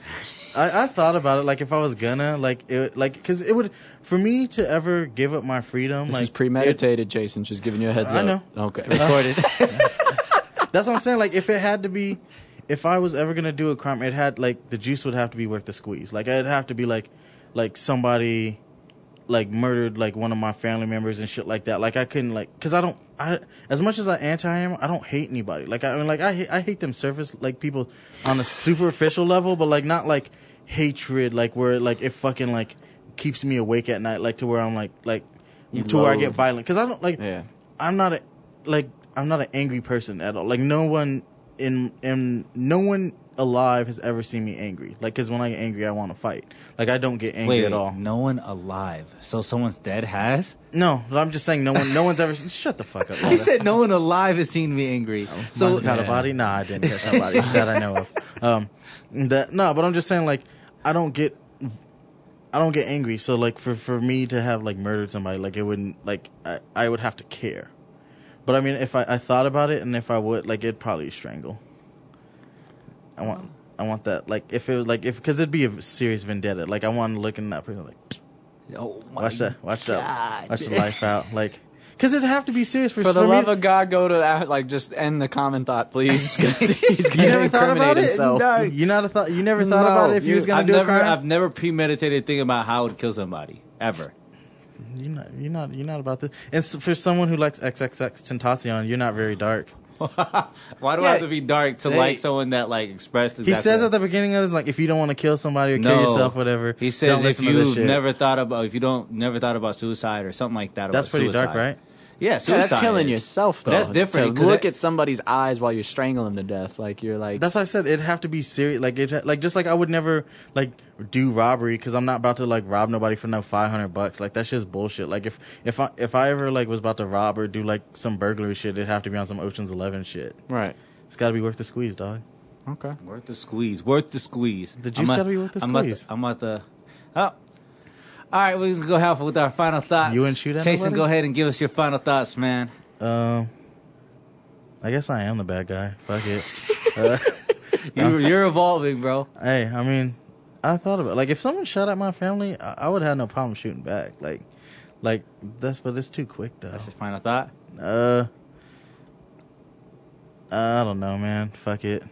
I, I thought about it. Like if I was gonna like it, like because it would for me to ever give up my freedom.
This
like
is premeditated, Jason. Just giving you a heads
I
up.
know. Uh,
Okay. Recorded.
it- that's what I'm saying. Like if it had to be, if I was ever gonna do a crime, it had like the juice would have to be worth the squeeze. Like I'd have to be like, like somebody, like murdered like one of my family members and shit like that. Like I couldn't like because I don't. I as much as I anti am, I don't hate anybody. Like I mean, like I hate, I hate them surface like people on a superficial level, but like not like hatred. Like where like it fucking like keeps me awake at night. Like to where I'm like like. to where I get
loathe.
violent because I don't like
yeah.
I'm not a like I'm not an angry person at all. Like no one in in no one alive has ever seen me angry. Like, cause when I get angry, I want to fight. Like, I don't get angry
Wait,
at all.
no one alive. So someone's dead has?
No, I'm just saying, no one, no one's ever. seen- Shut the fuck up.
He said no one alive has seen me angry. So
So caught a body? Nah, I didn't catch a body that I know of. Um, that no, but I'm just saying like I don't get, I don't get angry. So like for for me to have like murdered somebody, like it wouldn't like I I would have to care. But I mean, if I I thought about it and if I would like it'd probably strangle. I want I want that like if it was like if because it'd be a serious vendetta. Like I want to look in that person like
oh my
watch that watch
God.
that watch the life out like. Cause it'd have to be serious for,
For the
me
love
to-
of God, go to that. Like, just end the common thought, please.
You never thought about it.
Himself.
No. You never thought. You never thought
No.
about it if you,
You-
was gonna
I've
do
never,
a crime.
I've never premeditated thinking about how to kill somebody ever.
You're not. You're not. You're not about this. And s for someone who likes XXX Tentacion, you're not very dark.
Why do I
Yeah.
have to be dark to
They-
like someone that like expressed?
He
exactly-
says at the beginning of this, like, if you don't want to kill somebody or kill yourself, whatever.
He
don't
says if
listen to this
you've
shit.
never thought about if you don't never thought about suicide or something like that.
That's
about
pretty dark,
suicide.
right?
Yeah,
Yeah,
suicide.
that's killing
is.
yourself, though.
But that's different.
To
'cause
look
that-
at somebody's eyes while you're strangling them to death, like you're like,
That's why I said it'd have to be serious. Like, it, like just like I would never like do robbery because I'm not about to like rob nobody for no five hundred bucks. Like that's just bullshit. Like if if I if I ever like was about to rob or do like some burglary shit, it'd have to be on some Ocean's Eleven shit.
right.
It's got to be worth the squeeze, dog.
Okay.
Worth the squeeze. Worth the squeeze.
The juice
I'm a-
gotta be worth the
I'm at
squeeze.
I'm at the. Oh. All right, we're gonna go half with our final thoughts.
You wouldn't shoot at
Jason,
nobody?
go ahead and give us your final thoughts, man.
Um, I guess I am the bad guy. Fuck it.
You, you're evolving, bro.
hey, I mean, I thought about like if someone shot at my family, I, I would have no problem shooting back. Like, like that's but it's too quick though.
That's your final thought.
Uh, I don't know, man. Fuck it.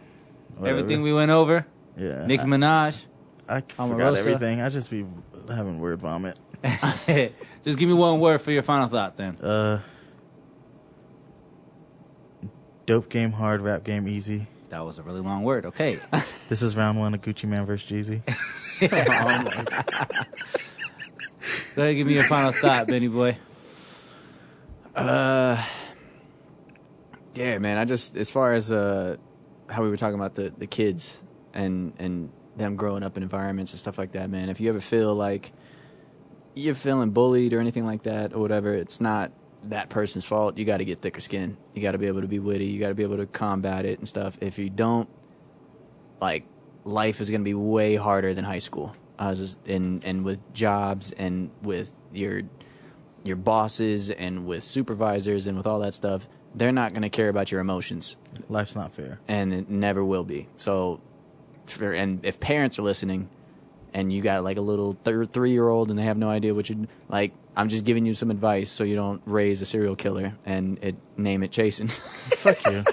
Whatever. Uh-huh.
Everything we went over.
yeah.
Nicki Minaj.
I, I forgot
Omarosa.
everything. I just be having word vomit.
Just give me one word for your final thought, then.
Uh, dope game hard, rap game easy.
That was a really long word. Okay.
This is round one of Gucci Man versus Jeezy.
Go ahead, give me your final thought, Benny boy.
Uh, Yeah, man. I just as far as uh, how we were talking about the the kids and and them growing up in environments and stuff like that, man. If you ever feel like you're feeling bullied or anything like that or whatever, it's not that person's fault. You got to get thicker skin. You got to be able to be witty. You got to be able to combat it and stuff. If you don't, like, life is going to be way harder than high school. I was just and and with jobs and with your your bosses and with supervisors and with all that stuff, they're not going to care about your emotions
Life's not fair.
and it never will be. So, for, and if parents are listening, and you got like a little th- three year old and they have no idea what you like, I'm just giving you some advice so you don't raise a serial killer and it name it Jason.
Fuck you.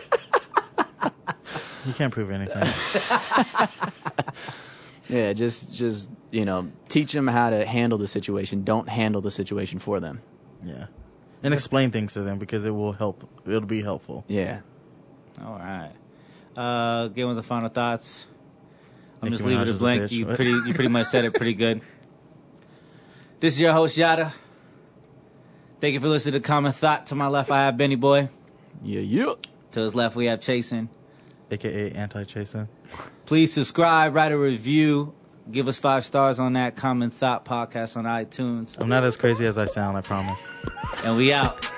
you can't prove anything.
yeah, just just you know, teach them how to handle the situation. Don't handle the situation for them.
Yeah. And explain things to them because it will help. It'll be helpful.
Yeah,
All right. Uh, give me the final thoughts. I'm
Nicki
just leaving
Minaj
it
is a
blank.
bitch.
You pretty, you pretty much said it pretty good. This is your host Yada. Thank you for listening to Common Thought. To my left, I have Benny Boy.
yeah, yeah.
To his left, we have Chasen.
AKA anti chasing.
Please subscribe, write a review, give us five stars on that Common Thought podcast on iTunes,
I'm not as crazy as I sound, I promise.
and we out.